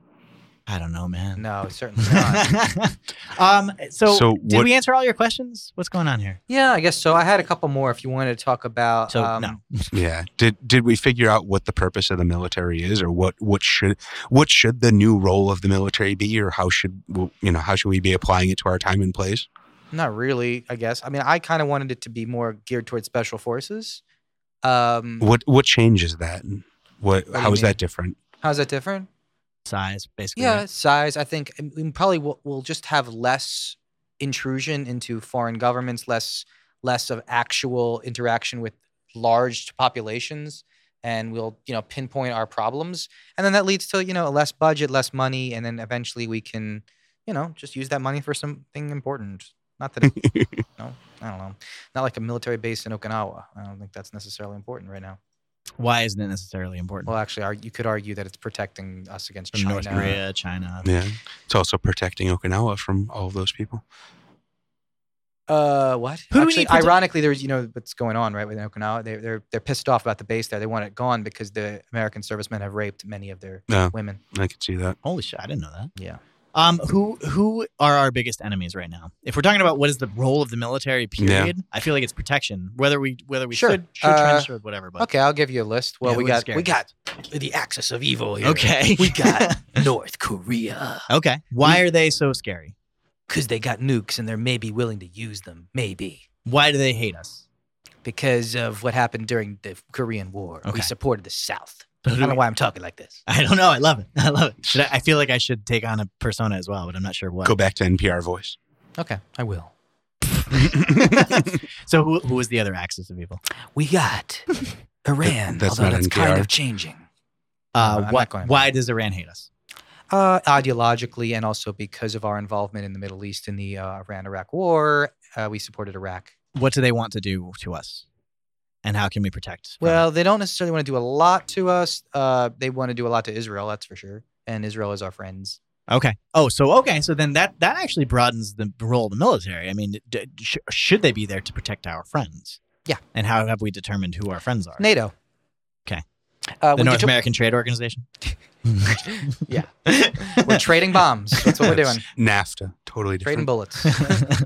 Speaker 1: I don't know, man.
Speaker 2: No, certainly not.
Speaker 1: um. So,
Speaker 4: So
Speaker 1: did
Speaker 4: what-
Speaker 1: we answer all your questions? What's going on here?
Speaker 2: yeah, I guess so. I had a couple more if you wanted to talk about.
Speaker 1: So
Speaker 2: um,
Speaker 1: no.
Speaker 4: Yeah. Did did we figure out what the purpose of the military is, or what what should what should the new role of the military be, or how should w- you know how should we be applying it to our time and place?
Speaker 2: Not really, I guess. I mean, I kind of wanted it to be more geared towards special forces.
Speaker 1: Mm-hmm.
Speaker 2: Um,
Speaker 4: What what changes that? What,
Speaker 2: do
Speaker 4: how
Speaker 2: you
Speaker 4: is
Speaker 2: mean?
Speaker 4: that different?
Speaker 2: How's that different?
Speaker 1: Size, basically.
Speaker 2: Yeah,
Speaker 1: right?
Speaker 2: size. I think and we probably will, will just have less intrusion into foreign governments, less less of actual interaction with large populations, and we'll you know pinpoint our problems, and then that leads to you know less budget, less money, and then eventually we can you know just use that money for something important. Not that it, no, I don't know. Not like a military base in Okinawa. I don't think that's necessarily important right now.
Speaker 1: Why isn't it necessarily important?
Speaker 2: Well, actually, ar- you could argue that it's protecting us against
Speaker 1: From
Speaker 2: China.
Speaker 1: North Korea, China.
Speaker 4: Yeah, it's also protecting Okinawa from all of those people.
Speaker 2: Uh, what?
Speaker 1: Who do we
Speaker 2: Actually,
Speaker 1: need to-
Speaker 2: ironically, there's you know what's going on right with Okinawa. They're they're they're pissed off about the base there. They want it gone because the American servicemen have raped many of their
Speaker 4: Yeah.
Speaker 2: women.
Speaker 4: I could see that.
Speaker 1: Holy shit, I didn't know that.
Speaker 2: Yeah.
Speaker 1: Um, who who are our biggest enemies right now? If we're talking about what is the role of the military, period, I feel like it's protection. Whether we whether we
Speaker 2: Sure.
Speaker 1: should should
Speaker 2: Uh,
Speaker 1: trench or whatever. But
Speaker 2: Okay, I'll give you a list. Well,
Speaker 1: Yeah,
Speaker 2: we
Speaker 1: who are the
Speaker 2: got we got
Speaker 1: scariest?
Speaker 2: the axis of evil here.
Speaker 1: okay,
Speaker 2: we got North Korea
Speaker 1: okay. Why are they so scary?
Speaker 2: because they got nukes and they're maybe willing to use them, maybe
Speaker 1: Why do they hate us?
Speaker 2: because of what happened during the Korean War.
Speaker 1: Okay.
Speaker 2: We supported the South.
Speaker 1: But
Speaker 2: I
Speaker 1: who do
Speaker 2: don't know
Speaker 1: we-
Speaker 2: why I'm talking like this.
Speaker 1: I don't know. I love it. I love it. Should I, I feel like I should take on a persona as well, but I'm not sure what.
Speaker 4: Go back to NPR voice.
Speaker 2: Okay, I will.
Speaker 1: so who who is the other axis of evil?
Speaker 2: We got Iran,
Speaker 4: That's
Speaker 2: although
Speaker 4: not
Speaker 2: that's kind
Speaker 4: NPR.
Speaker 2: of changing. I'm
Speaker 1: Uh,
Speaker 2: not
Speaker 1: what?
Speaker 2: going
Speaker 1: Why does Iran hate us?
Speaker 2: uh, ideologically and also because of our involvement in the Middle East in the uh, Iran Iraq war. Uh, we supported Iraq.
Speaker 1: What do they want to do to us? And how can we protect? from
Speaker 2: Well, they don't necessarily want to do a lot to us. Uh, they want to do a lot to Israel, that's for sure. And Israel is our friends.
Speaker 1: Okay. Oh, so okay. So then that that actually broadens the role of the military. I mean, d- sh- should they be there to protect our friends?
Speaker 2: Yeah.
Speaker 1: And how have we determined who our friends are?
Speaker 2: NATO.
Speaker 1: Okay.
Speaker 2: Uh,
Speaker 1: the
Speaker 2: we
Speaker 1: North
Speaker 2: deter-
Speaker 1: American Trade Organization.
Speaker 2: Yeah.
Speaker 1: We're
Speaker 2: We're trading bombs. That's what we're doing.
Speaker 4: NAFTA, totally
Speaker 2: Trading
Speaker 4: different.
Speaker 2: bullets.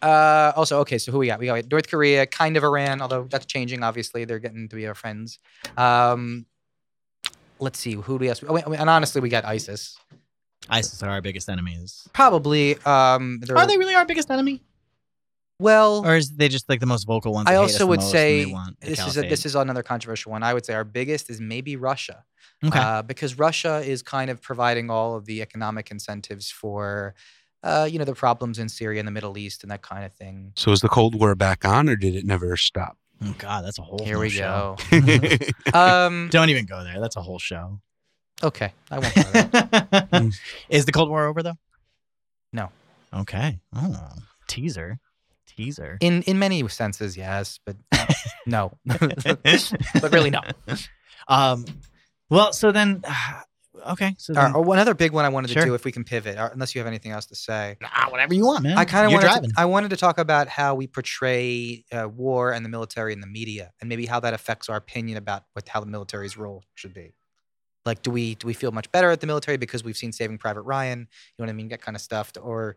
Speaker 2: Uh, also, okay, so who we got? We got North Korea, kind of Iran, although that's changing, obviously. They're getting to be our friends. Um, let's see, who do we ask? Oh, wait, and honestly, we got ISIS.
Speaker 1: ISIS are our biggest enemies.
Speaker 2: Probably. Um, they're-
Speaker 1: Are they really our biggest enemy?
Speaker 2: Well,
Speaker 1: or is they just like the most vocal ones?
Speaker 2: I
Speaker 1: that hate us
Speaker 2: also
Speaker 1: the
Speaker 2: would
Speaker 1: most and
Speaker 2: say
Speaker 1: they want the
Speaker 2: this is a,
Speaker 1: caliphate?
Speaker 2: this is another controversial one. I would say our biggest is maybe Russia,
Speaker 1: okay.
Speaker 2: uh, because Russia is kind of providing all of the economic incentives for, uh, you know, the problems in Syria and the Middle East and that kind of thing.
Speaker 4: So is the Cold War back on, or did it never stop?
Speaker 1: oh God, that's a whole
Speaker 2: Here
Speaker 1: whole
Speaker 2: we
Speaker 1: show.
Speaker 4: yeah,
Speaker 2: go. um,
Speaker 1: Don't even go there. That's a whole show.
Speaker 2: okay, I won't. go there.
Speaker 1: is the Cold War over though?
Speaker 2: No.
Speaker 1: Okay. Oh, teaser, teaser.
Speaker 2: In in many senses, yes, but no. but really, no.
Speaker 1: Um. Well, so then, okay. So
Speaker 2: Or,
Speaker 1: then,
Speaker 2: or one other oh, big one I wanted
Speaker 1: Sure.
Speaker 2: to do, if we can pivot, or, unless you have anything else to say.
Speaker 1: Nah, whatever you want, man.
Speaker 2: I kind
Speaker 1: Hmm.
Speaker 2: of
Speaker 1: You're
Speaker 2: wanted
Speaker 1: driving.
Speaker 2: to, I wanted to talk about how we portray uh, war and the military in the media, and maybe how that affects our opinion about what how the military's role should be. Like, do we do we feel much better at the military because we've seen Saving Private Ryan? You know what I mean? That kind of stuff, or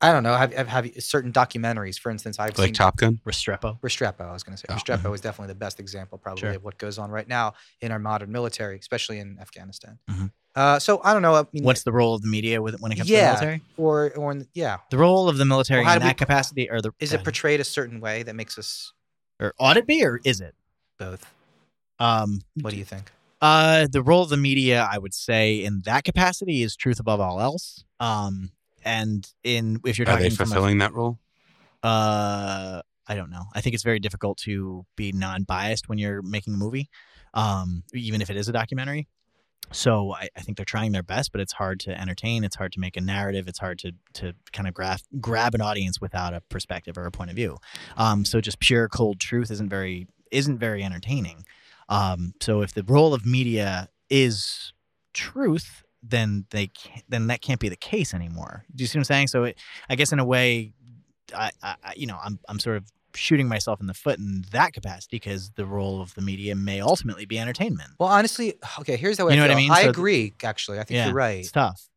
Speaker 2: I don't know. Have have, have you- certain documentaries, for instance, I've
Speaker 4: like
Speaker 2: seen
Speaker 4: Top Gun.
Speaker 1: Restrepo.
Speaker 2: Restrepo, I was going to say.
Speaker 4: Oh,
Speaker 2: Restrepo is definitely the best example, probably,
Speaker 1: Sure.
Speaker 2: of what goes on right now in our modern military, especially in Afghanistan.
Speaker 1: Mhm.
Speaker 2: Uh, so I don't know. I mean,
Speaker 1: What's the role of the media with when it comes
Speaker 2: Yeah.
Speaker 1: to the military?
Speaker 2: or or in, yeah,
Speaker 1: The role of the military
Speaker 2: Well, how
Speaker 1: in
Speaker 2: do we-
Speaker 1: that capacity, or the uh,
Speaker 2: is it portrayed a certain way that makes us
Speaker 1: or ought it be, or is it?
Speaker 2: both?
Speaker 1: Um,
Speaker 2: What do you think?
Speaker 1: Uh, the role of the media, I would say, in that capacity, is truth above all else. Um, and in if you're
Speaker 4: Are
Speaker 1: talking
Speaker 4: they
Speaker 1: from a-
Speaker 4: fulfilling that role?
Speaker 1: uh, I don't know. I think it's very difficult to be non-biased when you're making a movie, um, even if it is a documentary. So I, I think they're trying their best, but it's hard to entertain. It's hard to make a narrative. It's hard to to kind of graph, grab an audience without a perspective or a point of view. Um, so just pure cold truth isn't very isn't very entertaining. Um, so if the role of media is truth, then they can't, then that can't be the case anymore. Do you see what I'm saying? So it, I guess in a way, I, I I- you know I'm I'm sort of shooting myself in the foot in that capacity because the role of the media may ultimately be entertainment.
Speaker 2: Well, honestly, okay. Here's the way
Speaker 1: You know
Speaker 2: I
Speaker 1: what I
Speaker 2: feel.
Speaker 1: mean?
Speaker 2: I
Speaker 1: So-
Speaker 2: agree. Actually, I think
Speaker 1: Yeah.
Speaker 2: you're right.
Speaker 1: It's tough.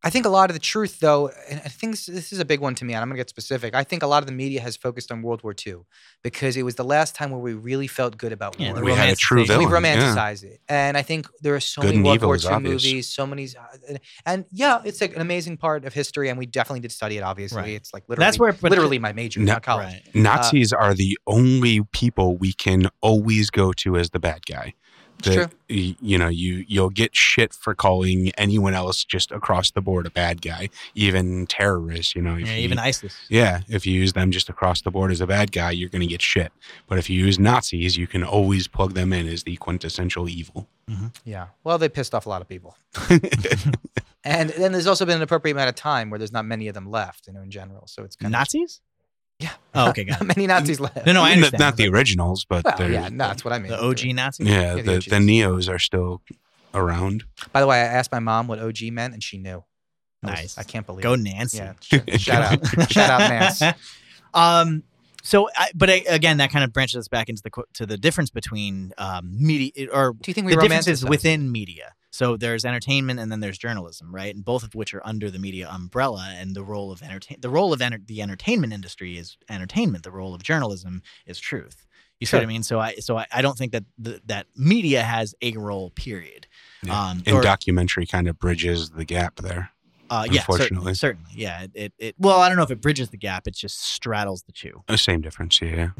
Speaker 2: I think a lot of the truth, though, and I think this- this is a big one to me, and I'm going to get specific. I think a lot of the media has focused on World War II because it was the last time where we really felt good about
Speaker 1: Yeah,
Speaker 2: war.
Speaker 1: the
Speaker 4: We had a true
Speaker 1: romanticization.
Speaker 4: villain.
Speaker 2: We've
Speaker 1: uh,
Speaker 4: yeah.
Speaker 2: romanticized it, and I think there are so
Speaker 4: Good
Speaker 2: many
Speaker 4: and
Speaker 2: World
Speaker 4: evil
Speaker 2: War
Speaker 4: is
Speaker 2: II
Speaker 4: obvious.
Speaker 2: movies, so many, and, and yeah, it's like an amazing part of history, and we definitely did study it. Obviously,
Speaker 1: Right.
Speaker 2: it's like literally,
Speaker 1: That's where but-
Speaker 2: literally my major,
Speaker 4: No.
Speaker 2: not college.
Speaker 1: Right.
Speaker 4: Nazis are the only people we can always go to as the bad guy.
Speaker 2: It's
Speaker 4: The-
Speaker 2: true.
Speaker 4: y- You know, you you'll get shit for calling anyone else just across the board a bad guy, even terrorists. You know, if
Speaker 1: Yeah,
Speaker 4: you-
Speaker 1: even ISIS.
Speaker 4: Yeah, if you use them just across the board as a bad guy, you're going to get shit. But if you use Nazis, you can always plug them in as the quintessential evil.
Speaker 2: Yeah. Well, they pissed off a lot of people. And then there's also been an appropriate amount of time where there's not many of them left, you know, in general. So it's kind
Speaker 1: Nazis?
Speaker 2: Yeah.
Speaker 1: Oh, okay, got
Speaker 2: of
Speaker 1: it.
Speaker 2: not many Nazis left.
Speaker 1: No, no, I
Speaker 4: N-
Speaker 1: understand.
Speaker 4: Not the originals, but
Speaker 2: Well,
Speaker 4: there's-
Speaker 2: yeah, no, that's what I mean.
Speaker 1: the OG Nazis.
Speaker 2: Yeah,
Speaker 4: yeah,
Speaker 2: the
Speaker 4: the, the
Speaker 2: OGs.
Speaker 4: Neos are still around.
Speaker 2: By the way, I asked my mom what OG meant, and she knew. I was-
Speaker 1: Nice.
Speaker 2: I can't believe
Speaker 1: Go
Speaker 2: it.
Speaker 1: Nancy.
Speaker 2: Yeah. sh- Shout out. Shout out, Nance.
Speaker 1: Um, so, I, but I, again, that kind of branches us back into the qu- to the difference between um, media or
Speaker 2: Do you think we
Speaker 1: the difference is
Speaker 2: romanticize
Speaker 1: within media. So there's entertainment and then there's journalism, right? And both of which are under the media umbrella. And the role of entertain the role of enter- the entertainment industry is entertainment. The role of journalism is truth. You see what I
Speaker 2: Sure.
Speaker 1: mean? So I so I, I don't think that the, that media has a role. Period.
Speaker 4: Yeah.
Speaker 1: Um,
Speaker 4: And
Speaker 1: or-
Speaker 4: documentary kind of bridges the gap there.
Speaker 1: uh, yeah, certainly,
Speaker 4: Unfortunately.
Speaker 1: certainly, yeah. It, it, it well, I don't know if it bridges the gap. It just straddles the two.
Speaker 4: Oh, same difference, yeah.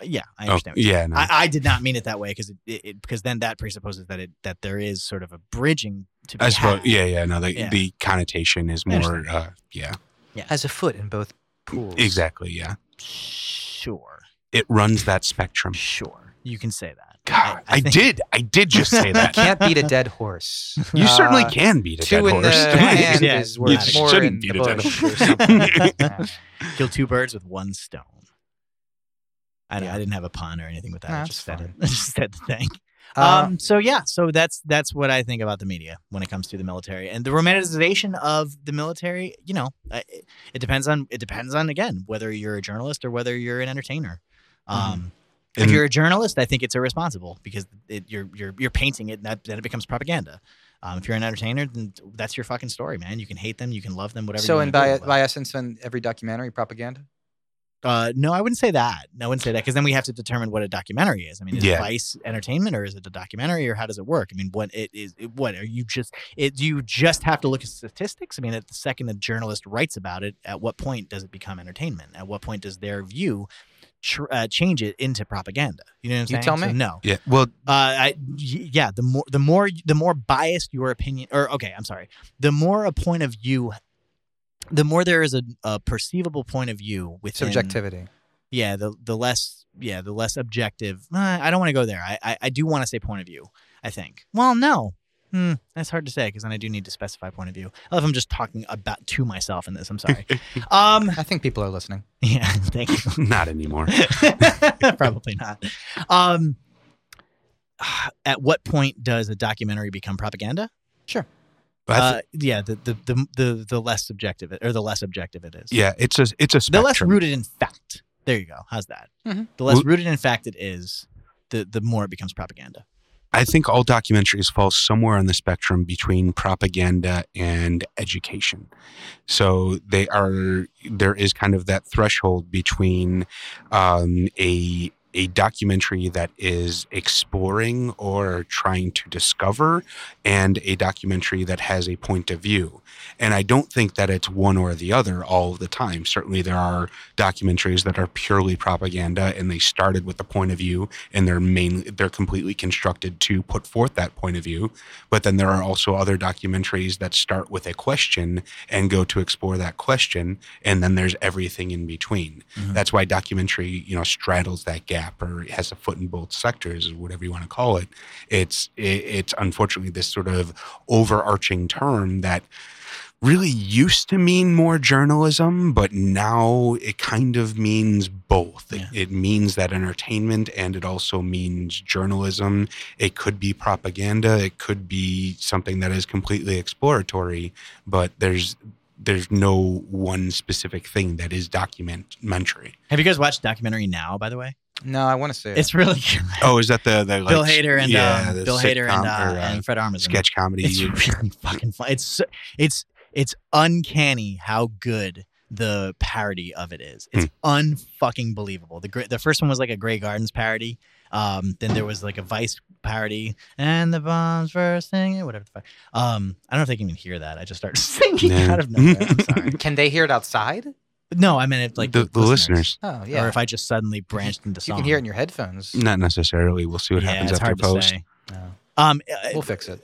Speaker 1: yeah, I
Speaker 4: Oh,
Speaker 1: understand. what you're
Speaker 4: yeah, no.
Speaker 1: saying. I, I did not mean it that way because it, it, it- because then that presupposes that it that there is sort of a bridging to be
Speaker 4: I suppose,
Speaker 1: had.
Speaker 4: yeah, yeah, no, the,
Speaker 1: Yeah.
Speaker 4: the connotation is
Speaker 1: I
Speaker 4: more, uh, yeah,
Speaker 2: that? Has a foot in both pools.
Speaker 4: exactly, yeah.
Speaker 1: Sure,
Speaker 4: It runs that spectrum.
Speaker 1: sure, you can say that.
Speaker 4: God, I,
Speaker 1: think-
Speaker 4: did, I did just say that.
Speaker 2: Can't beat a dead horse.
Speaker 4: You certainly
Speaker 2: Uh,
Speaker 4: can beat a
Speaker 2: Two
Speaker 4: dead
Speaker 2: in
Speaker 4: horse.
Speaker 2: the hand
Speaker 1: Yeah.
Speaker 2: is worth
Speaker 1: You
Speaker 2: more in
Speaker 4: shouldn't
Speaker 2: the
Speaker 4: beat a dead
Speaker 2: bush.
Speaker 4: horse.
Speaker 2: or something. Yeah.
Speaker 1: kill two birds with one stone. I, don't
Speaker 2: Yeah.
Speaker 1: I didn't have a pun or anything with that.
Speaker 2: Nah,
Speaker 1: I
Speaker 2: that's
Speaker 1: just said it.
Speaker 2: fine.
Speaker 1: I just said the thing.
Speaker 2: Uh,
Speaker 1: um, so yeah, so that's that's what I think about the media when it comes to the military and the romanticization of the military. You know, I- it, it depends on it depends on again whether you're a journalist or whether you're an entertainer.
Speaker 2: Mm-hmm.
Speaker 1: Um, If
Speaker 4: And-
Speaker 1: you're a journalist, I think it's irresponsible because it, you're you're you're painting it, and that, then it becomes propaganda. Um, if you're an entertainer, then that's your fucking story, man. You can hate them, you can love them, whatever.
Speaker 2: so,
Speaker 1: you
Speaker 2: in
Speaker 1: wanna do
Speaker 2: by,
Speaker 1: about it.
Speaker 2: by essence, in every documentary, propaganda?
Speaker 1: Uh, no, I wouldn't say that. No, I wouldn't say that because then we have to determine what a documentary is. I mean, is
Speaker 4: Yeah.
Speaker 1: it Vice entertainment or is it a documentary or how does it work? I mean, what it is, it- what are you just? It, do you just have to look at statistics? I mean, at the second a journalist writes about it, at what point does it become entertainment? At what point does their view tr- uh, change it into propaganda? You know what I'm
Speaker 2: You
Speaker 1: saying?
Speaker 2: tell
Speaker 1: So,
Speaker 2: me.
Speaker 1: no,
Speaker 4: Yeah. Well,
Speaker 1: uh, I, y- yeah, the more, the more, the more biased your opinion, or okay, I'm sorry, the more a point of view, the more there is a, a perceivable point of view within
Speaker 2: Subjectivity.
Speaker 1: Yeah, the the less, yeah, the less objective. uh, I don't want to go there. I I, I do want to say point of view. I think. Well, no. Hmm, that's hard to say because then I do need to specify point of view. I love if I'm just talking about to myself in this. I'm sorry. um,
Speaker 2: I think people are listening.
Speaker 1: yeah, thank you.
Speaker 4: not anymore.
Speaker 1: Probably not. Um, at what point does a documentary become propaganda?
Speaker 4: But I
Speaker 1: uh, yeah, the, the the the the less subjective it, or the less objective it is.
Speaker 4: thi- yeah, it's a it's a
Speaker 1: the less
Speaker 4: spectrum.
Speaker 1: rooted in fact. There you go. How's that?
Speaker 2: Mhm.
Speaker 1: The less
Speaker 4: Well-
Speaker 1: rooted in fact it is, the the more it becomes propaganda.
Speaker 4: I think all documentaries fall somewhere on the spectrum between propaganda and education. So they are there is kind of that threshold between um, a a documentary that is exploring or trying to discover and a documentary that has a point of view. And I don't think that it's one or the other all the time. Certainly there are documentaries that are purely propaganda and they started with the point of view and they're mainly they're completely constructed to put forth that point of view but then there are also other documentaries that start with a question and go to explore that question and then there's everything in between
Speaker 1: Mhm.
Speaker 4: that's why documentary you know straddles that gap or has a foot in both sectors or whatever you want to call it it's it, it's unfortunately this sort of overarching term that really used to mean more journalism, but now it kind of means both. It,
Speaker 1: Yeah.
Speaker 4: it means that entertainment and it also means journalism. It could be propaganda, it could be something that is completely exploratory, but there's there's no one specific thing that is documentary.
Speaker 1: Have you guys watched documentary now? By the way,
Speaker 2: No, I want to see it.
Speaker 1: it's really good.
Speaker 4: Oh, is that the, the like,
Speaker 1: Bill Hader and
Speaker 4: yeah,
Speaker 1: um,
Speaker 4: the
Speaker 1: Bill Hader and,
Speaker 4: sitcom
Speaker 1: uh,
Speaker 4: or, uh,
Speaker 1: and Fred Armisen.
Speaker 4: sketch comedy?
Speaker 1: It's really fucking fun. It's so- it's it's uncanny how good the parody of it is. It's
Speaker 4: Hmm.
Speaker 1: unfucking believable. The great the first one was like a Grey Gardens parody. Um, then there was like a Vice parody and the bombs first thing whatever the fuck. Um, I don't know if they can even hear that. I just started singing
Speaker 4: No.
Speaker 1: out of nowhere. I'm sorry.
Speaker 2: Can they hear it outside?
Speaker 1: But no, I meant it like
Speaker 4: the, the listeners.
Speaker 2: Oh, yeah.
Speaker 1: Or if I just suddenly branched into
Speaker 2: you
Speaker 1: song.
Speaker 2: can hear it in your headphones.
Speaker 4: Not necessarily. We'll see what
Speaker 1: Yeah,
Speaker 4: happens
Speaker 1: it's
Speaker 4: after
Speaker 1: hard to
Speaker 4: post.
Speaker 1: say.
Speaker 2: No.
Speaker 1: Um,
Speaker 2: We'll fix it.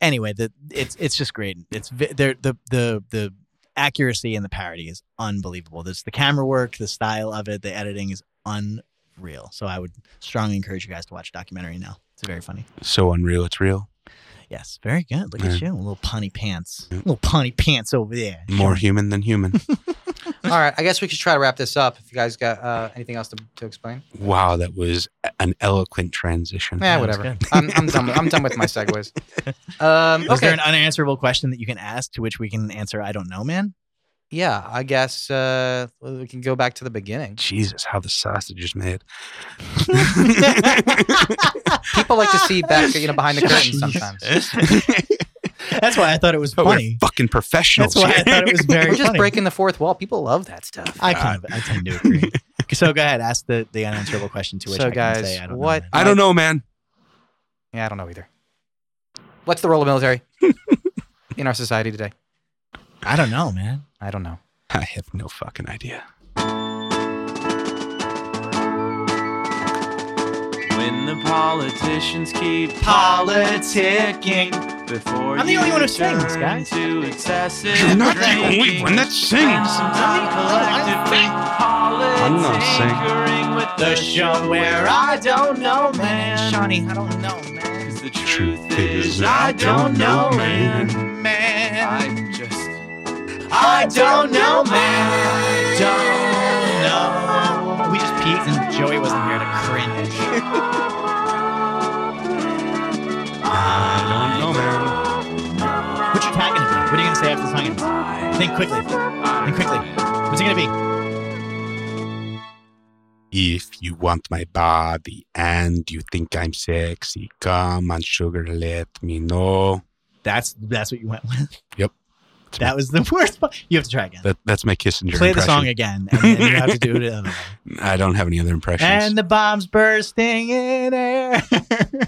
Speaker 1: anyway, the it's it's just great. It's vi- they're- the the the accuracy and the parody is unbelievable. There's the camera work, the style of it, the editing is unreal. So I would strongly encourage you guys to watch documentary now. It's very funny.
Speaker 4: So unreal, it's real.
Speaker 1: Yes, very good. Look at you, little punny pants, little punny pants over there.
Speaker 4: More human than human.
Speaker 2: All right. I guess we should try to wrap this up. If you guys got uh, anything else to, to explain,
Speaker 4: wow, that was an eloquent transition.
Speaker 2: yeah,
Speaker 1: that was
Speaker 2: whatever.
Speaker 1: good.
Speaker 2: I'm, I'm done. With, I'm done with my segues. Um,
Speaker 1: Is there
Speaker 2: okay.
Speaker 1: an unanswerable question that you can ask to which we can answer? I don't know, man.
Speaker 2: yeah, I guess uh, we can go back to the beginning.
Speaker 4: Jesus, how the sausage is made.
Speaker 2: People like to see back, you know, behind the curtain
Speaker 1: Jeez.
Speaker 2: sometimes.
Speaker 1: That's why I thought it was
Speaker 4: But
Speaker 1: funny.
Speaker 4: We're fucking professionals.
Speaker 1: That's why I
Speaker 4: here.
Speaker 1: thought it was very
Speaker 2: We're just
Speaker 1: funny.
Speaker 2: breaking the fourth wall. People love that stuff.
Speaker 1: I kind of, I tend to agree. so go ahead, ask the, the unanswerable question to which
Speaker 2: So,
Speaker 1: I
Speaker 2: guys,
Speaker 1: can say I don't
Speaker 2: what-
Speaker 1: know.
Speaker 4: I don't know, man.
Speaker 2: Yeah, I don't know either. What's the role of military in our society today?
Speaker 1: I don't know, man.
Speaker 2: I don't know.
Speaker 4: I have no fucking idea.
Speaker 3: When the politicians keep politicking before
Speaker 1: I'm the
Speaker 3: you
Speaker 1: only one who
Speaker 3: turn
Speaker 1: sings, guys.
Speaker 3: to excessive
Speaker 4: You're not the
Speaker 3: drinking.
Speaker 4: only one that
Speaker 3: And
Speaker 4: sings.
Speaker 3: sometimes collectively
Speaker 4: I'm not singing.
Speaker 3: politickering with the show where I don't know, man.
Speaker 1: Shawnee, I don't know, man.
Speaker 3: 'Cause the truth is, I don't know, man.
Speaker 1: Man.
Speaker 3: I just, I don't know, man. I don't know.
Speaker 1: We just peaked and Joey wasn't here to cringe.
Speaker 4: I don't know, man.
Speaker 1: What's your tag gonna be? Uh, What are you gonna say after the song? ends? Think quickly. Think quickly. What's it gonna be?
Speaker 4: If you want my body and you think I'm sexy, come on, sugar, let me know.
Speaker 1: That's that's what you went with. That was the worst part. You have to try again.
Speaker 4: That, that's my Kissinger
Speaker 1: Play the
Speaker 4: impression.
Speaker 1: song again, and then you have to do it. the other way.
Speaker 4: I don't have any other impressions.
Speaker 1: And the bombs bursting in air.